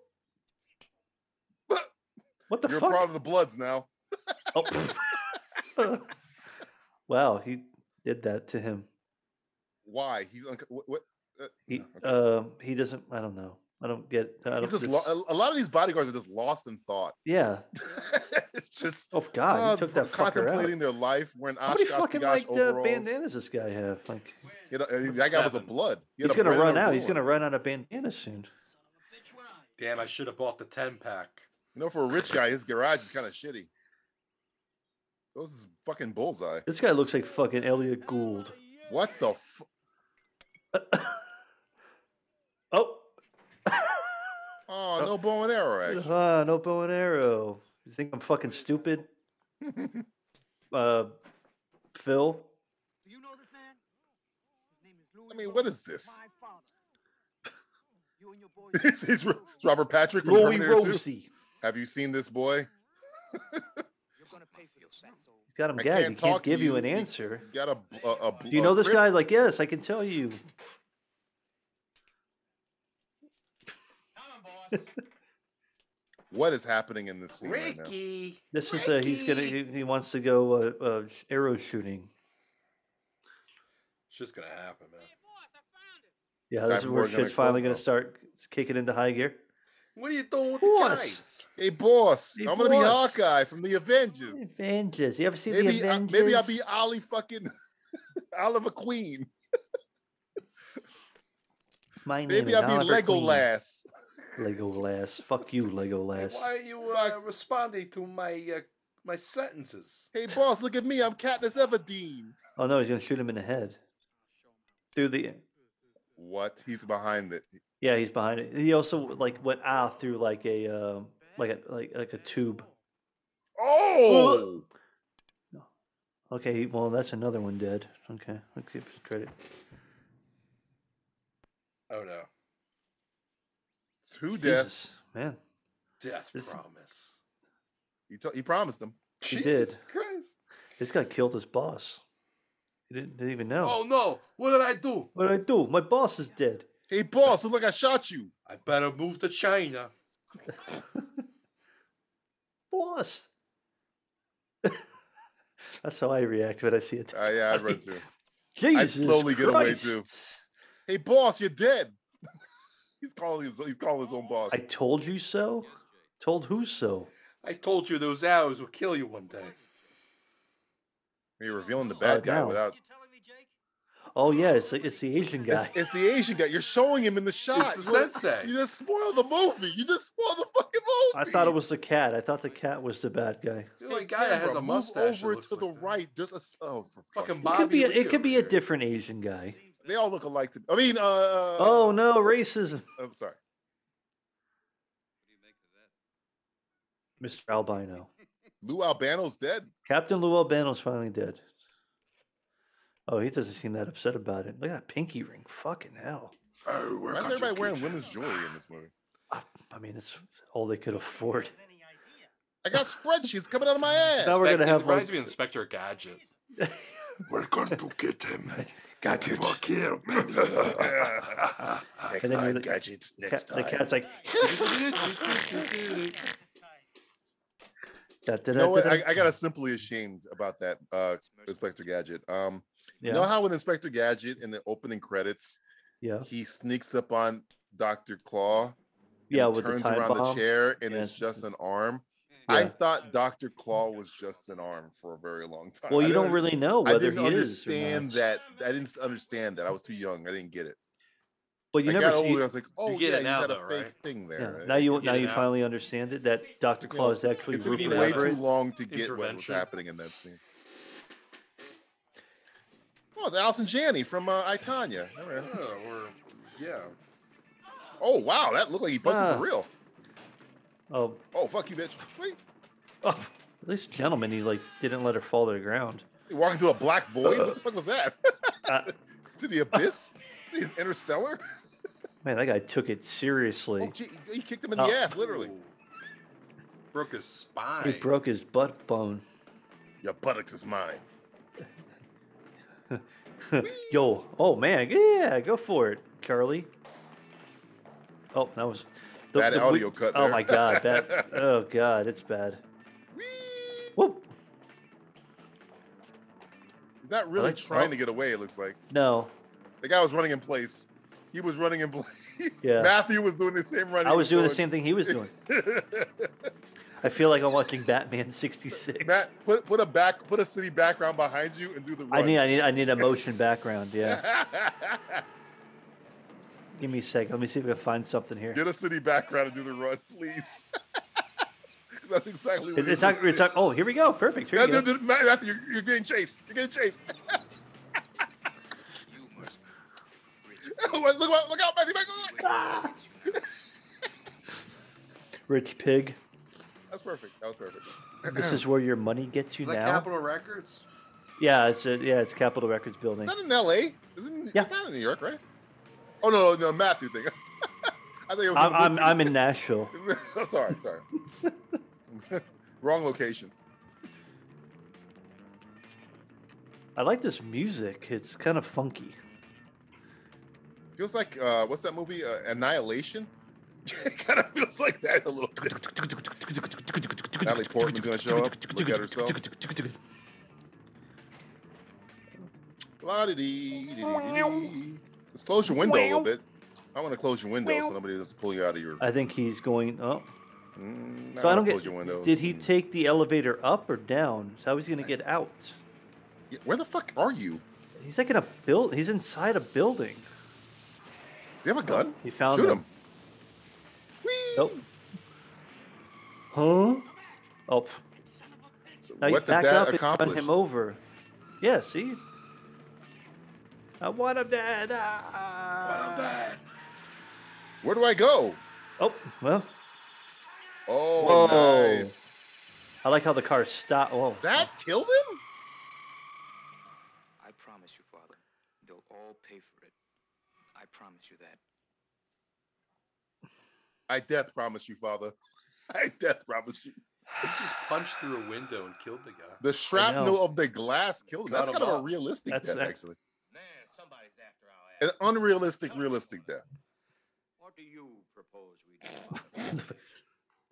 Speaker 5: What the
Speaker 3: You're
Speaker 5: fuck?
Speaker 3: proud of the Bloods now.
Speaker 5: Oh, pff. <laughs> wow, he did that to him.
Speaker 3: Why? He's unc what, what?
Speaker 5: He
Speaker 3: Yeah,
Speaker 5: uh, he doesn't. I don't know. I don't get. I don't,
Speaker 3: He's just
Speaker 5: this-
Speaker 3: lo- uh, a a lot of these bodyguards are just lost in thought. <laughs>
Speaker 5: yeah.
Speaker 3: it's just
Speaker 5: Oh God,
Speaker 3: uh,
Speaker 5: he took that fucker
Speaker 3: contemplating
Speaker 5: out.
Speaker 3: their life wearing
Speaker 5: How many
Speaker 3: Oshkosh
Speaker 5: fucking
Speaker 3: Bigosh
Speaker 5: like uh,
Speaker 3: overalls.
Speaker 5: bandanas does this guy have? Like
Speaker 3: You know, and that guy was a
Speaker 4: Seven.
Speaker 3: blood. He had
Speaker 5: he's
Speaker 3: a
Speaker 5: gonna
Speaker 3: brand
Speaker 5: run
Speaker 3: new
Speaker 5: out. He's
Speaker 3: one.
Speaker 5: gonna run out of bandanas soon.
Speaker 4: Damn, I should have bought the ten pack.
Speaker 3: You know, for a rich guy, his garage is kind of shitty. Those is fucking bullseye.
Speaker 5: This guy looks like fucking Elliot Gould.
Speaker 3: What the? F-
Speaker 5: Oh,
Speaker 3: oh, no bow and arrow action.
Speaker 5: <laughs> ah, no bow and arrow. You think I'm
Speaker 3: <laughs>
Speaker 5: fucking stupid? uh, Phil.
Speaker 6: Do you know this man? His name is Louis
Speaker 3: I mean, what is this? <laughs>
Speaker 6: My
Speaker 4: <laughs>
Speaker 6: father. You and your boys.
Speaker 3: it's, it's Ro- it's Robert Patrick from
Speaker 5: Roy
Speaker 3: Terminator 2.
Speaker 5: Rosie.
Speaker 3: Have you seen this boy?
Speaker 6: You're gonna pay for your sins.
Speaker 4: <laughs>
Speaker 6: So
Speaker 5: He's got him
Speaker 3: I
Speaker 5: gagged.
Speaker 3: can't
Speaker 5: he can't
Speaker 3: talk to
Speaker 5: give you
Speaker 3: you.
Speaker 5: an
Speaker 3: You-
Speaker 5: answer.
Speaker 3: Got a, bl- a, a bl-
Speaker 5: Do you
Speaker 3: a
Speaker 5: know this
Speaker 3: grip-
Speaker 5: guy? Like, yes, I can tell you.
Speaker 3: What is happening in this scene right now?
Speaker 4: Ricky,
Speaker 5: This is uh, he's gonna he, he wants to go uh, uh, sh- arrow shooting.
Speaker 4: it's just gonna happen, man.
Speaker 5: Yeah, this
Speaker 3: Time
Speaker 5: is
Speaker 3: for
Speaker 5: where
Speaker 3: we're gonna
Speaker 5: shit's finally
Speaker 3: close
Speaker 5: gonna start kicking into high gear.
Speaker 4: What are you doing with
Speaker 5: What?
Speaker 4: the guys?
Speaker 3: Hey, boss,
Speaker 5: Hey,
Speaker 3: I'm gonna be
Speaker 5: boss.
Speaker 3: Hawkeye from the Avengers.
Speaker 5: Avengers. You ever seen
Speaker 3: Maybe,
Speaker 5: the
Speaker 3: I,
Speaker 5: Avengers?
Speaker 3: maybe I'll be Ollie fucking <laughs> Oliver Queen.
Speaker 5: My name
Speaker 3: Maybe
Speaker 5: is
Speaker 3: I'll be
Speaker 5: Oliver Queen.
Speaker 3: Legolas.
Speaker 5: Legolas. Fuck you,
Speaker 4: Hey,
Speaker 5: Legolas.
Speaker 4: why are you uh, responding to my uh, my sentences?
Speaker 3: Hey, boss, look at me. I'm Katniss Everdeen.
Speaker 5: Oh no, he's gonna shoot him in the head. Through the
Speaker 3: What? He's behind it.
Speaker 5: yeah, he's behind it. He also like went out through like a um, like a like like a tube.
Speaker 3: Oh!
Speaker 5: Okay, well that's another one dead. Okay, I'll give him credit.
Speaker 4: Oh no,
Speaker 3: Two deaths.
Speaker 5: Jesus, man.
Speaker 4: death
Speaker 5: This-
Speaker 4: promise.
Speaker 3: He, to- he promised him.
Speaker 5: He
Speaker 4: Jesus
Speaker 5: did.
Speaker 4: Christ!
Speaker 5: This guy killed his boss. He didn't, didn't even know.
Speaker 4: Oh no, what did I do?
Speaker 5: What did I do? My boss is dead.
Speaker 3: Hey, boss, look, I shot you.
Speaker 4: I better move to China.
Speaker 5: Boss. <laughs> That's how I react when I see it.
Speaker 3: Uh, yeah, I'd run
Speaker 5: <laughs>
Speaker 3: too.
Speaker 5: Jesus
Speaker 3: slowly get away,
Speaker 5: Christ.
Speaker 3: too. Hey, boss, you're dead. <laughs> he's calling his he's calling his own boss.
Speaker 5: I told you so. Told who so?
Speaker 4: I told you those arrows will kill you one day.
Speaker 3: You're revealing the bad
Speaker 5: Uh,
Speaker 3: guy
Speaker 5: now.
Speaker 3: without.
Speaker 6: Jake?
Speaker 5: Oh yeah, it's the- it's the Asian
Speaker 3: It's,
Speaker 5: guy.
Speaker 3: it's the Asian guy. You're showing him in the shot.
Speaker 4: the
Speaker 3: You like-
Speaker 4: sensei.
Speaker 3: You just spoiled the movie. You just spoiled the fucking movie.
Speaker 5: I thought it was the cat. I thought the cat was the bad guy.
Speaker 4: The only guy that has
Speaker 3: Bro,
Speaker 4: a
Speaker 3: move
Speaker 4: mustache. that
Speaker 3: Over
Speaker 4: looks
Speaker 3: to the
Speaker 4: like that.
Speaker 3: right. There's a oh for fucking.
Speaker 4: Fucking
Speaker 5: It could
Speaker 4: Bobby
Speaker 5: be a,
Speaker 4: Lee
Speaker 5: it could be a
Speaker 4: over here.
Speaker 5: different Asian guy.
Speaker 3: They all look alike to me. I mean, uh,
Speaker 5: Oh no, racism,
Speaker 3: I'm sorry.
Speaker 5: Mr. Albino.
Speaker 3: Lou Albano's dead.
Speaker 5: Captain Lou Albano's finally dead. Oh, he doesn't seem that upset about it. Look at that pinky ring. Fucking hell.
Speaker 4: Oh, we're
Speaker 3: Why is
Speaker 4: country
Speaker 3: everybody wearing
Speaker 4: kids.
Speaker 3: women's jewelry in this movie?
Speaker 5: I, I mean, it's all they could afford.
Speaker 3: I got spreadsheets coming out of my ass.
Speaker 5: Now we're gonna
Speaker 4: Inspector-
Speaker 5: have,
Speaker 4: it reminds
Speaker 5: like-
Speaker 4: me of Inspector <laughs> Gadget.
Speaker 7: We're going to get him.
Speaker 5: Got
Speaker 7: Get him here, man.
Speaker 3: next
Speaker 5: And then
Speaker 3: time,
Speaker 5: the-
Speaker 3: gadgets. Next
Speaker 5: Cat, the
Speaker 3: time.
Speaker 5: cat's like.
Speaker 4: Oh,
Speaker 5: da, da, da,
Speaker 3: you know what?
Speaker 5: da,
Speaker 3: I,
Speaker 5: da.
Speaker 3: I got a simply ashamed about that uh, Inspector Gadget. Um,
Speaker 5: yeah,
Speaker 3: you know how in Inspector Gadget in the opening credits
Speaker 5: yeah,
Speaker 3: he sneaks up on Doctor Claw, and
Speaker 5: yeah.
Speaker 3: he
Speaker 5: With
Speaker 3: turns
Speaker 5: the time
Speaker 3: around
Speaker 5: bomb.
Speaker 3: the chair and
Speaker 5: Yes,
Speaker 3: it's just
Speaker 5: yes.
Speaker 3: an arm. I
Speaker 5: Yeah.
Speaker 3: thought Doctor Claw was just an arm for a very long time.
Speaker 5: Well,
Speaker 3: I
Speaker 5: you
Speaker 3: didn't
Speaker 5: don't
Speaker 3: under-
Speaker 5: really know
Speaker 3: I
Speaker 5: whether
Speaker 3: didn't
Speaker 5: he is or
Speaker 3: understand
Speaker 5: not.
Speaker 3: that. I didn't s- understand that. I was too young. I didn't get it.
Speaker 5: Well, you
Speaker 3: I
Speaker 5: never
Speaker 3: got
Speaker 5: see.
Speaker 3: older. I was like, oh
Speaker 4: get it
Speaker 3: yeah, you
Speaker 4: now,
Speaker 3: got a
Speaker 4: though,
Speaker 3: fake
Speaker 4: right?
Speaker 3: thing there.
Speaker 5: Yeah,
Speaker 3: right?
Speaker 5: now you
Speaker 4: get
Speaker 5: now
Speaker 4: it
Speaker 5: you
Speaker 4: out.
Speaker 5: finally understand it that Doctor
Speaker 3: Yeah,
Speaker 5: Claw is actually
Speaker 3: it took me
Speaker 5: Rupert
Speaker 3: way too
Speaker 5: Everett.
Speaker 3: long to get what was
Speaker 4: Intervention.
Speaker 3: happening in that scene. Oh, it's Allison Janney from uh, I Tonya. All right.
Speaker 4: Oh, we're, yeah.
Speaker 3: Oh wow, that looked like he punched him
Speaker 5: Ah.
Speaker 3: for real.
Speaker 5: Oh, <laughs>
Speaker 3: Oh fuck you, bitch! Wait,
Speaker 5: oh, at least gentleman, he like didn't let her fall to the ground.
Speaker 3: he walked into a black void. What the fuck was that? <laughs>
Speaker 5: Uh,
Speaker 3: to the abyss? to the interstellar?
Speaker 5: Man, that guy took it seriously.
Speaker 3: Oh, gee, he- he kicked him in
Speaker 5: Oh.
Speaker 3: the ass, literally.
Speaker 4: Ooh. Broke his spine.
Speaker 5: He broke his butt bone.
Speaker 3: Your buttocks is mine.
Speaker 5: <laughs> Yo, oh man, yeah, go for it, Charlie. Oh, that was
Speaker 3: Bad
Speaker 5: we-
Speaker 3: audio cut
Speaker 5: Oh
Speaker 3: there.
Speaker 5: my
Speaker 3: <laughs>
Speaker 5: god, that. oh god, it's bad.
Speaker 3: Whee!
Speaker 5: Whoop.
Speaker 3: He's not really
Speaker 5: like-
Speaker 3: trying
Speaker 5: oh.
Speaker 3: to get away. It looks like
Speaker 5: No,
Speaker 3: the guy was running in place. He was running in place. <laughs>
Speaker 5: Yeah.
Speaker 3: Matthew was doing the same running.
Speaker 5: I
Speaker 3: he
Speaker 5: was doing the
Speaker 3: going-
Speaker 5: same thing he was doing. I feel like I'm watching Batman '66.
Speaker 3: <laughs> Matt, put put a back put a city background behind you and do the.
Speaker 5: I
Speaker 3: Run. <laughs>
Speaker 5: need, I need, I need a motion background. Yeah, give me a sec. Let me see if I can find something here.
Speaker 3: Get a city background and do the run, please. <laughs> 'Cause That's exactly what
Speaker 5: It's,
Speaker 3: he
Speaker 5: it's,
Speaker 3: was
Speaker 5: not, it's
Speaker 3: doing.
Speaker 5: not, Oh, here we go. Perfect. Here we
Speaker 3: Matthew,
Speaker 5: go.
Speaker 3: dude, Matthew, you're, you're getting chased. You're getting chased. <laughs>
Speaker 6: You
Speaker 3: <laughs>
Speaker 6: must
Speaker 3: look, look out, look out, Matthew! Matthew, look out.
Speaker 5: Rich pig.
Speaker 3: That's perfect. That was perfect.
Speaker 5: This is where your money gets you
Speaker 4: Is that
Speaker 5: now.
Speaker 4: Capitol Records?
Speaker 5: Yeah, it's a, yeah, it's Capitol Records building.
Speaker 3: It's not in L.A. Isn't
Speaker 5: Yeah.
Speaker 3: it's not in New York, right? Oh no, no, Matthew thing. <laughs> I think it was.
Speaker 5: I'm,
Speaker 3: in
Speaker 5: I'm,
Speaker 3: the
Speaker 5: I'm in Nashville.
Speaker 3: movie. <laughs> Oh, sorry,
Speaker 5: <laughs>
Speaker 3: sorry. Wrong location.
Speaker 5: I like this music. It's kind of funky.
Speaker 3: Feels like uh, what's that movie? Uh, Annihilation. <laughs> it kind of feels like that a little bit. Natalie Portman's gonna show up, look at herself. La-di-di-di-di-di. Let's close your window a little bit. I want to close your window so nobody doesn't pull you out of your.
Speaker 5: I think he's going. Oh,
Speaker 3: Mm,
Speaker 5: so I
Speaker 3: wanna
Speaker 5: don't get.
Speaker 3: close your windows. Mm.
Speaker 5: Did he
Speaker 3: and-
Speaker 5: take the elevator up or down? So how he's gonna get out?
Speaker 3: Yeah, Where the fuck are you?
Speaker 5: He's like in a build. He's inside a building.
Speaker 3: Does he
Speaker 5: Oh,
Speaker 3: have a gun?
Speaker 5: He found
Speaker 3: Shoot
Speaker 5: him.
Speaker 3: him. Whee!
Speaker 5: Nope. Huh? Oh, pff, now you
Speaker 3: What did
Speaker 5: back
Speaker 3: that
Speaker 5: up and run
Speaker 3: accomplish?
Speaker 5: him over. Yeah. See. I want him dead. Ah.
Speaker 3: Where do I go?
Speaker 5: Oh well.
Speaker 3: Oh,
Speaker 5: Whoa.
Speaker 3: nice.
Speaker 5: I like how the car oh. stopped. Whoa. <laughs>
Speaker 3: That killed him?
Speaker 6: I promise you, Father, they'll all pay for it. I promise you that.
Speaker 3: I death promise you, father. <laughs> I death promise you.
Speaker 4: He just punched through a window and killed the guy.
Speaker 3: The shrapnel
Speaker 5: know.
Speaker 3: of the glass killed him.
Speaker 4: Cut
Speaker 3: That's
Speaker 4: him
Speaker 3: kind of a
Speaker 4: off.
Speaker 3: realistic
Speaker 5: That's
Speaker 3: death,
Speaker 5: ac-
Speaker 3: actually.
Speaker 6: Man, somebody's after our ass.
Speaker 3: An unrealistic, realistic death.
Speaker 6: What do you propose
Speaker 4: <laughs>
Speaker 6: we do?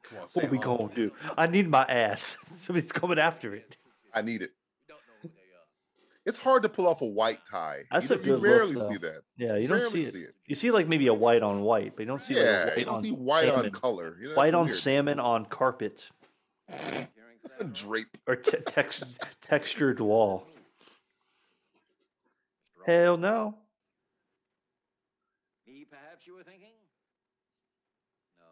Speaker 4: Come on, say
Speaker 5: What we
Speaker 4: hello.
Speaker 5: gonna do? I need my ass. <laughs> Somebody's coming after it.
Speaker 3: I need it.
Speaker 6: We don't know who they are.
Speaker 3: It's hard to pull off a white tie.
Speaker 5: That's
Speaker 3: you,
Speaker 5: a
Speaker 3: you
Speaker 5: good look,
Speaker 3: rarely
Speaker 5: though.
Speaker 3: see that.
Speaker 5: Yeah, you don't
Speaker 3: Rarely
Speaker 5: see it.
Speaker 3: see it.
Speaker 5: You see like maybe a white on white, but you don't see
Speaker 3: yeah,
Speaker 5: like a white
Speaker 3: you don't
Speaker 5: on
Speaker 3: see white
Speaker 5: salmon.
Speaker 3: on color. You know,
Speaker 5: white
Speaker 3: that's
Speaker 5: on
Speaker 3: weird.
Speaker 5: salmon on carpet
Speaker 6: Hearing for that?
Speaker 3: Drape.
Speaker 5: <laughs> or te- tex- textured wall.
Speaker 6: Mr.
Speaker 5: Hell no.
Speaker 6: Me, perhaps you were thinking? No,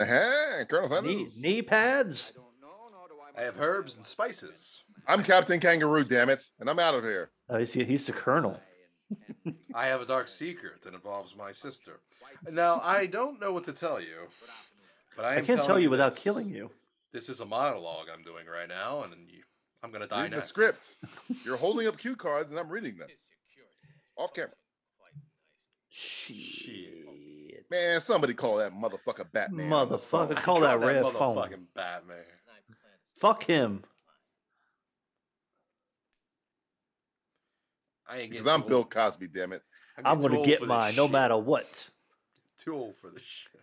Speaker 6: Mr. Jackson, I
Speaker 3: Hey,
Speaker 6: think.
Speaker 3: Colonel
Speaker 5: Knee,
Speaker 3: Sanders.
Speaker 5: knee pads.
Speaker 6: I don't know, nor do I.
Speaker 4: I have
Speaker 6: myself
Speaker 4: herbs and
Speaker 6: want to
Speaker 4: spices.
Speaker 3: I'm Captain Kangaroo, damn it, and I'm out of here.
Speaker 5: Oh, he's, he's the colonel.
Speaker 6: defend and- and
Speaker 4: I have a dark secret that involves my sister. Now, I don't know what to tell you, but I,
Speaker 5: I
Speaker 4: am
Speaker 5: can't tell
Speaker 4: telling
Speaker 5: you without
Speaker 4: this.
Speaker 5: killing you.
Speaker 4: This is a monologue I'm doing right now, and then you, I'm going to die
Speaker 3: Read the
Speaker 4: next.
Speaker 3: script. You're holding up cue cards, and I'm reading them off camera.
Speaker 5: Shit.
Speaker 3: Man, somebody call that motherfucker Batman. on his phone.
Speaker 5: Motherfucker, call that red phone.
Speaker 4: motherfucking Batman.
Speaker 5: Fuck him.
Speaker 4: I ain't
Speaker 3: Because
Speaker 4: getting
Speaker 3: I'm
Speaker 4: too
Speaker 3: Bill
Speaker 4: old-
Speaker 3: Cosby, damn it.
Speaker 4: I'm
Speaker 5: I'm
Speaker 4: getting too
Speaker 5: gonna
Speaker 4: old
Speaker 5: get
Speaker 4: for this
Speaker 5: mine, no
Speaker 4: shit.
Speaker 5: matter what.
Speaker 4: <laughs> Too old for this shit.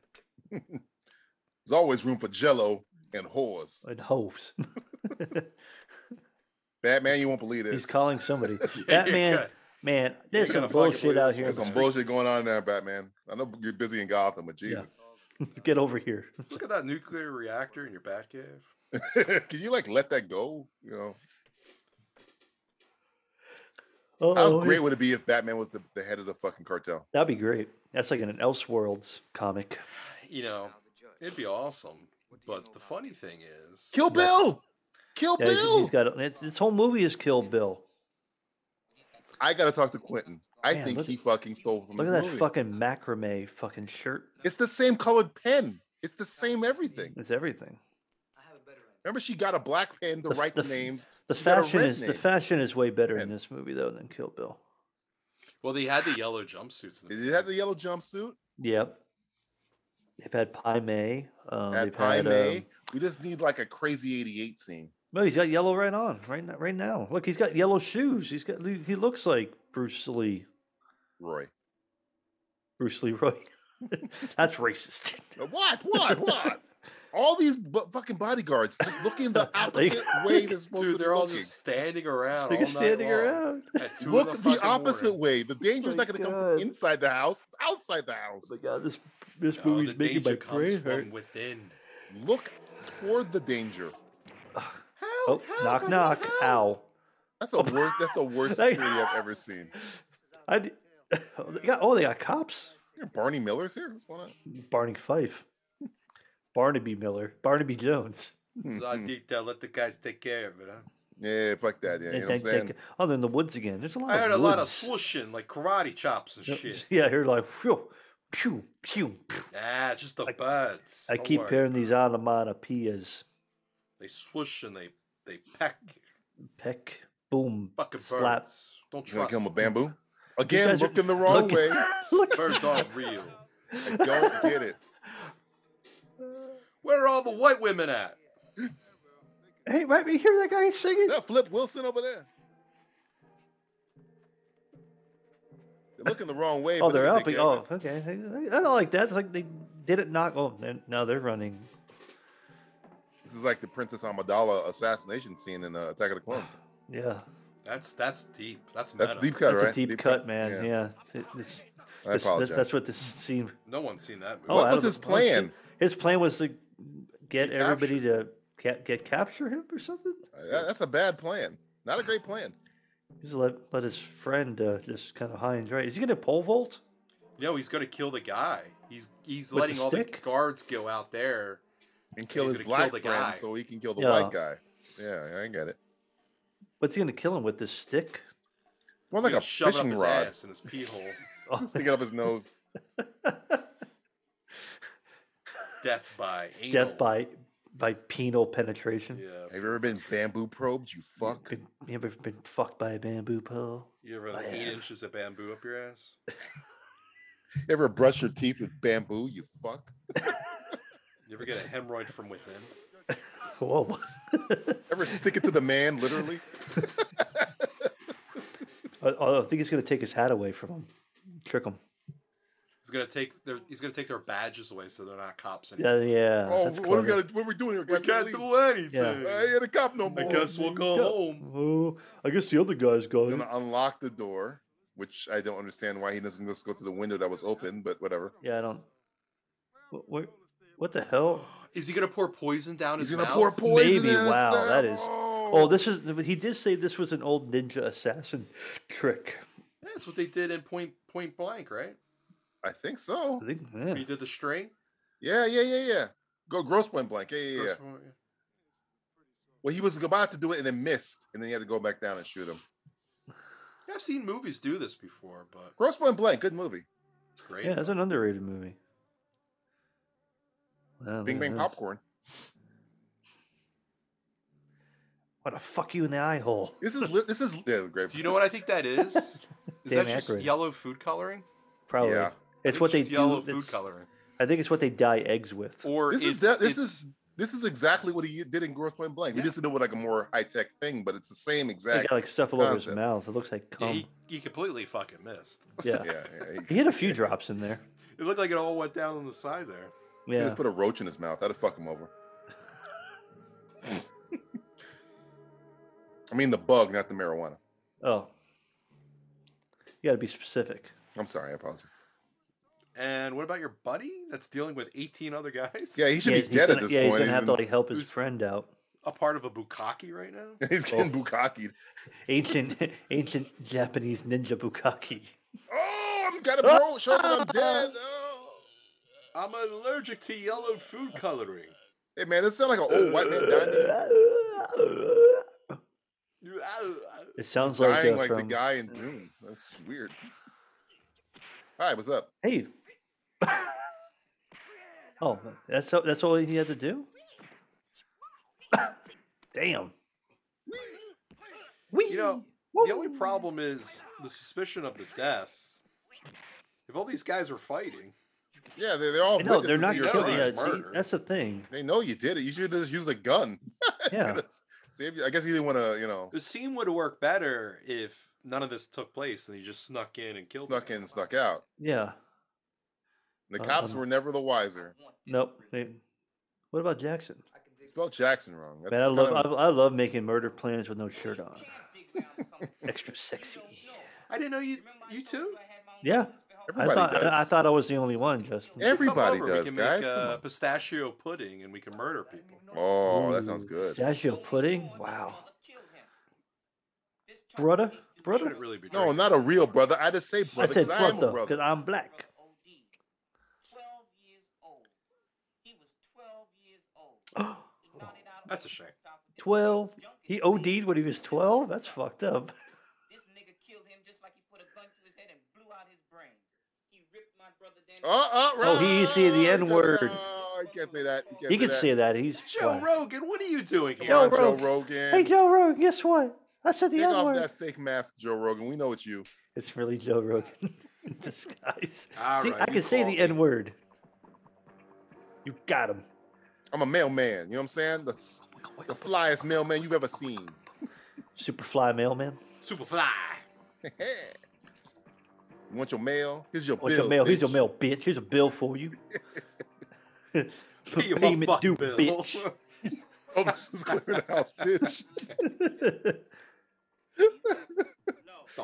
Speaker 4: <laughs>
Speaker 3: There's always room for jello and whores. <laughs>
Speaker 5: In hopes.
Speaker 3: Batman, you won't believe this.
Speaker 5: he's
Speaker 3: <laughs>
Speaker 5: calling somebody.
Speaker 4: Yeah,
Speaker 5: That man,
Speaker 4: good.
Speaker 5: man, there's
Speaker 4: gotta
Speaker 5: some
Speaker 4: fucking
Speaker 5: bullshit
Speaker 4: believe
Speaker 5: out
Speaker 4: this
Speaker 5: here.
Speaker 3: There's some bullshit going on there, Batman. I know you're busy in Gotham, but Jesus.
Speaker 5: Get over here.
Speaker 4: Look at that nuclear reactor in your
Speaker 3: <laughs>
Speaker 4: Batcave.
Speaker 3: Can you like let that go? You know, how
Speaker 5: Oh,
Speaker 3: great would it be if Batman was the, the head of the fucking cartel?
Speaker 5: that'd be great. That's like in an Elseworlds comic.
Speaker 4: You know, it'd be awesome. But the funny thing is,
Speaker 3: Kill Bill! Kill
Speaker 5: Yeah, he's,
Speaker 3: Bill!
Speaker 5: he's got it's, this whole movie is Kill Bill.
Speaker 3: I gotta talk to Quentin. I
Speaker 5: Man,
Speaker 3: think
Speaker 5: look
Speaker 3: he
Speaker 5: at-
Speaker 3: fucking stole from
Speaker 5: Look at
Speaker 3: this
Speaker 5: that
Speaker 3: movie.
Speaker 5: fucking macrame fucking shirt.
Speaker 3: It's the same colored pen. It's the same everything.
Speaker 5: It's everything.
Speaker 6: I have a better idea.
Speaker 3: Remember, she got a black pen to
Speaker 5: The f-
Speaker 3: write the,
Speaker 5: the f-
Speaker 3: names.
Speaker 5: The
Speaker 3: She got a
Speaker 5: fashion
Speaker 3: red
Speaker 5: is the
Speaker 3: name.
Speaker 5: fashion is way better in
Speaker 3: Man.
Speaker 5: this movie though than Kill Bill.
Speaker 4: well, they had the yellow jumpsuits. in the
Speaker 3: Did it have the yellow jumpsuit?
Speaker 5: Yep. They've had Pai Mei. Um,
Speaker 3: At
Speaker 5: they've
Speaker 3: Pi
Speaker 5: had,
Speaker 3: May,
Speaker 5: um,
Speaker 3: we just need like a crazy '88 scene.
Speaker 5: no, he's got yellow right on right now. Right now, look, he's got yellow shoes. He's got. He looks like Bruce Lee.
Speaker 3: Roy,
Speaker 5: Bruce Leroy. <laughs> That's racist. <laughs>
Speaker 3: Uh, what? What? What? all these bu- fucking bodyguards just
Speaker 5: <laughs>
Speaker 3: looking the opposite way they're supposed
Speaker 4: Dude,
Speaker 3: to be
Speaker 4: they're all
Speaker 3: looking.
Speaker 4: just standing around.
Speaker 5: They're
Speaker 4: all
Speaker 5: just standing
Speaker 4: night long
Speaker 5: around.
Speaker 4: At two in
Speaker 3: Look the,
Speaker 4: fucking
Speaker 3: opposite
Speaker 4: morning.
Speaker 3: way. The danger's
Speaker 5: Oh my
Speaker 3: not going to come
Speaker 5: God.
Speaker 3: from inside the house; it's outside the house.
Speaker 5: Oh my god, this this
Speaker 4: No,
Speaker 5: movie's
Speaker 4: the
Speaker 5: making my
Speaker 4: danger comes
Speaker 5: brain hurt.
Speaker 4: from within.
Speaker 3: Look toward the danger.
Speaker 5: Oh, knock knock! Ow!
Speaker 3: That's the worst. That's
Speaker 5: <laughs>
Speaker 3: the worst
Speaker 5: They-
Speaker 3: security I've ever seen.
Speaker 5: I d- <laughs> they got, oh, they got cops.
Speaker 3: Here, Barney Miller's here. What's going on?
Speaker 5: Barney Fife, Barnaby Miller, Barnaby Jones.
Speaker 3: <laughs>
Speaker 4: It's
Speaker 5: hmm.
Speaker 4: on detail. Let the guys take care of it. Huh?
Speaker 3: Yeah, fuck that. Yeah, you know what I'm
Speaker 5: And then-
Speaker 3: saying.
Speaker 5: oh, they're in the woods again. There's a lot.
Speaker 4: I
Speaker 5: of
Speaker 4: heard a lot of
Speaker 5: woods.
Speaker 4: swooshing, like karate chops and
Speaker 5: Yeah,
Speaker 4: shit.
Speaker 5: Yeah, I heard like phew, pew, pew, pew.
Speaker 4: Nah, it's just the birds.
Speaker 5: I
Speaker 4: Don't
Speaker 5: keep
Speaker 4: worry.
Speaker 5: hearing these onomatopoeias:
Speaker 4: They swoosh and they they peck.
Speaker 5: peck, boom,
Speaker 4: Fucking birds.
Speaker 5: slap.
Speaker 4: Don't
Speaker 3: You gonna
Speaker 4: trust.
Speaker 3: kill him
Speaker 4: them.
Speaker 3: with bamboo? Again,
Speaker 5: guys are- <laughs>
Speaker 3: looking the wrong
Speaker 5: look-
Speaker 3: way.
Speaker 5: Look,
Speaker 3: <laughs>
Speaker 4: Birds aren't real.
Speaker 3: I don't get it.
Speaker 4: Where are all the white women at?
Speaker 5: hey, might we hear that guy singing?
Speaker 3: That Flip Wilson over there. They're looking the wrong way.
Speaker 5: Oh,
Speaker 3: but they
Speaker 5: they're
Speaker 3: can
Speaker 5: up.
Speaker 3: take
Speaker 5: and-
Speaker 3: care of
Speaker 5: Oh, okay. I don't like that. It's like they didn't knock. Oh, then- now they're running.
Speaker 3: it. This is like the Princess Amidala assassination scene in uh, Attack of the
Speaker 5: <sighs>
Speaker 3: Clones.
Speaker 5: Yeah,
Speaker 4: That's that's deep. That's meta.
Speaker 3: That's deep cut,
Speaker 5: that's
Speaker 3: right?
Speaker 5: a deep, cut, man. Yeah, It- this-
Speaker 3: I
Speaker 5: this- this-
Speaker 3: apologize.
Speaker 5: that's what this scene.
Speaker 4: No one's seen that movie.
Speaker 5: Oh,
Speaker 3: What
Speaker 5: I
Speaker 3: was
Speaker 5: don't-
Speaker 3: his
Speaker 5: oh, shit.
Speaker 3: plan?
Speaker 5: His plan was to get everybody to ca- get capture him or something.
Speaker 3: Uh, that- That's a bad plan. Not a great plan.
Speaker 5: Just let let his friend uh, just kind of high and dry. Is he gonna pole vault?
Speaker 4: No, he's gonna kill the guy. He's he's
Speaker 5: With the
Speaker 4: letting all the
Speaker 5: stick?
Speaker 4: guards go out there.
Speaker 3: And kill
Speaker 4: He's
Speaker 3: his
Speaker 4: gonna kill
Speaker 3: black
Speaker 4: the
Speaker 3: friend
Speaker 4: guy.
Speaker 3: so he can kill the
Speaker 5: Yeah.
Speaker 3: white guy. Yeah, I get it.
Speaker 5: What's he gonna kill him with? This stick?
Speaker 3: It's more like
Speaker 4: He'll
Speaker 3: a
Speaker 4: shove it up
Speaker 3: fishing
Speaker 4: his
Speaker 3: rod.
Speaker 4: ass in his
Speaker 3: <laughs>
Speaker 4: pee hole.
Speaker 5: Oh,
Speaker 3: Stick it up his nose.
Speaker 4: Death by anal.
Speaker 5: death by by penal penetration.
Speaker 4: Yeah.
Speaker 3: Have you ever been bamboo probed? You fuck.
Speaker 5: Been- you ever been fucked by a bamboo pole?
Speaker 4: You ever had
Speaker 5: I
Speaker 4: eight
Speaker 5: have.
Speaker 4: inches of bamboo up your ass?
Speaker 3: You ever brush your teeth with bamboo? You fuck.
Speaker 4: You ever get
Speaker 5: <laughs>
Speaker 4: a hemorrhoid from within?
Speaker 5: Whoa. <laughs>
Speaker 3: Ever stick it to the man, literally?
Speaker 5: I, I think he's gonna take his hat away from him, trick him.
Speaker 4: He's gonna take their he's gonna take their badges away so they're not cops anymore.
Speaker 5: Yeah, yeah.
Speaker 3: Oh,
Speaker 5: that's
Speaker 3: what are, we
Speaker 5: clever.
Speaker 3: gotta, what are we doing here?
Speaker 4: We
Speaker 3: Guys?
Speaker 4: can't
Speaker 3: leave.
Speaker 4: do anything.
Speaker 3: I ain't a cop no more.
Speaker 4: I guess we'll go home.
Speaker 5: Oh, I guess the other guy's
Speaker 3: He's
Speaker 5: got it.
Speaker 3: gonna unlock the door, which I don't understand why he doesn't just go through the window that was open, but whatever.
Speaker 5: Yeah, I don't. What, what, what the hell?
Speaker 4: Is he gonna pour poison down
Speaker 3: He's
Speaker 4: his
Speaker 3: gonna
Speaker 4: mouth?
Speaker 3: pour poison.
Speaker 5: Maybe,
Speaker 3: in his
Speaker 5: wow,
Speaker 3: damn-
Speaker 5: that is-
Speaker 3: Oh,
Speaker 5: Oh, this is. He did say this was an old ninja assassin trick.
Speaker 4: That's what they did in Point Point Blank, right?
Speaker 3: I think so.
Speaker 5: I think.
Speaker 4: He
Speaker 5: Yeah.
Speaker 4: did the string.
Speaker 3: Yeah, yeah, yeah, yeah. Go gross point blank. Yeah, yeah, yeah.
Speaker 4: Gross Point, yeah.
Speaker 3: Well, he was about to do it and then missed, and then he had to go back down and shoot him.
Speaker 4: Yeah, I've seen movies do this before, but
Speaker 3: Gross point blank. Good movie.
Speaker 4: it's great.
Speaker 5: Yeah, that's an underrated movie. Wow,
Speaker 3: Bing
Speaker 5: look
Speaker 3: bang
Speaker 5: at this.
Speaker 3: popcorn.
Speaker 5: What a fuck you in the eye hole.
Speaker 3: This is li- this is yeah, great.
Speaker 4: Do you know what I think that
Speaker 5: <laughs>
Speaker 4: is? Is
Speaker 5: Dan
Speaker 4: that just
Speaker 5: Aykroyd.
Speaker 4: yellow food coloring?
Speaker 5: Probably.
Speaker 3: Yeah.
Speaker 4: I
Speaker 5: It's
Speaker 4: think
Speaker 5: what they
Speaker 4: just yellow
Speaker 5: do.
Speaker 4: food
Speaker 5: that's-
Speaker 4: coloring.
Speaker 5: I think it's what they dye eggs with.
Speaker 4: Or
Speaker 3: This
Speaker 4: it's,
Speaker 3: is de- this
Speaker 4: it's-
Speaker 3: is this is exactly what he did in Gross Point Blank. We
Speaker 4: Yeah.
Speaker 3: just did it with like a more high tech thing, but it's the same
Speaker 5: They
Speaker 3: exact.
Speaker 5: got like stuff all over his
Speaker 3: concept.
Speaker 5: mouth. It looks like
Speaker 4: yeah,
Speaker 5: cum.
Speaker 4: he, he completely fucking missed.
Speaker 5: yeah.
Speaker 3: <laughs> Yeah, yeah,
Speaker 5: He had a few drops in there.
Speaker 4: It looked like it all went down on the side there.
Speaker 3: He
Speaker 5: Yeah.
Speaker 3: just put a roach in his mouth. That'd fuck him
Speaker 5: <laughs>
Speaker 3: over. I mean the bug, not the marijuana.
Speaker 5: Oh. You got to be specific.
Speaker 3: I'm sorry, I apologize.
Speaker 4: And what about your buddy that's dealing with 18 other guys?
Speaker 3: Yeah, he should
Speaker 5: yeah,
Speaker 3: be
Speaker 5: he's
Speaker 3: dead
Speaker 5: gonna,
Speaker 3: at this
Speaker 5: yeah,
Speaker 3: point.
Speaker 5: he's gonna have to
Speaker 3: been-
Speaker 5: like help his
Speaker 4: who's-
Speaker 5: friend out.
Speaker 4: a part of a bukkake right now.
Speaker 3: <laughs> he's getting bukakied.
Speaker 5: Ancient, <laughs> ancient Japanese ninja bukkake.
Speaker 3: Oh, I'm got a bro.
Speaker 5: <laughs>
Speaker 3: Show up, I'm dead. Oh.
Speaker 4: I'm allergic to yellow food coloring.
Speaker 3: Hey man, this sounds like an old white man dying.
Speaker 5: It sounds like,
Speaker 3: dying
Speaker 5: uh,
Speaker 3: like the
Speaker 5: from-
Speaker 3: guy in Doom. That's weird. Hi, what's up?
Speaker 5: Hey. <laughs> oh, that's all- that's all he had to do. <laughs> Damn.
Speaker 4: You know,
Speaker 5: Oh.
Speaker 4: the only problem is the suspicion of the death. If all these guys were fighting,
Speaker 3: Yeah, they, they're all.
Speaker 5: I know
Speaker 3: witnesses to
Speaker 5: they're not
Speaker 3: your
Speaker 4: you're
Speaker 5: killed.
Speaker 3: crime.
Speaker 5: Yeah,
Speaker 4: right,
Speaker 5: see,
Speaker 4: murder.
Speaker 5: that's
Speaker 4: <laughs>
Speaker 5: the thing.
Speaker 3: They know you did it. You should just use a gun. <laughs>
Speaker 5: Yeah.
Speaker 3: See if you, I guess he didn't want to, you know,
Speaker 4: the scene would have worked better if none of this took place and he just snuck in and killed.
Speaker 3: snuck
Speaker 4: them.
Speaker 3: in, snuck out.
Speaker 5: Yeah.
Speaker 3: The
Speaker 5: Uh,
Speaker 3: cops
Speaker 5: um,
Speaker 3: were never the wiser.
Speaker 5: Nope. They, what about Jackson?
Speaker 3: Spell Jackson wrong. That's
Speaker 5: Man, I love
Speaker 3: kinda-
Speaker 5: I, I love making murder plans with no shirt on. Extra sexy.
Speaker 4: I didn't know you. You too.
Speaker 5: Yeah. I
Speaker 3: everybody
Speaker 5: thought
Speaker 3: does.
Speaker 5: I, I thought I was the only one, Justin.
Speaker 4: You should come
Speaker 3: Everybody
Speaker 4: over,
Speaker 3: does,
Speaker 4: we can
Speaker 3: guys,
Speaker 4: Make,
Speaker 3: come
Speaker 4: uh,
Speaker 3: on.
Speaker 4: pistachio pudding, and we can murder people.
Speaker 3: Oh, that
Speaker 5: Ooh,
Speaker 3: sounds good.
Speaker 5: Pistachio pudding? Wow. Brother? Brother?
Speaker 4: Shouldn't really be.
Speaker 3: No,
Speaker 4: drinking
Speaker 3: not a
Speaker 4: this.
Speaker 3: real brother. I just say
Speaker 5: I
Speaker 3: brother.
Speaker 5: said
Speaker 3: 'cause I am
Speaker 5: brother
Speaker 3: a brother.
Speaker 5: because I'm black.
Speaker 6: Twelve years old. He was twelve years old.
Speaker 4: Oh. That's a shame.
Speaker 5: 12. <gasps> He OD'd when he was 12? That's fucked up.
Speaker 6: This nigga killed him just like he put a gun to his head and blew out his brain. He ripped my brother down.
Speaker 3: Oh, oh,
Speaker 5: Oh, he used to say the
Speaker 3: right,
Speaker 5: N-word.
Speaker 3: Oh, you can't say that. You can't
Speaker 5: He can
Speaker 3: that.
Speaker 5: say that. He's
Speaker 4: Joe
Speaker 5: black.
Speaker 4: Rogan, what are you doing here?
Speaker 3: Come on,
Speaker 5: Joe
Speaker 3: Joe
Speaker 5: Rogan.
Speaker 3: Rogan.
Speaker 5: Hey, Joe Rogan, guess what? I said the
Speaker 3: Take
Speaker 5: N
Speaker 3: off
Speaker 5: <laughs> word.
Speaker 3: that fake mask, Joe Rogan. We know it's you.
Speaker 5: It's really Joe Rogan <laughs> in disguise.
Speaker 4: All
Speaker 5: See,
Speaker 4: right,
Speaker 5: I
Speaker 4: you
Speaker 5: can say
Speaker 4: called
Speaker 5: the
Speaker 4: me.
Speaker 5: N word. You got him.
Speaker 3: I'm a mailman. You know what I'm saying? The, s- the flyest mailman you've ever seen.
Speaker 5: Superfly mailman.
Speaker 4: Superfly.
Speaker 3: you want your mail? Here's your
Speaker 5: What's
Speaker 3: bill.
Speaker 5: your mail? Here's your
Speaker 3: bitch.
Speaker 5: mail, bitch. Here's a bill for you.
Speaker 4: <laughs> Pay your
Speaker 5: Payment
Speaker 4: motherfucking
Speaker 5: due,
Speaker 4: bill. <laughs>
Speaker 5: bitch.
Speaker 3: Oh, this is clearing the house, bitch.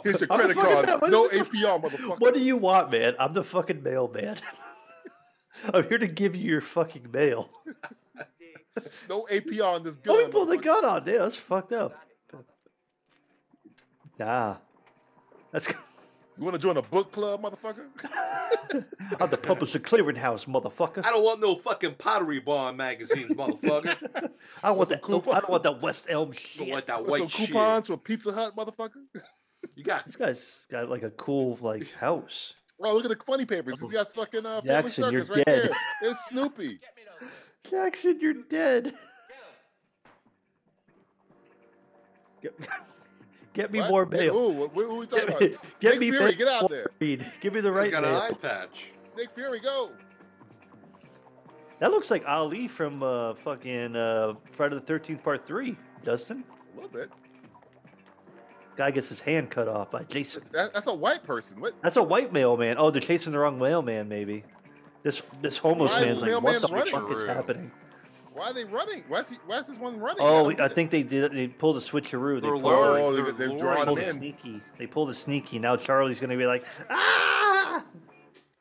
Speaker 3: Here's your
Speaker 5: I'm
Speaker 3: credit
Speaker 5: fucking
Speaker 3: card.
Speaker 5: mad. What
Speaker 3: No
Speaker 5: is this?
Speaker 3: APR, motherfucker.
Speaker 5: What do you want, man? I'm the fucking mailman. <laughs> I'm here to give you your fucking mail.
Speaker 3: No APR on this gun.
Speaker 5: Oh, he pulled the
Speaker 3: motherfucker.
Speaker 5: gun on. Damn, that's fucked up. Nah. That's
Speaker 3: You want to join a book club, motherfucker?
Speaker 5: I'm the publisher clearinghouse, motherfucker.
Speaker 4: I don't want no fucking pottery barn magazines,
Speaker 5: <laughs>
Speaker 4: motherfucker.
Speaker 5: I don't want that.
Speaker 3: coupon?
Speaker 5: I don't want that West Elm shit.
Speaker 4: don't want that
Speaker 3: Want
Speaker 4: white
Speaker 3: some
Speaker 4: shit.
Speaker 3: coupons for Pizza Hut, motherfucker?
Speaker 4: You got
Speaker 5: This guy's got like a cool like house.
Speaker 3: Oh, look at the funny papers. He's got fucking uh, Family
Speaker 5: Jackson, you're
Speaker 3: Circus right
Speaker 5: dead.
Speaker 3: there. It's
Speaker 5: <laughs>
Speaker 3: Snoopy.
Speaker 5: Jackson, you're dead. Get, <laughs> get me
Speaker 3: What?
Speaker 5: more
Speaker 3: Hey,
Speaker 5: mail.
Speaker 3: ooh, what, what are we talking
Speaker 5: Get
Speaker 3: about?
Speaker 5: me, <laughs> get
Speaker 3: Nick
Speaker 5: me
Speaker 3: Fury,
Speaker 5: back
Speaker 3: get out
Speaker 5: more
Speaker 3: there.
Speaker 5: Reed. Give me the
Speaker 4: He's
Speaker 5: right
Speaker 4: got an
Speaker 5: mail.
Speaker 4: eye patch.
Speaker 3: Nick Fury, go.
Speaker 5: That looks like Ali from uh, fucking uh, Friday the Thirteenth Part Three. Dustin,
Speaker 3: A little bit.
Speaker 5: guy gets his hand cut off by Jason.
Speaker 3: That's- That, that's a white person. What?
Speaker 5: That's a white mailman. Oh, they're chasing the wrong mailman. Maybe this this homeless
Speaker 3: Why is this
Speaker 5: man's like, what
Speaker 3: mailman's
Speaker 5: the
Speaker 3: running?
Speaker 5: fuck is
Speaker 4: True.
Speaker 5: happening?
Speaker 3: Why are they running? Why is, he, why is this one running?
Speaker 5: Oh,
Speaker 3: don't
Speaker 5: I
Speaker 3: get it.
Speaker 5: think they did. They pulled a switcheroo. They
Speaker 4: They're
Speaker 5: pulled,
Speaker 4: luring.
Speaker 3: Oh, they-
Speaker 4: they're
Speaker 3: they've
Speaker 4: luring
Speaker 3: drawn
Speaker 5: pulled
Speaker 4: him
Speaker 5: a
Speaker 3: him.
Speaker 5: sneaky. They pulled a sneaky. Now Charlie's gonna be like, ah!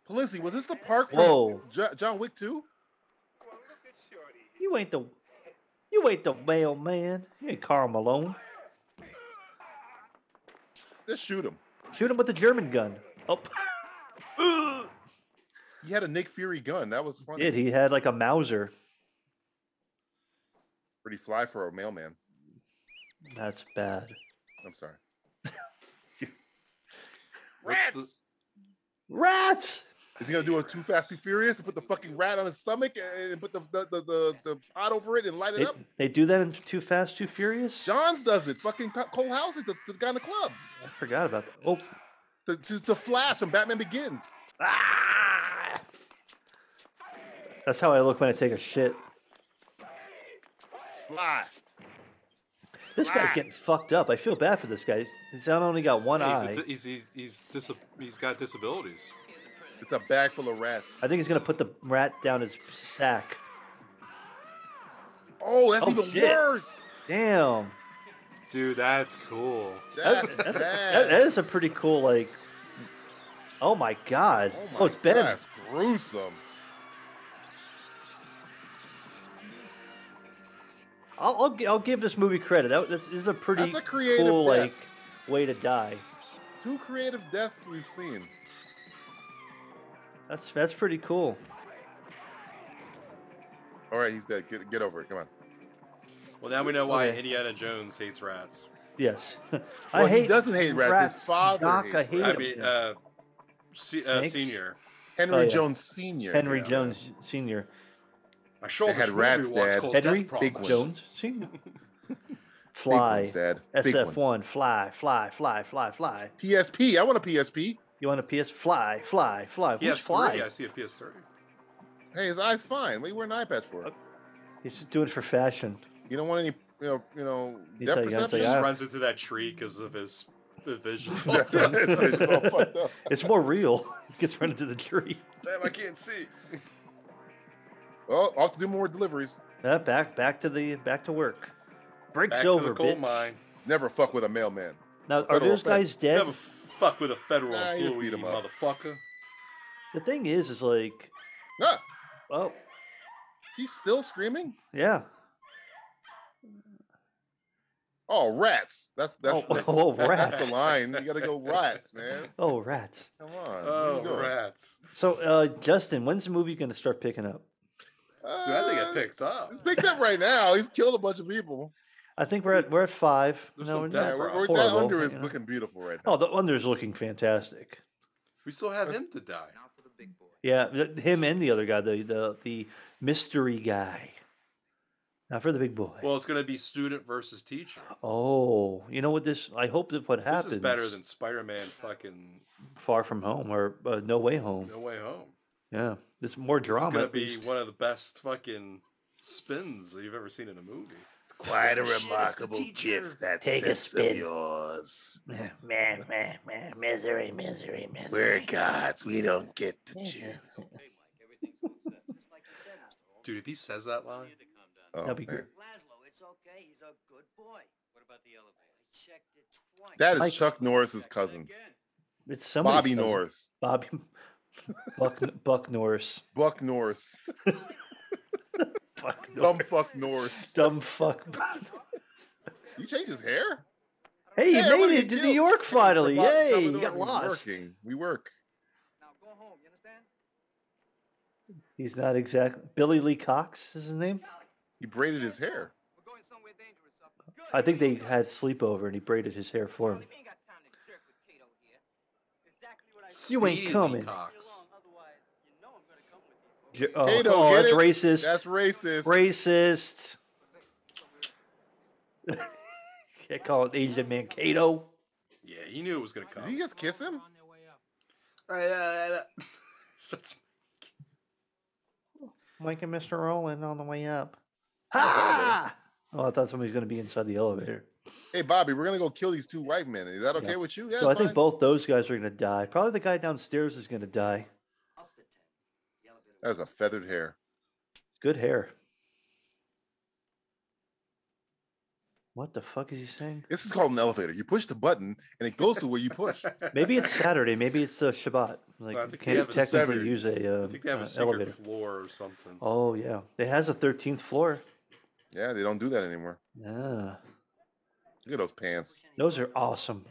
Speaker 3: Pelosi, was this the park from
Speaker 5: Whoa.
Speaker 3: Jo- John Wick 2?
Speaker 5: You ain't the, you You ain't the mailman. You ain't Carl Malone.
Speaker 3: Just shoot him.
Speaker 5: Shoot him with the German gun.
Speaker 3: <laughs>
Speaker 5: Oh.
Speaker 3: He had a Nick Fury gun. That was funny.
Speaker 5: Did he had like a Mauser?
Speaker 3: Pretty fly for a mailman.
Speaker 5: That's bad.
Speaker 3: I'm sorry.
Speaker 4: What's the-
Speaker 5: Rats.
Speaker 3: Is he gonna do a Too Fast Too Furious and put the fucking rat on his stomach and and put the the the, the, the pot over it and light it
Speaker 5: They,
Speaker 3: up?
Speaker 5: they do that in Too Fast, Too Furious.
Speaker 3: Johns does it. Fucking Co- Cole Hauser does it to the guy in the club.
Speaker 5: I forgot about that. Oh,
Speaker 3: To, to, to Flash from Batman Begins.
Speaker 5: ah! that's how I look when I take a shit.
Speaker 3: Fly.
Speaker 5: This guy's getting fucked up. I feel bad for this guy. He's- He's not only got one
Speaker 4: He's,
Speaker 5: eye.
Speaker 4: a, he's, he's, he's, dis- he's got disabilities.
Speaker 3: It's a bag full of rats.
Speaker 5: I think he's gonna put the rat down his sack.
Speaker 3: Oh, that's
Speaker 5: Oh,
Speaker 3: even
Speaker 5: shit.
Speaker 3: worse.
Speaker 5: Damn,
Speaker 4: Dude, that's cool.
Speaker 3: That's, <laughs>
Speaker 5: that's, that,
Speaker 3: bad.
Speaker 5: that is a pretty cool like. Oh my god!
Speaker 3: oh
Speaker 5: Oh,
Speaker 3: my
Speaker 5: it's Ben.
Speaker 3: God, That's gruesome.
Speaker 5: I'll, I'll gi- I'll give this movie credit. That, this is a pretty
Speaker 3: a creative
Speaker 5: cool
Speaker 3: death.
Speaker 5: like way to die.
Speaker 3: Two creative deaths we've seen.
Speaker 5: That's that's pretty cool.
Speaker 3: All right, he's dead. Get get over it. Come on.
Speaker 4: Well, now we know why
Speaker 5: Okay.
Speaker 4: Indiana Jones hates rats.
Speaker 5: Yes, <laughs> I
Speaker 3: Well,
Speaker 5: hate.
Speaker 3: he doesn't hate rats. His
Speaker 5: rats.
Speaker 3: father
Speaker 5: Doc,
Speaker 3: hates
Speaker 5: I
Speaker 3: rats.
Speaker 5: hate
Speaker 4: I
Speaker 5: him.
Speaker 4: mean, uh, se- uh,
Speaker 5: Snakes?
Speaker 4: senior.
Speaker 3: Henry
Speaker 5: Oh, yeah.
Speaker 3: Jones Sr.
Speaker 5: Henry
Speaker 3: yeah.
Speaker 5: Jones Senior.
Speaker 4: I showed
Speaker 3: They
Speaker 4: this
Speaker 3: had
Speaker 4: movie
Speaker 3: rats,
Speaker 4: once
Speaker 3: Dad.
Speaker 4: called
Speaker 5: Henry
Speaker 4: Death
Speaker 3: Big
Speaker 4: Promise.
Speaker 5: <laughs> Jones Senior.
Speaker 3: Big
Speaker 5: Fly.
Speaker 3: ones, Dad. Big
Speaker 5: SF
Speaker 3: ones.
Speaker 5: one. Fly. Fly. Fly. Fly. Fly.
Speaker 3: PSP. I want a PSP.
Speaker 5: You want a PS? Fly. Fly. Fly.
Speaker 4: He
Speaker 5: Who's
Speaker 4: has three. I
Speaker 5: fly?
Speaker 4: see a PS3.
Speaker 3: Hey, his eye's fine. What are you wearing an eye patch for?
Speaker 5: He's just doing it for fashion.
Speaker 3: You don't want any, you know, you know,
Speaker 5: He's
Speaker 3: depth
Speaker 5: like- he's like,
Speaker 3: perception.
Speaker 4: He just
Speaker 5: Yeah.
Speaker 4: runs into that tree because of his the
Speaker 5: <laughs>
Speaker 4: vision's all
Speaker 3: <laughs>
Speaker 4: fucked up.
Speaker 3: It's all fucked up.
Speaker 5: It's more real. <laughs> It gets run into the tree.
Speaker 4: Damn, I can't see.
Speaker 3: <laughs> Well, I'll have to do more deliveries.
Speaker 5: Uh, back back to the back to work. Breaks
Speaker 4: Back
Speaker 5: over,
Speaker 4: to the coal
Speaker 5: bitch.
Speaker 4: mine.
Speaker 3: Never fuck with a mailman.
Speaker 5: Now,
Speaker 3: It's a
Speaker 5: are
Speaker 3: federal
Speaker 5: those
Speaker 3: offense.
Speaker 5: guys dead?
Speaker 4: Never fuck with a federal
Speaker 3: Nah, he just
Speaker 4: employee,
Speaker 3: beat him up.
Speaker 4: motherfucker.
Speaker 5: The thing is, is like,
Speaker 3: Ah,
Speaker 5: oh
Speaker 3: he's still screaming.
Speaker 5: yeah,
Speaker 3: Oh, rats. That's that's
Speaker 5: Oh,
Speaker 3: the,
Speaker 5: <laughs> oh,
Speaker 3: that's
Speaker 5: rats.
Speaker 3: the line. You gotta go rats, man.
Speaker 5: oh rats.
Speaker 3: Come on. what are you
Speaker 4: Oh,
Speaker 3: doing?
Speaker 4: rats.
Speaker 5: So, uh, Justin, when's the movie going to start picking up?
Speaker 3: Uh,
Speaker 4: Dude, I think it
Speaker 3: it's-
Speaker 4: picked up.
Speaker 3: It's Uh, picked up right now. He's killed a bunch of people.
Speaker 5: I think we're at we're at five.
Speaker 4: There's
Speaker 5: no,
Speaker 4: some
Speaker 5: we're
Speaker 3: Yeah,
Speaker 4: death.
Speaker 5: not.
Speaker 3: we're,
Speaker 4: Horrible.
Speaker 3: we're- that under
Speaker 5: Horrible,
Speaker 3: is
Speaker 5: yeah.
Speaker 3: looking beautiful right now.
Speaker 5: Oh, the under's looking fantastic.
Speaker 4: We still have him to die.
Speaker 6: Now for the big boy.
Speaker 5: Yeah, th- him and the other guy, the the the mystery guy. Now for the big boy.
Speaker 4: Well, it's gonna be student versus teacher.
Speaker 5: oh, you know what? This I hope that what happens
Speaker 4: This is better than Spider-Man. Fucking
Speaker 5: Far From Home or uh, No Way Home.
Speaker 4: No Way Home.
Speaker 5: Yeah, it's more
Speaker 4: This is
Speaker 5: drama.
Speaker 4: gonna
Speaker 5: at
Speaker 4: be
Speaker 5: least.
Speaker 4: one of the best fucking spins that you've ever seen in a movie.
Speaker 3: It's quite a remarkable gift that
Speaker 8: Take a spin.
Speaker 3: yours.
Speaker 8: Meh, meh, meh, misery, misery, misery.
Speaker 3: gods. We don't get to choose.
Speaker 6: Hey, Mike, everything's all set, <laughs> just like you said, Mr. Holmes.
Speaker 4: Dude, if he says that line,
Speaker 3: Oh,
Speaker 5: That'd be
Speaker 3: man.
Speaker 5: good.
Speaker 6: Laszlo, it's okay. He's a good boy. What about the elevator? I checked it twice.
Speaker 3: That is
Speaker 5: Like-
Speaker 3: Chuck Norris's cousin,
Speaker 5: It's somebody's
Speaker 3: Bobby
Speaker 5: cousin.
Speaker 3: Norris,
Speaker 5: Bobby <laughs> Buck Buck Norris.
Speaker 3: Buck Norris, <laughs>
Speaker 4: <laughs>
Speaker 5: Buck Norris.
Speaker 3: Bumfuck Norris.
Speaker 5: Dumb fuck. <laughs>
Speaker 3: You changed his hair.
Speaker 5: hey, you
Speaker 3: Hey, what are
Speaker 5: made
Speaker 3: you
Speaker 5: it to New
Speaker 3: doing?
Speaker 5: York finally.
Speaker 3: Bob
Speaker 5: Yay, you
Speaker 3: Salvador
Speaker 5: got
Speaker 3: was
Speaker 5: lost.
Speaker 3: Working. We work.
Speaker 6: Now go home, you understand?
Speaker 5: He's not exactly. Billy Lee Cox is his name?
Speaker 3: He braided his hair.
Speaker 6: We're going somewhere dangerous. Up. Good.
Speaker 5: I think they had sleepover and he braided his hair for him.
Speaker 6: Charlie, we ain't got time to jerk with Cato here. Exactly what I
Speaker 5: You ain't
Speaker 4: Speedy
Speaker 5: coming.
Speaker 4: Cox.
Speaker 6: Otherwise, you know I'm gonna come with you.
Speaker 5: J- Oh,
Speaker 3: Kato,
Speaker 5: oh,
Speaker 3: get
Speaker 5: that's
Speaker 3: it?
Speaker 5: racist.
Speaker 3: That's racist.
Speaker 5: racist. <laughs> Can't call an Asian man Kato.
Speaker 4: Yeah, he knew it was gonna
Speaker 3: Did
Speaker 4: come.
Speaker 3: he just kiss him?
Speaker 4: <laughs> So it's-
Speaker 5: Mike and Mr. Roland on the way up. Ha! Oh, I thought somebody was going to be inside the elevator.
Speaker 3: Hey, Bobby, we're gonna go kill these two white men. Is that okay
Speaker 5: Yeah.
Speaker 3: with you? Yeah,
Speaker 5: so I
Speaker 3: it's
Speaker 5: think
Speaker 3: fine.
Speaker 5: both those guys are going to die. Probably the guy downstairs is going to die.
Speaker 6: Up to ten. The elevator.
Speaker 3: That is a feathered hair.
Speaker 5: Good hair. What the fuck is he saying?
Speaker 3: This is called an elevator. You push the button and it goes to where you
Speaker 5: <laughs>
Speaker 3: push.
Speaker 5: Maybe it's Saturday. Maybe it's uh, Shabbat. Like
Speaker 4: I
Speaker 5: you
Speaker 4: think they
Speaker 5: can't
Speaker 4: have a
Speaker 5: technically
Speaker 3: Saturday.
Speaker 5: use a,
Speaker 4: I
Speaker 5: uh,
Speaker 4: think they have
Speaker 5: uh,
Speaker 4: a secret
Speaker 5: elevator.
Speaker 4: floor or something.
Speaker 5: Oh yeah, it has a thirteenth floor.
Speaker 3: Yeah, they don't do that anymore.
Speaker 5: Yeah.
Speaker 3: Look at those pants.
Speaker 5: Those are awesome.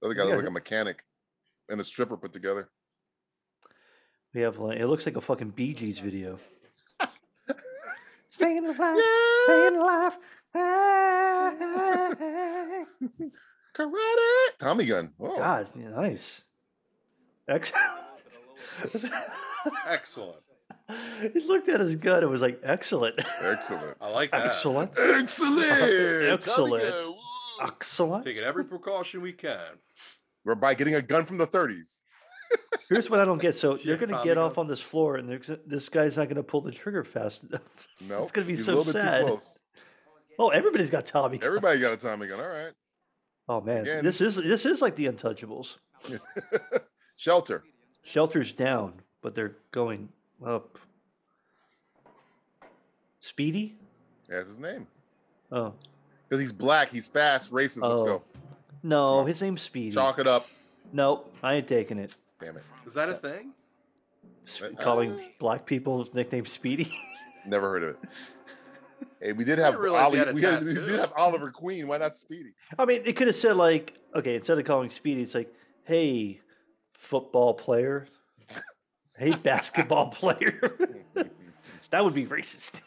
Speaker 3: The other guy
Speaker 5: Yeah.
Speaker 3: looks like a mechanic and a stripper put
Speaker 5: <laughs>
Speaker 3: together.
Speaker 5: We have like it looks like a fucking Bee
Speaker 4: <laughs>
Speaker 5: Gees video. Singing the life, singing life.
Speaker 3: Karate Tommy gun. Whoa.
Speaker 5: God, yeah, nice. Excellent. <laughs>
Speaker 4: Excellent.
Speaker 5: he looked at his gun and was like, "Excellent,
Speaker 3: Excellent.
Speaker 4: I like that.
Speaker 5: excellent,
Speaker 3: Excellent. Tommy
Speaker 5: Excellent.
Speaker 3: gun. Whoa.
Speaker 5: excellent."
Speaker 4: Taking every precaution we can.
Speaker 3: We're by getting a gun from the 30s.
Speaker 5: Here's what I don't get.
Speaker 3: <laughs>
Speaker 5: So
Speaker 4: Yeah,
Speaker 5: you're gonna
Speaker 4: Tommy
Speaker 5: get
Speaker 4: gun.
Speaker 5: off on this floor, and there's- this guy's not gonna pull the trigger
Speaker 3: <laughs>
Speaker 5: fast enough.
Speaker 3: No,
Speaker 5: It's gonna be
Speaker 3: he's
Speaker 5: so
Speaker 3: a little bit
Speaker 5: sad.
Speaker 3: too
Speaker 5: <laughs>
Speaker 3: close.
Speaker 5: Oh, everybody's got Tommy. guns.
Speaker 3: Everybody got a Tommy gun. All right.
Speaker 5: <laughs> Oh man, so
Speaker 3: Again.
Speaker 5: this is this is like the Untouchables.
Speaker 3: Shelter.
Speaker 5: Shelters down, but they're going up. Speedy?
Speaker 3: That's his name.
Speaker 5: Oh
Speaker 3: Because he's black, he's fast, racist. Let's
Speaker 5: Oh.
Speaker 3: go.
Speaker 5: no, his name's Speedy.
Speaker 3: Chalk it up.
Speaker 5: Nope, I ain't taking it.
Speaker 3: Damn it.
Speaker 4: Is that a thing?
Speaker 5: Sp-
Speaker 3: Uh,
Speaker 5: calling black people nickname Speedy. <laughs>
Speaker 3: Never heard of
Speaker 4: <laughs>
Speaker 3: it. Hey, we did have
Speaker 4: realize he
Speaker 3: Ollie,
Speaker 4: had a
Speaker 3: we, had, we
Speaker 4: tattoo.
Speaker 3: did have Oliver Queen. Why not
Speaker 4: <laughs>
Speaker 3: Speedy?
Speaker 5: I mean, it could have said like, okay, instead of calling Speedy, it's like, hey, football player,
Speaker 4: <laughs>
Speaker 5: hey, basketball player. <laughs> that would be racist.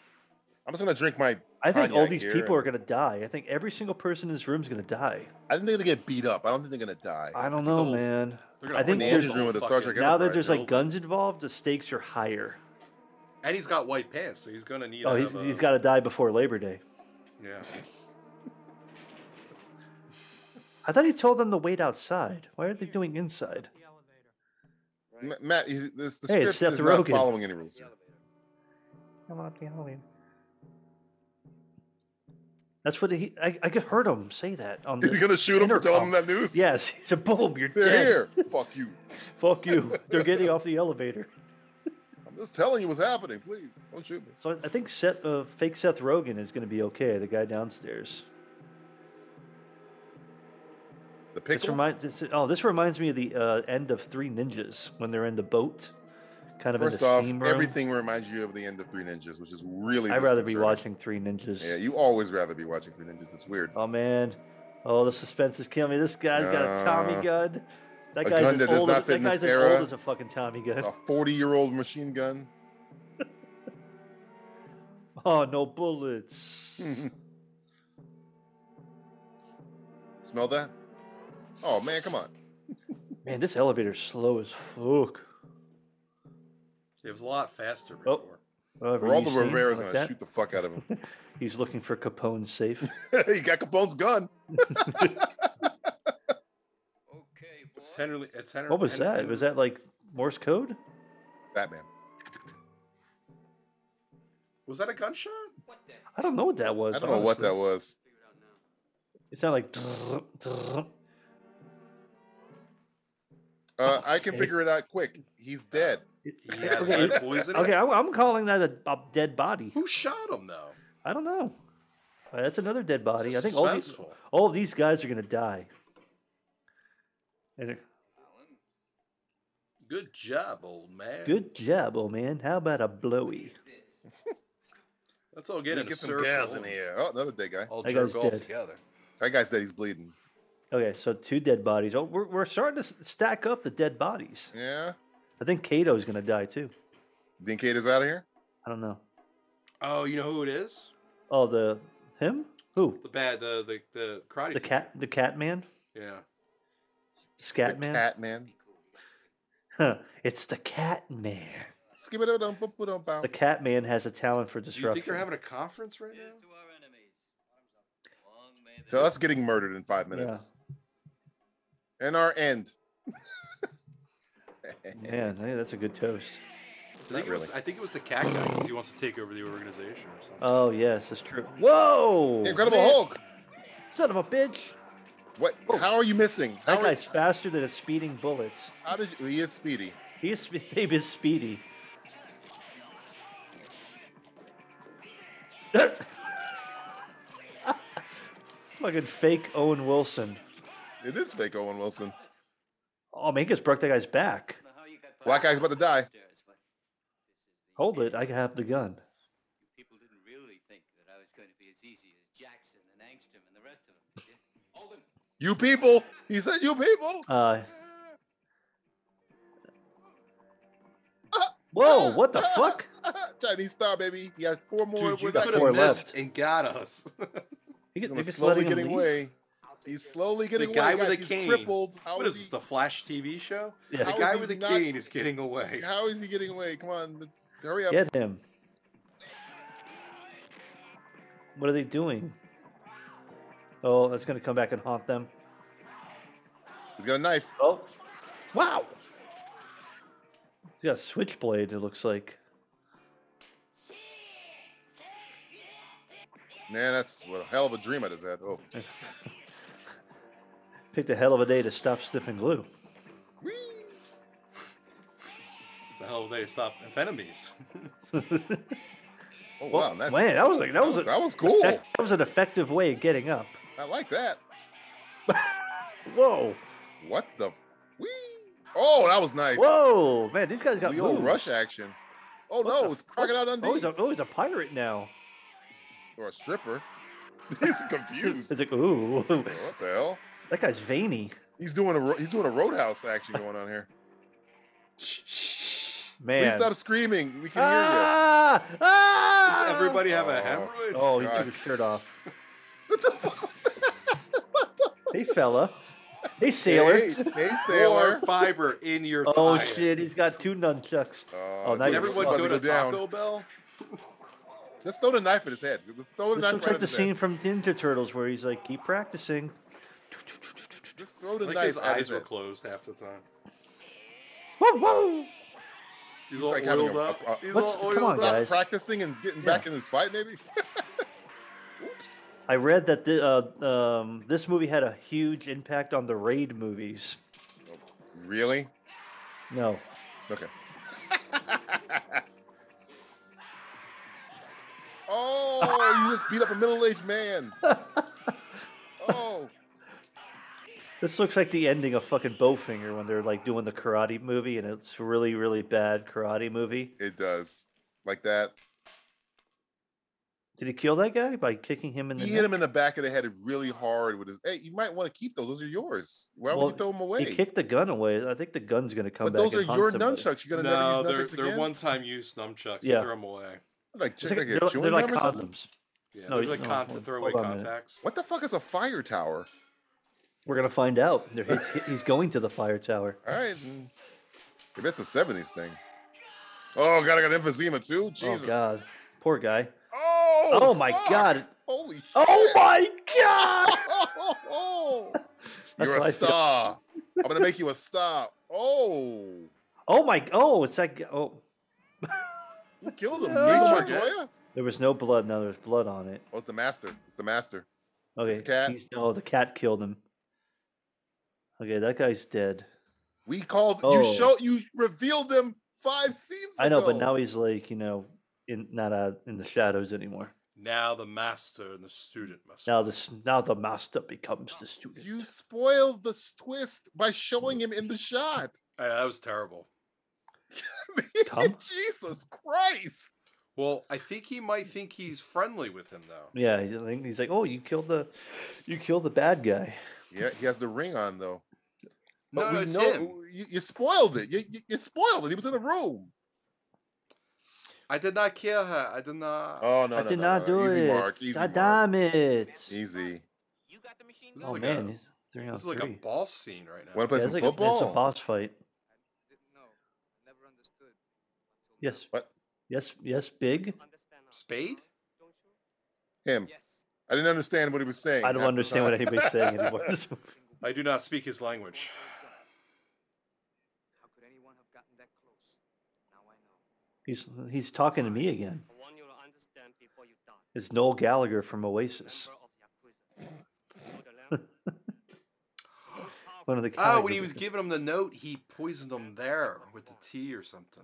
Speaker 3: I'm just gonna drink my.
Speaker 5: I think all
Speaker 3: cognac
Speaker 5: these
Speaker 3: here
Speaker 5: people are
Speaker 3: and-
Speaker 5: gonna die. I think every single person in this room is gonna die.
Speaker 3: I think they're gonna get beat up. I don't think they're gonna die.
Speaker 5: I don't know,
Speaker 4: whole-
Speaker 5: man.
Speaker 4: They're
Speaker 5: I think
Speaker 3: the
Speaker 4: burn
Speaker 5: there's-
Speaker 4: the whole
Speaker 3: room with the Star
Speaker 4: fucking-
Speaker 3: Trek
Speaker 5: now that there's
Speaker 4: Enterprise,
Speaker 5: like guns involved, the stakes are higher.
Speaker 4: And he's got white pants, so he's gonna need.
Speaker 5: Oh,
Speaker 4: to
Speaker 5: he's,
Speaker 4: have
Speaker 5: he's
Speaker 4: a-
Speaker 5: got to die before Labor Day.
Speaker 4: Yeah.
Speaker 5: I thought he told them to wait outside. Why are they doing inside?
Speaker 3: Ma- Matt, you- this the
Speaker 5: Hey,
Speaker 3: script
Speaker 5: it's Seth
Speaker 3: is not
Speaker 5: Rogen.
Speaker 3: following any rules. here.
Speaker 5: Come on,
Speaker 4: <laughs>
Speaker 5: Halloween. That's what he. I, I could heard him say
Speaker 4: <laughs>
Speaker 5: that on the.
Speaker 3: You're gonna shoot him for telling him
Speaker 5: intercom.
Speaker 3: that news?
Speaker 5: Yes, <laughs> he said, "Boom, you're
Speaker 3: they're
Speaker 5: dead." <laughs>
Speaker 3: here. Fuck you. <laughs>
Speaker 5: Fuck you. They're getting off the elevator.
Speaker 3: I'm just telling you what's happening. Please don't shoot me.
Speaker 5: So I- I think Seth, uh, fake Seth Rogen is going to be okay. The guy downstairs.
Speaker 3: The
Speaker 5: This
Speaker 3: pickle.
Speaker 5: reminds. This, oh, this reminds me of the uh, end of Three Ninjas when they're in the boat, kind of
Speaker 3: First
Speaker 5: in the
Speaker 3: off,
Speaker 5: steam room.
Speaker 3: everything reminds you of the end of Three Ninjas, which is really.
Speaker 5: I'd rather be
Speaker 3: disconcerting.
Speaker 5: watching Three Ninjas.
Speaker 3: Yeah, you always rather be watching Three Ninjas. It's weird.
Speaker 5: Oh man. Oh, the suspense is killing me. This guy's got a
Speaker 3: Uh,
Speaker 5: Tommy gun. That
Speaker 3: a
Speaker 5: guy's
Speaker 3: gun
Speaker 5: as
Speaker 3: that does
Speaker 5: old
Speaker 3: not
Speaker 5: as,
Speaker 3: fit
Speaker 5: that
Speaker 3: in this
Speaker 5: guy's as
Speaker 3: era.
Speaker 5: old as a fucking Tommy gun.
Speaker 3: A 40 year old machine gun.
Speaker 5: Oh, no
Speaker 3: <laughs>
Speaker 5: bullets.
Speaker 3: <laughs> Smell that? Oh man, come on.
Speaker 5: man, this elevator's slow as fuck.
Speaker 4: It was a lot faster
Speaker 5: Oh.
Speaker 4: before.
Speaker 5: Oh, have you
Speaker 3: Geraldo
Speaker 5: seen
Speaker 3: Rivera's
Speaker 5: like
Speaker 3: gonna
Speaker 5: that?
Speaker 3: shoot the fuck out of
Speaker 5: <laughs>
Speaker 3: him. <laughs>
Speaker 5: He's looking for Capone's safe.
Speaker 3: he got Capone's gun.
Speaker 6: Okay, boy.
Speaker 4: It's Henry. It's Henry.
Speaker 5: What was
Speaker 4: Henry-
Speaker 5: that? Was that like Morse code?
Speaker 3: Batman.
Speaker 4: Was that a gunshot?
Speaker 6: What the hell?
Speaker 5: I don't know what that was.
Speaker 3: I don't know what that
Speaker 5: honestly.
Speaker 3: was.
Speaker 6: Figure it out now.
Speaker 5: It sounded like. drrrr, drrrr.
Speaker 3: Uh, I can
Speaker 5: Oh, Okay.
Speaker 3: figure it out quick. He's dead.
Speaker 4: He had
Speaker 5: Okay.
Speaker 4: lead poisoning.
Speaker 5: Okay, I'm, I'm calling that a, a dead body.
Speaker 4: Who shot him though?
Speaker 5: I don't know. Uh, That's another dead body.
Speaker 4: It's
Speaker 5: I think all these,
Speaker 4: suspenseful.
Speaker 5: all of these guys are gonna die. And uh, it-
Speaker 4: Good job, old man.
Speaker 5: Good job, old man. How about a blowy?
Speaker 4: Let's all get in
Speaker 3: Get
Speaker 4: a
Speaker 3: some
Speaker 4: circle.
Speaker 3: gas in here. Oh, another dead guy.
Speaker 4: All
Speaker 5: That
Speaker 4: jerk
Speaker 5: guy's
Speaker 4: off
Speaker 5: dead.
Speaker 4: together.
Speaker 3: That guy's dead. He's bleeding.
Speaker 5: Okay, so two dead bodies. Oh, we're, we're starting to s- stack up the dead bodies.
Speaker 3: Yeah.
Speaker 5: I think Kato's gonna die too.
Speaker 3: Think Kate is out of here?
Speaker 5: I don't know.
Speaker 4: Oh, you know who it is?
Speaker 5: Oh, the him? Who?
Speaker 4: The bad, the the the karate.
Speaker 5: The
Speaker 4: teacher.
Speaker 5: cat? The cat man?
Speaker 4: Yeah.
Speaker 5: The scat man?
Speaker 3: Cat man.
Speaker 5: <laughs> Huh, It's the cat man.
Speaker 3: Skip it up.
Speaker 5: The cat man has a talent for
Speaker 4: Do you think
Speaker 5: disruption.
Speaker 4: they're having a conference right
Speaker 6: Here's
Speaker 4: now?
Speaker 6: to our enemies. Arms up. Long may they-
Speaker 3: To us getting murdered in five minutes. And our end.
Speaker 5: Man, hey, that's a good toast.
Speaker 4: I think, it was,
Speaker 3: really.
Speaker 4: I think it was the cat guy because he wants to take over the organization or something.
Speaker 5: Oh yes, that's true. Whoa!
Speaker 3: Incredible
Speaker 5: man,
Speaker 3: Hulk.
Speaker 5: Son of a bitch!
Speaker 3: What? How are you missing? How,
Speaker 5: Oh. That
Speaker 3: are-
Speaker 5: guy's faster than a speeding bullet.
Speaker 3: how did you? He is speedy.
Speaker 5: He is, <laughs> spe- he is speedy. <laughs> Fucking fake Owen Wilson.
Speaker 3: It is fake Owen Wilson.
Speaker 5: Oh, man, he just broke that guy's back.
Speaker 6: Don't know how you got
Speaker 3: Black
Speaker 6: by
Speaker 3: guy's about to die.
Speaker 6: upstairs, but this is the
Speaker 5: Hold
Speaker 6: end.
Speaker 5: it, I have the gun.
Speaker 6: You people
Speaker 3: You people. He said, you people. <laughs>
Speaker 5: Uh,
Speaker 3: Uh,
Speaker 5: whoa! What the fuck?
Speaker 3: Chinese star, baby. He has four more.
Speaker 4: Dude, you
Speaker 3: We're not
Speaker 4: could
Speaker 5: four
Speaker 4: have missed
Speaker 5: left.
Speaker 4: and got us. <laughs>
Speaker 5: You
Speaker 3: He's
Speaker 5: could-
Speaker 3: gonna
Speaker 5: they're just
Speaker 3: slowly
Speaker 5: letting him
Speaker 3: getting
Speaker 5: leave?
Speaker 3: away. He's slowly getting
Speaker 4: the guy
Speaker 3: away.
Speaker 4: with
Speaker 3: Guys,
Speaker 4: a
Speaker 3: he's
Speaker 4: cane.
Speaker 3: crippled. How
Speaker 4: what
Speaker 3: is
Speaker 4: is this? The Flash TV show?
Speaker 5: Yeah.
Speaker 4: The
Speaker 3: How
Speaker 4: guy
Speaker 3: is he
Speaker 4: with the
Speaker 3: not-
Speaker 4: cane is getting away.
Speaker 3: he? How is he getting away? Come on, hurry up.
Speaker 5: Get him. What are they doing? Oh, that's gonna come back and haunt them.
Speaker 3: He's got a knife.
Speaker 5: Oh, wow! He's got a switchblade. It looks like.
Speaker 3: Man, that's what a hell of a dream I just had. Oh,
Speaker 5: Picked a hell of a day to stop sniffing glue.
Speaker 3: Whee!
Speaker 4: It's a hell of a day to stop enemies.
Speaker 3: oh
Speaker 5: Well,
Speaker 3: wow, that's,
Speaker 5: man, that was like that was a,
Speaker 3: that was cool.
Speaker 5: that, that was an effective way of getting up. <laughs>
Speaker 3: I like that.
Speaker 5: Whoa,
Speaker 3: What the? F- Whee! Oh, that was nice.
Speaker 5: whoa, man! These guys got
Speaker 3: Wheel
Speaker 5: moves.
Speaker 3: rush action. Oh
Speaker 5: What
Speaker 3: no,
Speaker 5: the
Speaker 3: it's
Speaker 5: fuck?
Speaker 3: Crocodile
Speaker 5: Oh, he's
Speaker 3: Dundee
Speaker 5: a, oh, he's a pirate now.
Speaker 3: or a stripper. <laughs> He's confused.
Speaker 5: It's like, ooh, <laughs>
Speaker 3: what the hell?
Speaker 5: that guy's veiny.
Speaker 3: He's doing a ro- he's doing a roadhouse action going on here.
Speaker 5: Man.
Speaker 3: Please stop screaming. We can hear
Speaker 5: ah!
Speaker 4: Does
Speaker 5: Ah!
Speaker 4: everybody have a
Speaker 3: Oh.
Speaker 4: hemorrhoid?
Speaker 5: Oh, he
Speaker 3: God.
Speaker 5: took his shirt off.
Speaker 3: you. What the fuck was that?
Speaker 5: Hey, fella. Hey, sailor.
Speaker 3: Hey,
Speaker 5: <laughs>
Speaker 3: hey
Speaker 4: More
Speaker 3: sailor.
Speaker 4: fiber in your
Speaker 5: Oh
Speaker 4: thigh.
Speaker 5: shit, he's got two nunchucks.
Speaker 3: Oh,
Speaker 5: now
Speaker 4: Did
Speaker 5: you-
Speaker 4: everyone
Speaker 5: About
Speaker 4: go to
Speaker 3: down.
Speaker 4: Taco Bell?
Speaker 3: Let's throw the knife at his head. Let's throw the
Speaker 5: This
Speaker 3: knife
Speaker 5: looks
Speaker 3: right
Speaker 5: like
Speaker 3: at
Speaker 5: the
Speaker 3: his head.
Speaker 5: scene from Ninja Turtles where he's like, "Keep practicing."
Speaker 3: Just throw the
Speaker 4: Like
Speaker 3: knife
Speaker 4: his
Speaker 3: at
Speaker 4: eyes were
Speaker 3: head.
Speaker 4: closed half the time.
Speaker 5: Whoa, whoa!
Speaker 4: He's
Speaker 3: He's
Speaker 4: all
Speaker 3: like having
Speaker 4: oiled
Speaker 3: a-
Speaker 4: up.
Speaker 3: a- a-
Speaker 4: He's
Speaker 5: What's-
Speaker 4: all
Speaker 5: uh, come
Speaker 4: oiled
Speaker 5: on,
Speaker 4: up.
Speaker 5: guys.
Speaker 3: Practicing and getting back in his fight, maybe. <laughs> Oops.
Speaker 5: I read that the, uh, um, this movie had a huge impact on the Raid movies.
Speaker 3: Really?
Speaker 5: No,
Speaker 3: Okay. <laughs> oh, you just beat up a middle-aged <laughs> man. Oh,
Speaker 5: this looks like the ending of fucking Bowfinger when they're like doing the karate movie, and it's really, really bad karate movie.
Speaker 3: it does. Like that.
Speaker 5: Did he kill that guy by kicking him in the
Speaker 3: He
Speaker 5: neck?
Speaker 3: hit him in the back of the head really hard with his. Hey, you might want to keep those. Those are yours. Why would
Speaker 5: Well,
Speaker 3: you throw them away?
Speaker 5: He kicked the gun away. I think the gun's gonna come
Speaker 3: but
Speaker 5: back.
Speaker 3: those
Speaker 5: and
Speaker 3: are
Speaker 5: haunt
Speaker 3: your
Speaker 5: somebody.
Speaker 3: nunchucks. You're gonna
Speaker 4: No,
Speaker 3: never
Speaker 4: they're,
Speaker 3: use nunchucks
Speaker 4: they're
Speaker 3: again.
Speaker 4: one-time use nunchucks.
Speaker 5: Yeah.
Speaker 4: You throw them away.
Speaker 3: Like,
Speaker 5: It's
Speaker 3: just
Speaker 5: like-
Speaker 3: like,
Speaker 5: they're,
Speaker 3: a
Speaker 5: they're
Speaker 3: chewing
Speaker 5: like
Speaker 3: gum or something?
Speaker 5: condoms.
Speaker 4: Yeah,
Speaker 5: No,
Speaker 4: they're
Speaker 5: you-
Speaker 4: like
Speaker 5: no,
Speaker 4: cont-
Speaker 5: hold-
Speaker 4: throwaway
Speaker 5: hold on a minute.
Speaker 4: contacts.
Speaker 3: What the fuck is a fire tower?
Speaker 5: We're gonna find out. There-
Speaker 3: <laughs>
Speaker 5: He's, he's going to the fire tower. Oh,
Speaker 3: All right, mm. maybe that's the '70s thing. Oh God, I got emphysema too. Jesus.
Speaker 5: Oh God, poor guy.
Speaker 3: Oh,
Speaker 5: Oh, my
Speaker 3: fuck.
Speaker 5: God.
Speaker 3: Holy shit.
Speaker 5: Oh my <laughs> God! That's
Speaker 3: You're
Speaker 5: what
Speaker 3: a
Speaker 5: I feel.
Speaker 3: star.
Speaker 5: <laughs>
Speaker 3: I'm gonna make you a star. Oh,
Speaker 5: Oh my! Oh, it's like oh,
Speaker 3: you killed him.
Speaker 5: No.
Speaker 3: Diego Montoya?
Speaker 5: there was no blood. Now there's blood on it.
Speaker 3: Oh, it's the master. It's the master.
Speaker 5: Okay,
Speaker 3: the cat.
Speaker 5: he's- no, the cat killed him. Okay, that guy's dead.
Speaker 3: We called.
Speaker 5: Oh.
Speaker 3: You show. You revealed them five scenes.
Speaker 5: I know, but
Speaker 3: ago.
Speaker 5: now he's like you know, in not uh, in the shadows anymore.
Speaker 4: Now the master and the student must.
Speaker 5: Now the s- now the master becomes the student.
Speaker 3: you spoiled the s- twist by showing him in the shot. <laughs>
Speaker 4: I know, that was terrible.
Speaker 5: Come?
Speaker 3: Jesus Christ.
Speaker 4: Well, I think he might think he's friendly with him though.
Speaker 5: Yeah, he's like, he's like, oh, you killed the, you killed the bad guy.
Speaker 3: Yeah, he has the ring on though. But
Speaker 4: no,
Speaker 3: we
Speaker 4: it's
Speaker 3: know
Speaker 4: him.
Speaker 3: You, you spoiled it. You, you, you spoiled it. He was in the room.
Speaker 4: I did not kill her. I did not.
Speaker 3: Oh no!
Speaker 5: I
Speaker 3: no,
Speaker 5: did
Speaker 3: no,
Speaker 5: not
Speaker 3: no, no.
Speaker 5: do
Speaker 3: Easy
Speaker 5: it.
Speaker 3: Mark. Easy
Speaker 5: God
Speaker 3: Mark.
Speaker 5: damn it!
Speaker 3: Easy.
Speaker 6: You got the machine
Speaker 4: This is
Speaker 5: Oh
Speaker 4: like
Speaker 6: gun?
Speaker 5: man,
Speaker 4: a-
Speaker 5: he's three on
Speaker 4: this is like a
Speaker 5: three.
Speaker 4: boss scene right now.
Speaker 3: Want to play
Speaker 5: Yeah,
Speaker 3: some
Speaker 5: it's like a-
Speaker 3: football?
Speaker 5: it's a boss fight.
Speaker 6: Didn't know. I never understood. until now.
Speaker 5: Yes.
Speaker 3: What?
Speaker 5: Yes. Yes. Big.
Speaker 6: Understand now,
Speaker 4: Spade?
Speaker 6: Don't you?
Speaker 3: Him.
Speaker 6: Yes.
Speaker 3: I didn't understand what he was saying.
Speaker 5: I don't
Speaker 3: half the
Speaker 5: understand what
Speaker 3: time. <laughs>
Speaker 5: anybody's saying anymore. in this movie.
Speaker 4: I do not speak his language.
Speaker 6: How could anyone have gotten that close? Now I know.
Speaker 5: He's he's talking to me again.
Speaker 6: I want you to understand before you die.
Speaker 5: It's Noel Gallagher from Oasis.
Speaker 6: Member of Yakuza. Know the lamb?
Speaker 5: One of the
Speaker 4: Oh,
Speaker 5: Gallagher
Speaker 4: when he was
Speaker 5: brothers.
Speaker 4: giving him the note, he poisoned him there with the tea or something.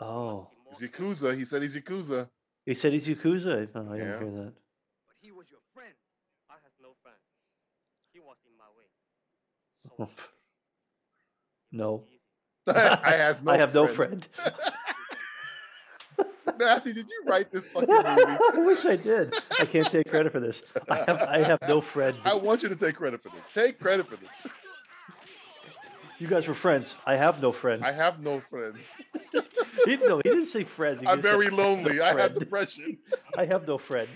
Speaker 5: Oh,
Speaker 3: He's Yakuza. He said he's
Speaker 5: <laughs>
Speaker 3: Yakuza. <laughs>
Speaker 5: he said he's Yakuza. Oh, I didn't
Speaker 3: Yeah.
Speaker 5: hear that.
Speaker 6: But he was your friend. I had no friend. He was in my way. So I
Speaker 5: Oof. <laughs> No.
Speaker 6: easy.
Speaker 3: I has no.
Speaker 5: I have no friend.
Speaker 3: <laughs> Matthew, did you write
Speaker 5: <laughs>
Speaker 3: this fucking movie?
Speaker 5: I wish I did. I can't take credit for this. I have, I have no friend.
Speaker 3: I want you to take credit for this. Take credit for this.
Speaker 5: You guys were friends. I have no friend.
Speaker 3: I have no
Speaker 5: <laughs>
Speaker 3: friends.
Speaker 5: He didn't, no, he didn't say friends. He
Speaker 3: I'm
Speaker 5: just said, <laughs>
Speaker 3: very lonely. I have
Speaker 5: friend.
Speaker 3: depression.
Speaker 5: I have no friend.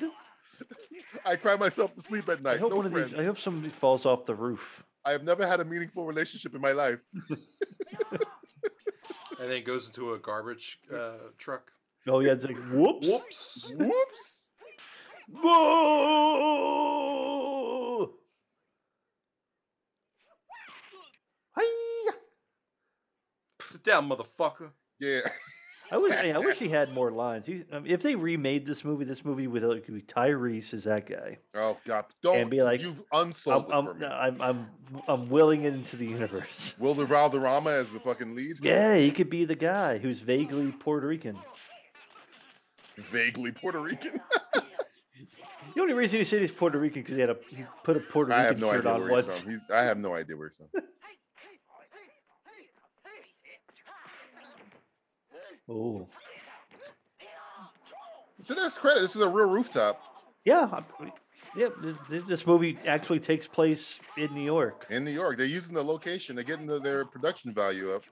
Speaker 3: I cry myself to sleep at
Speaker 5: I
Speaker 3: night.
Speaker 5: hope
Speaker 3: no
Speaker 5: one
Speaker 3: friends.
Speaker 5: of these. I hope somebody falls off the roof.
Speaker 3: I have never had a meaningful relationship in my life.
Speaker 4: And then it goes into a garbage uh, truck.
Speaker 5: Oh yeah, it's like whoops.
Speaker 4: Whoops.
Speaker 3: Whoops.
Speaker 5: Boo! Hi-ya.
Speaker 4: Sit down, motherfucker.
Speaker 3: Yeah. <laughs>
Speaker 5: I wish I wish he had more lines. He, I mean, if they remade this movie, this movie would like, be Tyrese is that guy.
Speaker 3: Oh God! Don't
Speaker 5: And be like,
Speaker 3: you've
Speaker 5: I'm
Speaker 3: unsold it for
Speaker 5: I'm, uh,
Speaker 3: me.
Speaker 5: I'm I'm I'm willing it into the universe. <laughs>
Speaker 3: Will the Valderrama as the fucking lead?
Speaker 5: Yeah, he could be the guy who's vaguely Puerto Rican.
Speaker 3: Vaguely Puerto Rican.
Speaker 5: The only reason he said he's Puerto Rican because he had a he put a Puerto
Speaker 3: <laughs> I
Speaker 5: Rican
Speaker 3: have no
Speaker 5: shirt
Speaker 3: idea
Speaker 5: on
Speaker 3: where
Speaker 5: once.
Speaker 3: he's from. He's, I have no idea where he's from.
Speaker 5: Oh,
Speaker 3: to this credit, this is a real rooftop
Speaker 5: yeah, I- yeah. th- th- This movie actually takes place in New York.
Speaker 3: in New York. They're using the location. They're getting the, their production value up.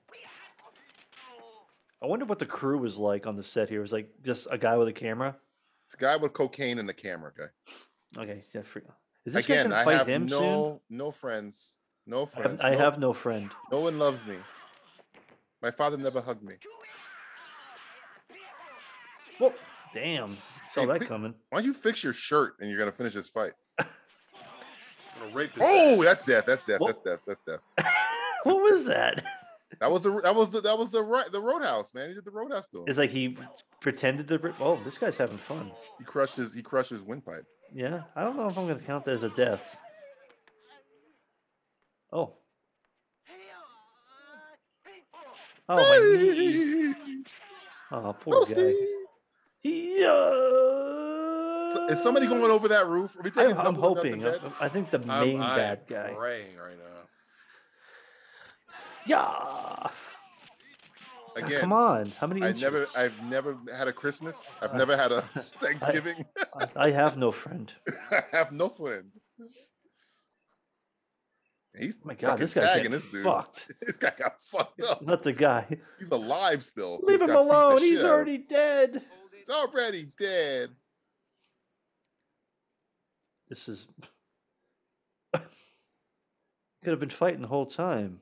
Speaker 5: I wonder what the crew was like on the set here. It was like just a guy with a camera.
Speaker 3: It's a guy with cocaine in the camera. Guy.
Speaker 5: Okay, yeah, for, is this
Speaker 3: Again,
Speaker 5: guy gonna
Speaker 3: I
Speaker 5: fight
Speaker 3: have
Speaker 5: him soon?
Speaker 3: no no friends. No
Speaker 5: I have,
Speaker 3: friends.
Speaker 5: I
Speaker 3: no,
Speaker 5: have no friend.
Speaker 3: no one loves me. My father never hugged me.
Speaker 5: Well, damn, saw
Speaker 3: Hey,
Speaker 5: that
Speaker 3: quick-
Speaker 5: coming. <laughs>
Speaker 3: Why don't you fix your shirt and you're gonna finish this fight?
Speaker 4: I'm gonna rape his
Speaker 3: Oh,
Speaker 4: ass.
Speaker 3: that's death. That's death.
Speaker 5: Whoa.
Speaker 3: That's death. That's death.
Speaker 5: what was that?
Speaker 3: That was the that was the that was the right the roadhouse man. He did the roadhouse to him.
Speaker 5: It's like he pretended to. rip- Oh, this guy's having fun.
Speaker 3: He crushed his he crushed his windpipe.
Speaker 5: Yeah, I don't know if I'm gonna count that as a death. Oh. Oh my knee.
Speaker 3: <laughs>
Speaker 5: Oh, poor guy. uh,
Speaker 3: Toasty. So-
Speaker 5: Yeah.
Speaker 3: Is somebody going over that roof? Are we taking
Speaker 5: I'm, I'm
Speaker 3: double or nothing
Speaker 5: hoping. uh, I,
Speaker 3: bets?
Speaker 5: I think the
Speaker 4: I'm-
Speaker 5: main
Speaker 4: I'm
Speaker 5: bad guy.
Speaker 4: Praying right now.
Speaker 5: Yeah. God,
Speaker 3: Again,
Speaker 5: come on. Uh, How many?
Speaker 3: I never
Speaker 5: instruments?
Speaker 3: I've never had a Christmas. I've never had
Speaker 5: <laughs>
Speaker 3: a Thanksgiving. <laughs>
Speaker 5: I, I have no friend.
Speaker 3: I have no friend. He's
Speaker 5: Oh my God,
Speaker 3: fucking
Speaker 5: this guy's
Speaker 3: tagging
Speaker 5: getting
Speaker 3: this dude. <laughs>
Speaker 5: fucked.
Speaker 3: This guy got fucked
Speaker 5: It's
Speaker 3: up.
Speaker 5: not the guy.
Speaker 3: He's alive still.
Speaker 5: Leave
Speaker 3: This
Speaker 5: him
Speaker 3: guy beat the
Speaker 5: alone.
Speaker 3: shit
Speaker 5: He's
Speaker 3: out of him.
Speaker 5: already dead.
Speaker 3: He's already dead.
Speaker 5: This is. <laughs> Could have been fighting the whole time.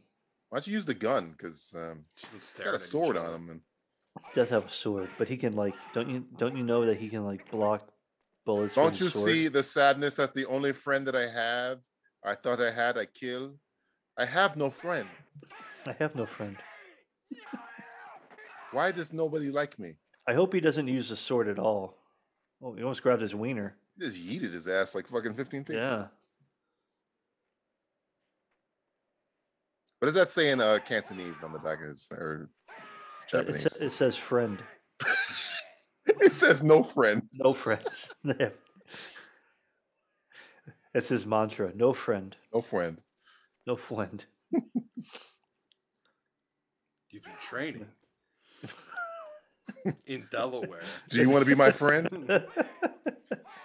Speaker 3: Why don't you use the gun? Because um,
Speaker 4: Just been
Speaker 3: he's
Speaker 4: staring
Speaker 3: got a
Speaker 4: at each
Speaker 3: sword
Speaker 4: other.
Speaker 3: on him. And
Speaker 5: does have a sword, but he can like don't you don't you know that he can like block bullets? with
Speaker 3: don't
Speaker 5: his
Speaker 3: you
Speaker 5: sword?
Speaker 3: see the sadness that the only friend that I have, I thought I had, I killed. I have no friend.
Speaker 5: I have no friend.
Speaker 3: Why does nobody like me?
Speaker 5: I hope he doesn't use the sword at all. Oh, he almost grabbed his wiener.
Speaker 3: He just yeeted his ass like fucking 15 feet.
Speaker 5: Yeah.
Speaker 3: What does that say in uh, Cantonese on the back of his or
Speaker 5: It,
Speaker 3: Japanese?
Speaker 5: sa- it says friend.
Speaker 3: <laughs> it says no friend.
Speaker 5: No friends. <laughs> They have- it's his mantra. No friend.
Speaker 3: No friend.
Speaker 5: No friend.
Speaker 4: You've been training
Speaker 5: <laughs>
Speaker 4: in Delaware.
Speaker 3: Do you want to be my friend?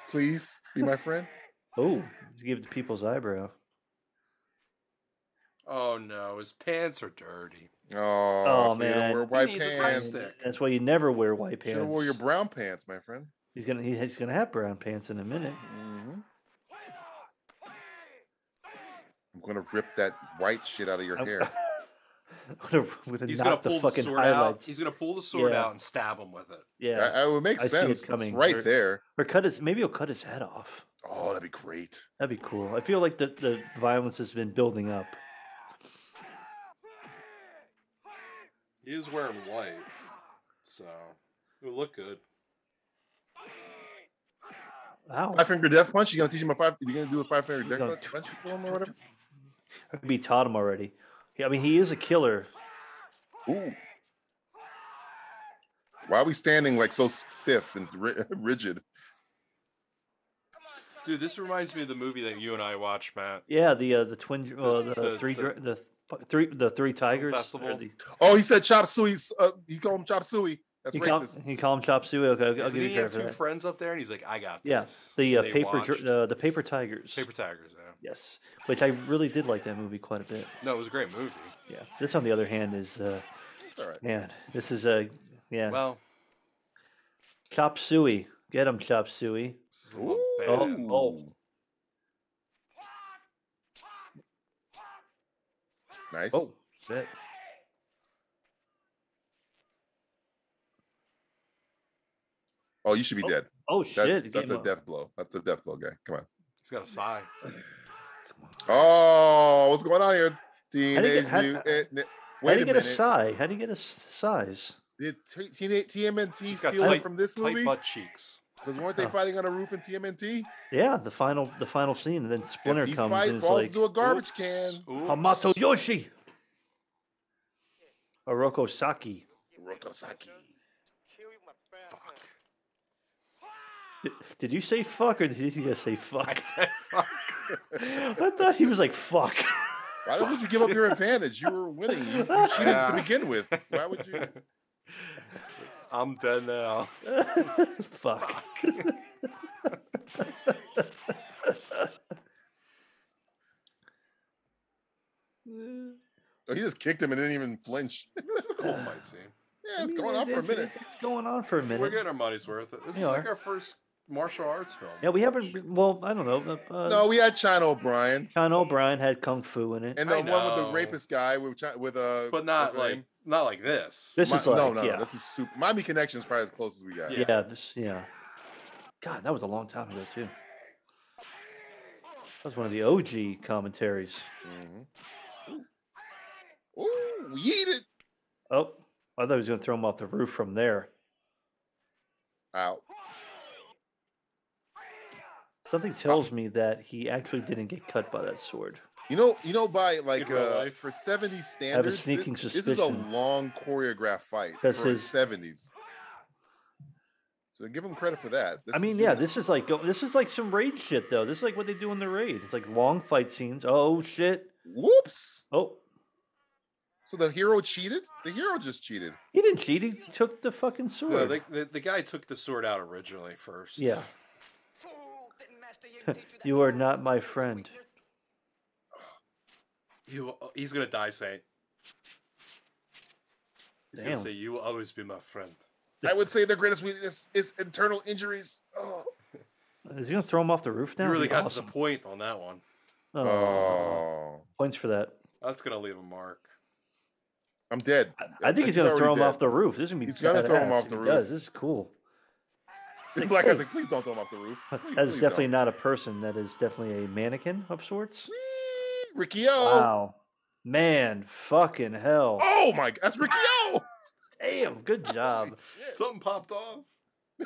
Speaker 3: Please be my
Speaker 5: <laughs>
Speaker 3: friend.
Speaker 5: oh, give the people's eyebrow.
Speaker 4: Oh no, his pants are dirty.
Speaker 3: Oh,
Speaker 5: Oh,
Speaker 3: so you don't
Speaker 5: man.
Speaker 3: wear
Speaker 5: He
Speaker 3: white
Speaker 4: needs a tie
Speaker 3: pants.
Speaker 4: stick.
Speaker 5: That's why you never wear white
Speaker 3: Should have
Speaker 5: pants.
Speaker 3: wore your brown pants, my friend.
Speaker 5: he's gonna he- he's gonna have brown pants in a minute.
Speaker 3: hmm I'm gonna rip that white shit out of your
Speaker 5: I'm-
Speaker 3: hair.
Speaker 5: I'm <laughs> gonna, I'm gonna
Speaker 4: He's gonna
Speaker 5: knock
Speaker 4: pull
Speaker 5: the
Speaker 4: the,
Speaker 5: fucking
Speaker 4: sword out.
Speaker 5: highlights.
Speaker 4: He's gonna pull the sword
Speaker 5: Yeah.
Speaker 4: out and stab him with it.
Speaker 5: yeah.
Speaker 3: I, I would make
Speaker 5: I see it
Speaker 3: sense. It's
Speaker 5: coming.
Speaker 3: right
Speaker 5: Or-
Speaker 3: there.
Speaker 5: Or cut his maybe he'll cut his head off.
Speaker 3: Oh, that'd be great.
Speaker 5: That'd be cool. I feel like the, the violence has been building up.
Speaker 4: He is wearing white, so it would look good.
Speaker 5: Wow.
Speaker 3: Five finger death punch. You gonna teach him a five? You gonna do a five finger
Speaker 5: Gonna
Speaker 3: death punch? for him or whatever?
Speaker 5: I could be taught him already. Yeah, I mean he is a killer.
Speaker 3: Ooh. Why are we standing like so stiff and ri- <laughs> rigid?
Speaker 4: Dude, this reminds me of the movie that you and I watched, Matt.
Speaker 5: Yeah, the uh, the twin uh, the,
Speaker 4: the-
Speaker 5: three
Speaker 4: the-
Speaker 5: gr- the, th- three the three tigers or
Speaker 4: festival.
Speaker 5: the-
Speaker 3: Oh, he said chop suey. s- Uh, he called him chop suey. That's
Speaker 5: He called,
Speaker 3: racist.
Speaker 5: he called him Chop Suey. Okay, I'll, I'll
Speaker 4: Didn't
Speaker 5: give
Speaker 4: he
Speaker 5: you credit
Speaker 4: have
Speaker 5: for
Speaker 4: two
Speaker 5: that.
Speaker 4: friends up there? And he's like, I got
Speaker 5: Yeah,
Speaker 4: this.
Speaker 5: the uh,
Speaker 4: They
Speaker 5: paper
Speaker 4: watched
Speaker 5: dr- uh, the paper tigers.
Speaker 4: Paper Tigers, yeah.
Speaker 5: Yes, which I really did like that movie quite a bit.
Speaker 4: No, it was a great movie.
Speaker 5: Yeah, this on the other hand is uh,
Speaker 3: It's all right.
Speaker 5: man, this is a yeah
Speaker 4: Well,
Speaker 5: Chop Suey. Get him, Chop Suey.
Speaker 4: this is a little
Speaker 3: Ooh.
Speaker 4: bad.
Speaker 5: oh.
Speaker 3: Nice.
Speaker 5: Oh, shit.
Speaker 3: Oh, you should be dead.
Speaker 5: Oh shit!
Speaker 3: That's,
Speaker 5: it
Speaker 3: that's
Speaker 5: came
Speaker 3: a
Speaker 5: up.
Speaker 3: death blow. That's a death blow, guy. Come on.
Speaker 4: He's got a sigh.
Speaker 3: Oh, what's going on here?
Speaker 5: did it-
Speaker 3: Teenage
Speaker 5: how-
Speaker 3: Mutant. Ni-
Speaker 5: How
Speaker 3: Wait
Speaker 5: do you
Speaker 3: a
Speaker 5: get a
Speaker 3: minute.
Speaker 5: size? How do you get a s- size?
Speaker 3: Did t- teenage TMNT
Speaker 4: He's got
Speaker 3: steal
Speaker 4: tight-
Speaker 3: it from this
Speaker 4: Tight
Speaker 3: movie?
Speaker 4: butt cheeks.
Speaker 3: Because weren't they
Speaker 5: Huh.
Speaker 3: fighting on a roof in TMNT?
Speaker 5: Yeah, the final the final scene, and then Splinter
Speaker 3: if he
Speaker 5: comes
Speaker 3: fight,
Speaker 5: and it's
Speaker 3: falls
Speaker 5: like
Speaker 3: into a garbage can.
Speaker 4: Ooh.
Speaker 5: Hamato Yoshi, Oroko Saki.
Speaker 3: Rokosaki.
Speaker 4: Fuck.
Speaker 5: Did, did you say fuck or did you guys say
Speaker 3: <laughs>
Speaker 4: I
Speaker 5: fuck?
Speaker 4: said fuck.
Speaker 5: I thought he was like fuck.
Speaker 3: Why would you give up your advantage? You were winning. You, you cheated
Speaker 4: Yeah.
Speaker 3: to begin
Speaker 4: <laughs>
Speaker 3: with. Why would you?
Speaker 4: I'm dead now.
Speaker 5: fuck. <laughs>
Speaker 3: Oh, he just kicked him and didn't even flinch. <laughs>
Speaker 4: This is a cool fight scene.
Speaker 3: Yeah, it's
Speaker 5: mean,
Speaker 3: going
Speaker 5: it-
Speaker 3: on for a
Speaker 5: it's-
Speaker 3: minute.
Speaker 5: It's going on for a minute.
Speaker 4: We're getting our money's worth. This
Speaker 5: We
Speaker 4: is like
Speaker 5: are.
Speaker 4: our first martial arts film.
Speaker 5: Yeah, we haven't. re- Well, I don't know. uh, Uh,
Speaker 3: No, we had China O'Brien
Speaker 5: John O'Brien had kung fu in it.
Speaker 3: and
Speaker 4: I
Speaker 3: the one with the
Speaker 4: know.
Speaker 3: rapist guy with Chi- with uh,
Speaker 4: But
Speaker 3: what's
Speaker 4: not
Speaker 3: her
Speaker 4: like
Speaker 3: name?
Speaker 4: not like this.
Speaker 5: This
Speaker 3: Mi-
Speaker 5: is like
Speaker 3: no, no,
Speaker 5: yeah,
Speaker 3: this is super. Miami Connection is probably as close as we got.
Speaker 5: yeah. this yeah. God, that was a long time ago too. That was one of the OG commentaries.
Speaker 3: Mhm. Mm-hmm. Ooh, yeet it
Speaker 5: Oh, I thought he was going to throw him off the roof from there.
Speaker 3: out.
Speaker 5: Something tells me that he actually didn't get cut by that sword.
Speaker 3: You know, you know, by like
Speaker 4: real
Speaker 3: uh,
Speaker 4: life.
Speaker 3: for seventies standards,
Speaker 5: sneaking
Speaker 3: this, this is a
Speaker 5: suspicion.
Speaker 3: long choreographed fight
Speaker 5: This
Speaker 3: for
Speaker 5: is-
Speaker 3: seventies. So give him credit for that. This
Speaker 5: I
Speaker 3: is
Speaker 5: mean, yeah,
Speaker 3: doing-
Speaker 5: this is like go- this is like some raid shit though. This is like what they do in the raid. It's like long fight scenes. Oh shit!
Speaker 3: Whoops!
Speaker 5: Oh,
Speaker 3: So the hero cheated. The hero just cheated.
Speaker 5: he didn't cheat. He took the fucking sword.
Speaker 4: No, they, the, the guy took the sword out originally first.
Speaker 5: Yeah.
Speaker 6: Fool, didn't
Speaker 5: <laughs>
Speaker 6: Master Yoda teach that
Speaker 5: You are not my friend.
Speaker 4: You, he's gonna die saying. He's gonna
Speaker 5: Damn.
Speaker 4: say, "You will always be my friend."
Speaker 3: I would say their greatest weakness is internal injuries. Oh,
Speaker 5: Is he gonna throw him off the roof now?
Speaker 4: you really
Speaker 5: That'd
Speaker 4: got
Speaker 5: be awesome.
Speaker 4: to the point on that one.
Speaker 5: Oh,
Speaker 3: Oh.
Speaker 5: points for that.
Speaker 4: That's gonna leave a mark.
Speaker 3: I'm dead.
Speaker 5: I think he's gonna
Speaker 3: already
Speaker 5: throw him
Speaker 3: dead.
Speaker 5: off the roof. This is gonna be.
Speaker 3: He's gonna throw him
Speaker 5: badass
Speaker 3: off
Speaker 5: if
Speaker 3: the
Speaker 5: he
Speaker 3: roof.
Speaker 5: Does. This is cool.
Speaker 3: The
Speaker 5: Like,
Speaker 3: black guy's
Speaker 5: hey.
Speaker 3: like, please don't throw him off the roof. Please,
Speaker 5: That is
Speaker 3: please
Speaker 5: definitely
Speaker 3: don't."
Speaker 5: not a person. That is definitely a mannequin of sorts.
Speaker 3: Whee! Ricky O.
Speaker 5: Wow, man, fucking hell,
Speaker 3: Oh my god, that's Ricky O. <laughs>
Speaker 5: damn, good job.
Speaker 4: Something popped off.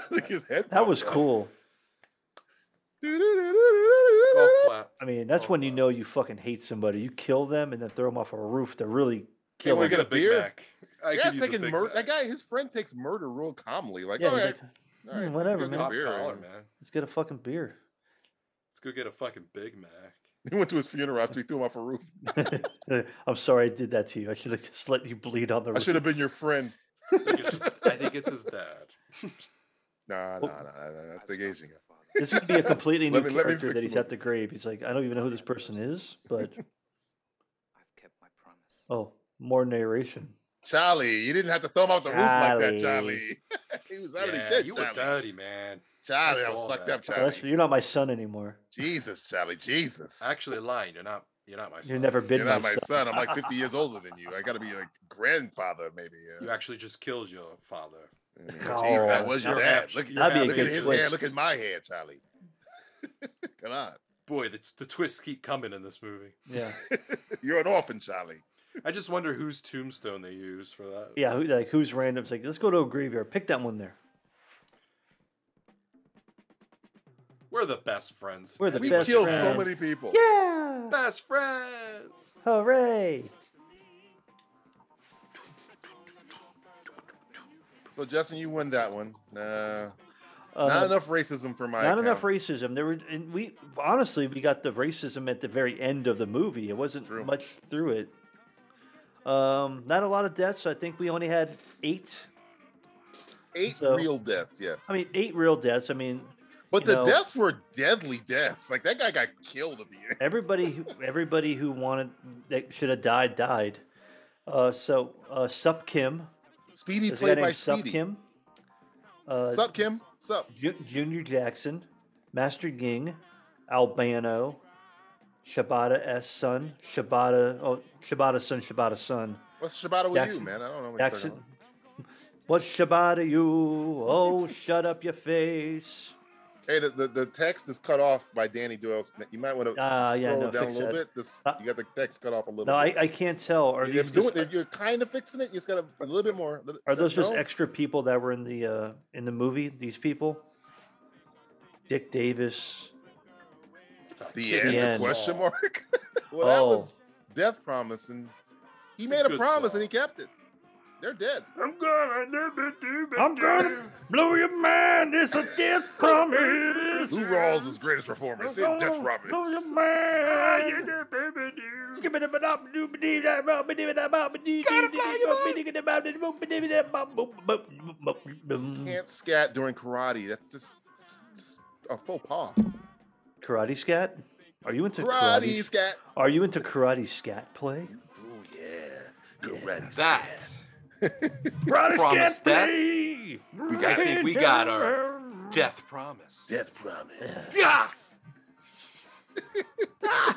Speaker 3: like his head.
Speaker 5: That was
Speaker 3: popped off.
Speaker 5: cool.
Speaker 4: Golf clap.
Speaker 5: I mean, that's
Speaker 4: Oh,
Speaker 5: when you
Speaker 4: wow.
Speaker 5: know you fucking hate somebody. You kill them and then throw them off a roof to really
Speaker 4: Can
Speaker 5: kill
Speaker 4: we
Speaker 3: wanna
Speaker 5: them.
Speaker 4: get a Big
Speaker 3: beer?
Speaker 4: Mac? I could
Speaker 3: Yes,
Speaker 4: use
Speaker 3: they
Speaker 4: a
Speaker 3: can
Speaker 4: Big
Speaker 3: murder that
Speaker 4: Mac.
Speaker 3: guy. His friend takes murder real calmly. Like,
Speaker 5: Yeah,
Speaker 3: all
Speaker 5: he's
Speaker 3: right,
Speaker 5: like,
Speaker 3: all right,
Speaker 5: "Hmm, whatever,
Speaker 3: go get a
Speaker 5: man.
Speaker 4: Pop
Speaker 3: beer."
Speaker 4: collar, man.
Speaker 5: let's get a fucking beer.
Speaker 4: Let's go get a fucking Big Mac. <laughs>
Speaker 3: He went to his funeral after he threw him off a <laughs> roof.
Speaker 5: <laughs> I'm sorry I did that to you. I should have just let you bleed on the
Speaker 3: I
Speaker 5: roof.
Speaker 3: should have been your friend.
Speaker 4: I think it's, just, I think it's his dad.
Speaker 3: Nah, nah,
Speaker 5: Well-
Speaker 3: nah, nah, nah, that's the Asian guy.
Speaker 5: This would be a completely
Speaker 3: <laughs>
Speaker 5: new
Speaker 3: Let me- let me
Speaker 5: character
Speaker 3: fix
Speaker 5: that
Speaker 3: the
Speaker 5: he's at the grave. He's like, I don't even know who this person is,
Speaker 3: <laughs>
Speaker 5: but
Speaker 6: I've kept my promise.
Speaker 5: oh, more narration.
Speaker 3: Charlie, you didn't have to throw him off the roof like that,
Speaker 5: Charlie.
Speaker 3: Charlie. <laughs> he was already
Speaker 4: Yeah,
Speaker 3: dead.
Speaker 4: you
Speaker 3: Charlie.
Speaker 4: were dirty, man.
Speaker 3: Charlie, I,
Speaker 4: I saw
Speaker 3: was fucked
Speaker 4: that.
Speaker 3: up,
Speaker 5: Well, that's-
Speaker 3: Charlie.
Speaker 5: you're not my son anymore.
Speaker 3: Jesus, Charlie, Jesus.
Speaker 4: Actually, lying. You're not. You're not my son.
Speaker 5: You've never been
Speaker 3: You're
Speaker 5: my,
Speaker 3: not my
Speaker 5: son.
Speaker 3: son. I'm like 50 years older than you. I gotta be like grandfather, maybe.
Speaker 4: You
Speaker 3: Yeah.
Speaker 4: actually just killed your father.
Speaker 3: Mm, Jeez, that
Speaker 5: Oh,
Speaker 3: was your
Speaker 4: you're
Speaker 3: dad.
Speaker 4: half-
Speaker 3: Look, at-
Speaker 4: you're
Speaker 5: That'd be a
Speaker 4: half
Speaker 3: look at
Speaker 5: good
Speaker 3: his
Speaker 5: twist.
Speaker 3: hair. Look at my hair, Charlie. <laughs> Come on.
Speaker 4: Boy, the, the twists keep coming in this movie.
Speaker 5: Yeah,
Speaker 3: You're an orphan, Charlie.
Speaker 4: I just wonder whose tombstone they use for that.
Speaker 5: yeah. Who, like who's random? It's like, let's go to a graveyard. Pick that
Speaker 3: <laughs>
Speaker 5: one there.
Speaker 4: We're the best friends.
Speaker 5: We're the
Speaker 3: we
Speaker 5: best
Speaker 3: killed
Speaker 5: friends.
Speaker 3: so many people.
Speaker 5: Yeah!
Speaker 4: best friends.
Speaker 5: Hooray!
Speaker 3: So Justin, you won that one. Nah,
Speaker 5: Uh,
Speaker 3: not enough racism for my.
Speaker 5: not
Speaker 3: account.
Speaker 5: enough racism. There were, and we honestly we got the racism at the very end of the movie. It wasn't
Speaker 3: True.
Speaker 5: much through it. Um, not a lot of deaths. I think we only had eight.
Speaker 3: Eight
Speaker 5: So-
Speaker 3: real deaths, yes.
Speaker 5: I mean, eight real deaths. I mean,
Speaker 3: but
Speaker 5: you
Speaker 3: the
Speaker 5: know-
Speaker 3: deaths were deadly deaths. Like that guy got killed at the end.
Speaker 5: everybody
Speaker 3: <laughs>
Speaker 5: who everybody who wanted that should have died died. Uh, so uh, Sup Kim,
Speaker 3: Speedy
Speaker 5: is a guy
Speaker 3: played by
Speaker 5: named Sup
Speaker 3: Speedy.
Speaker 5: Kim. Uh,
Speaker 3: Sup, Kim? Sup?
Speaker 5: Ju- Junior Jackson, Master Ging, Albano, Shibata S. Son, Shibata, oh, Shibata Son, Shibata Son,
Speaker 3: What's Shibata with you,
Speaker 5: Jackson-
Speaker 3: man? I don't know. What you're talking
Speaker 5: Jackson. <laughs> What's Shibata you? Oh, <laughs> shut up your face.
Speaker 3: about. Hey, the, the, the text is cut off by Danny Doyle's. ne- You might want to
Speaker 5: Ah,
Speaker 3: scroll
Speaker 5: yeah, no,
Speaker 3: it down a
Speaker 5: fix
Speaker 3: little
Speaker 5: that.
Speaker 3: bit. This,
Speaker 5: Uh,
Speaker 3: you got the text cut off a little
Speaker 5: No, I,
Speaker 3: bit.
Speaker 5: I can't tell. Are
Speaker 3: You're
Speaker 5: these
Speaker 3: doing
Speaker 5: just,
Speaker 3: it. You're kind of fixing it. You just got a, a little bit more. little-
Speaker 5: are those just
Speaker 3: no?
Speaker 5: extra people that were in the uh, in the movie? These people, Dick Davis.
Speaker 3: the end?
Speaker 5: end.
Speaker 3: Question mark. <laughs> well, that
Speaker 5: Oh.
Speaker 3: was death promise, and he
Speaker 4: It's a
Speaker 3: made a
Speaker 4: good
Speaker 3: promise
Speaker 4: song.
Speaker 3: and he kept it. They're dead.
Speaker 7: I'm gonna never do
Speaker 5: I'm gonna blow your mind. It's a death promise.
Speaker 3: Lou Rawls' is greatest performance in Death
Speaker 5: Blow your
Speaker 3: Promise.
Speaker 4: Ah,
Speaker 5: mind.
Speaker 7: baby
Speaker 3: Can't scat during karate. That's just, just a faux pas.
Speaker 5: Karate scat? Are you into karate?
Speaker 3: Karate
Speaker 5: scat?
Speaker 3: scat.
Speaker 5: Are you into karate scat play?
Speaker 3: Oh yeah, karate
Speaker 4: That.
Speaker 3: scat.
Speaker 5: Karate
Speaker 4: Promise that?
Speaker 5: play.
Speaker 4: I think we got our death promise.
Speaker 3: Death promise.
Speaker 4: Yeah.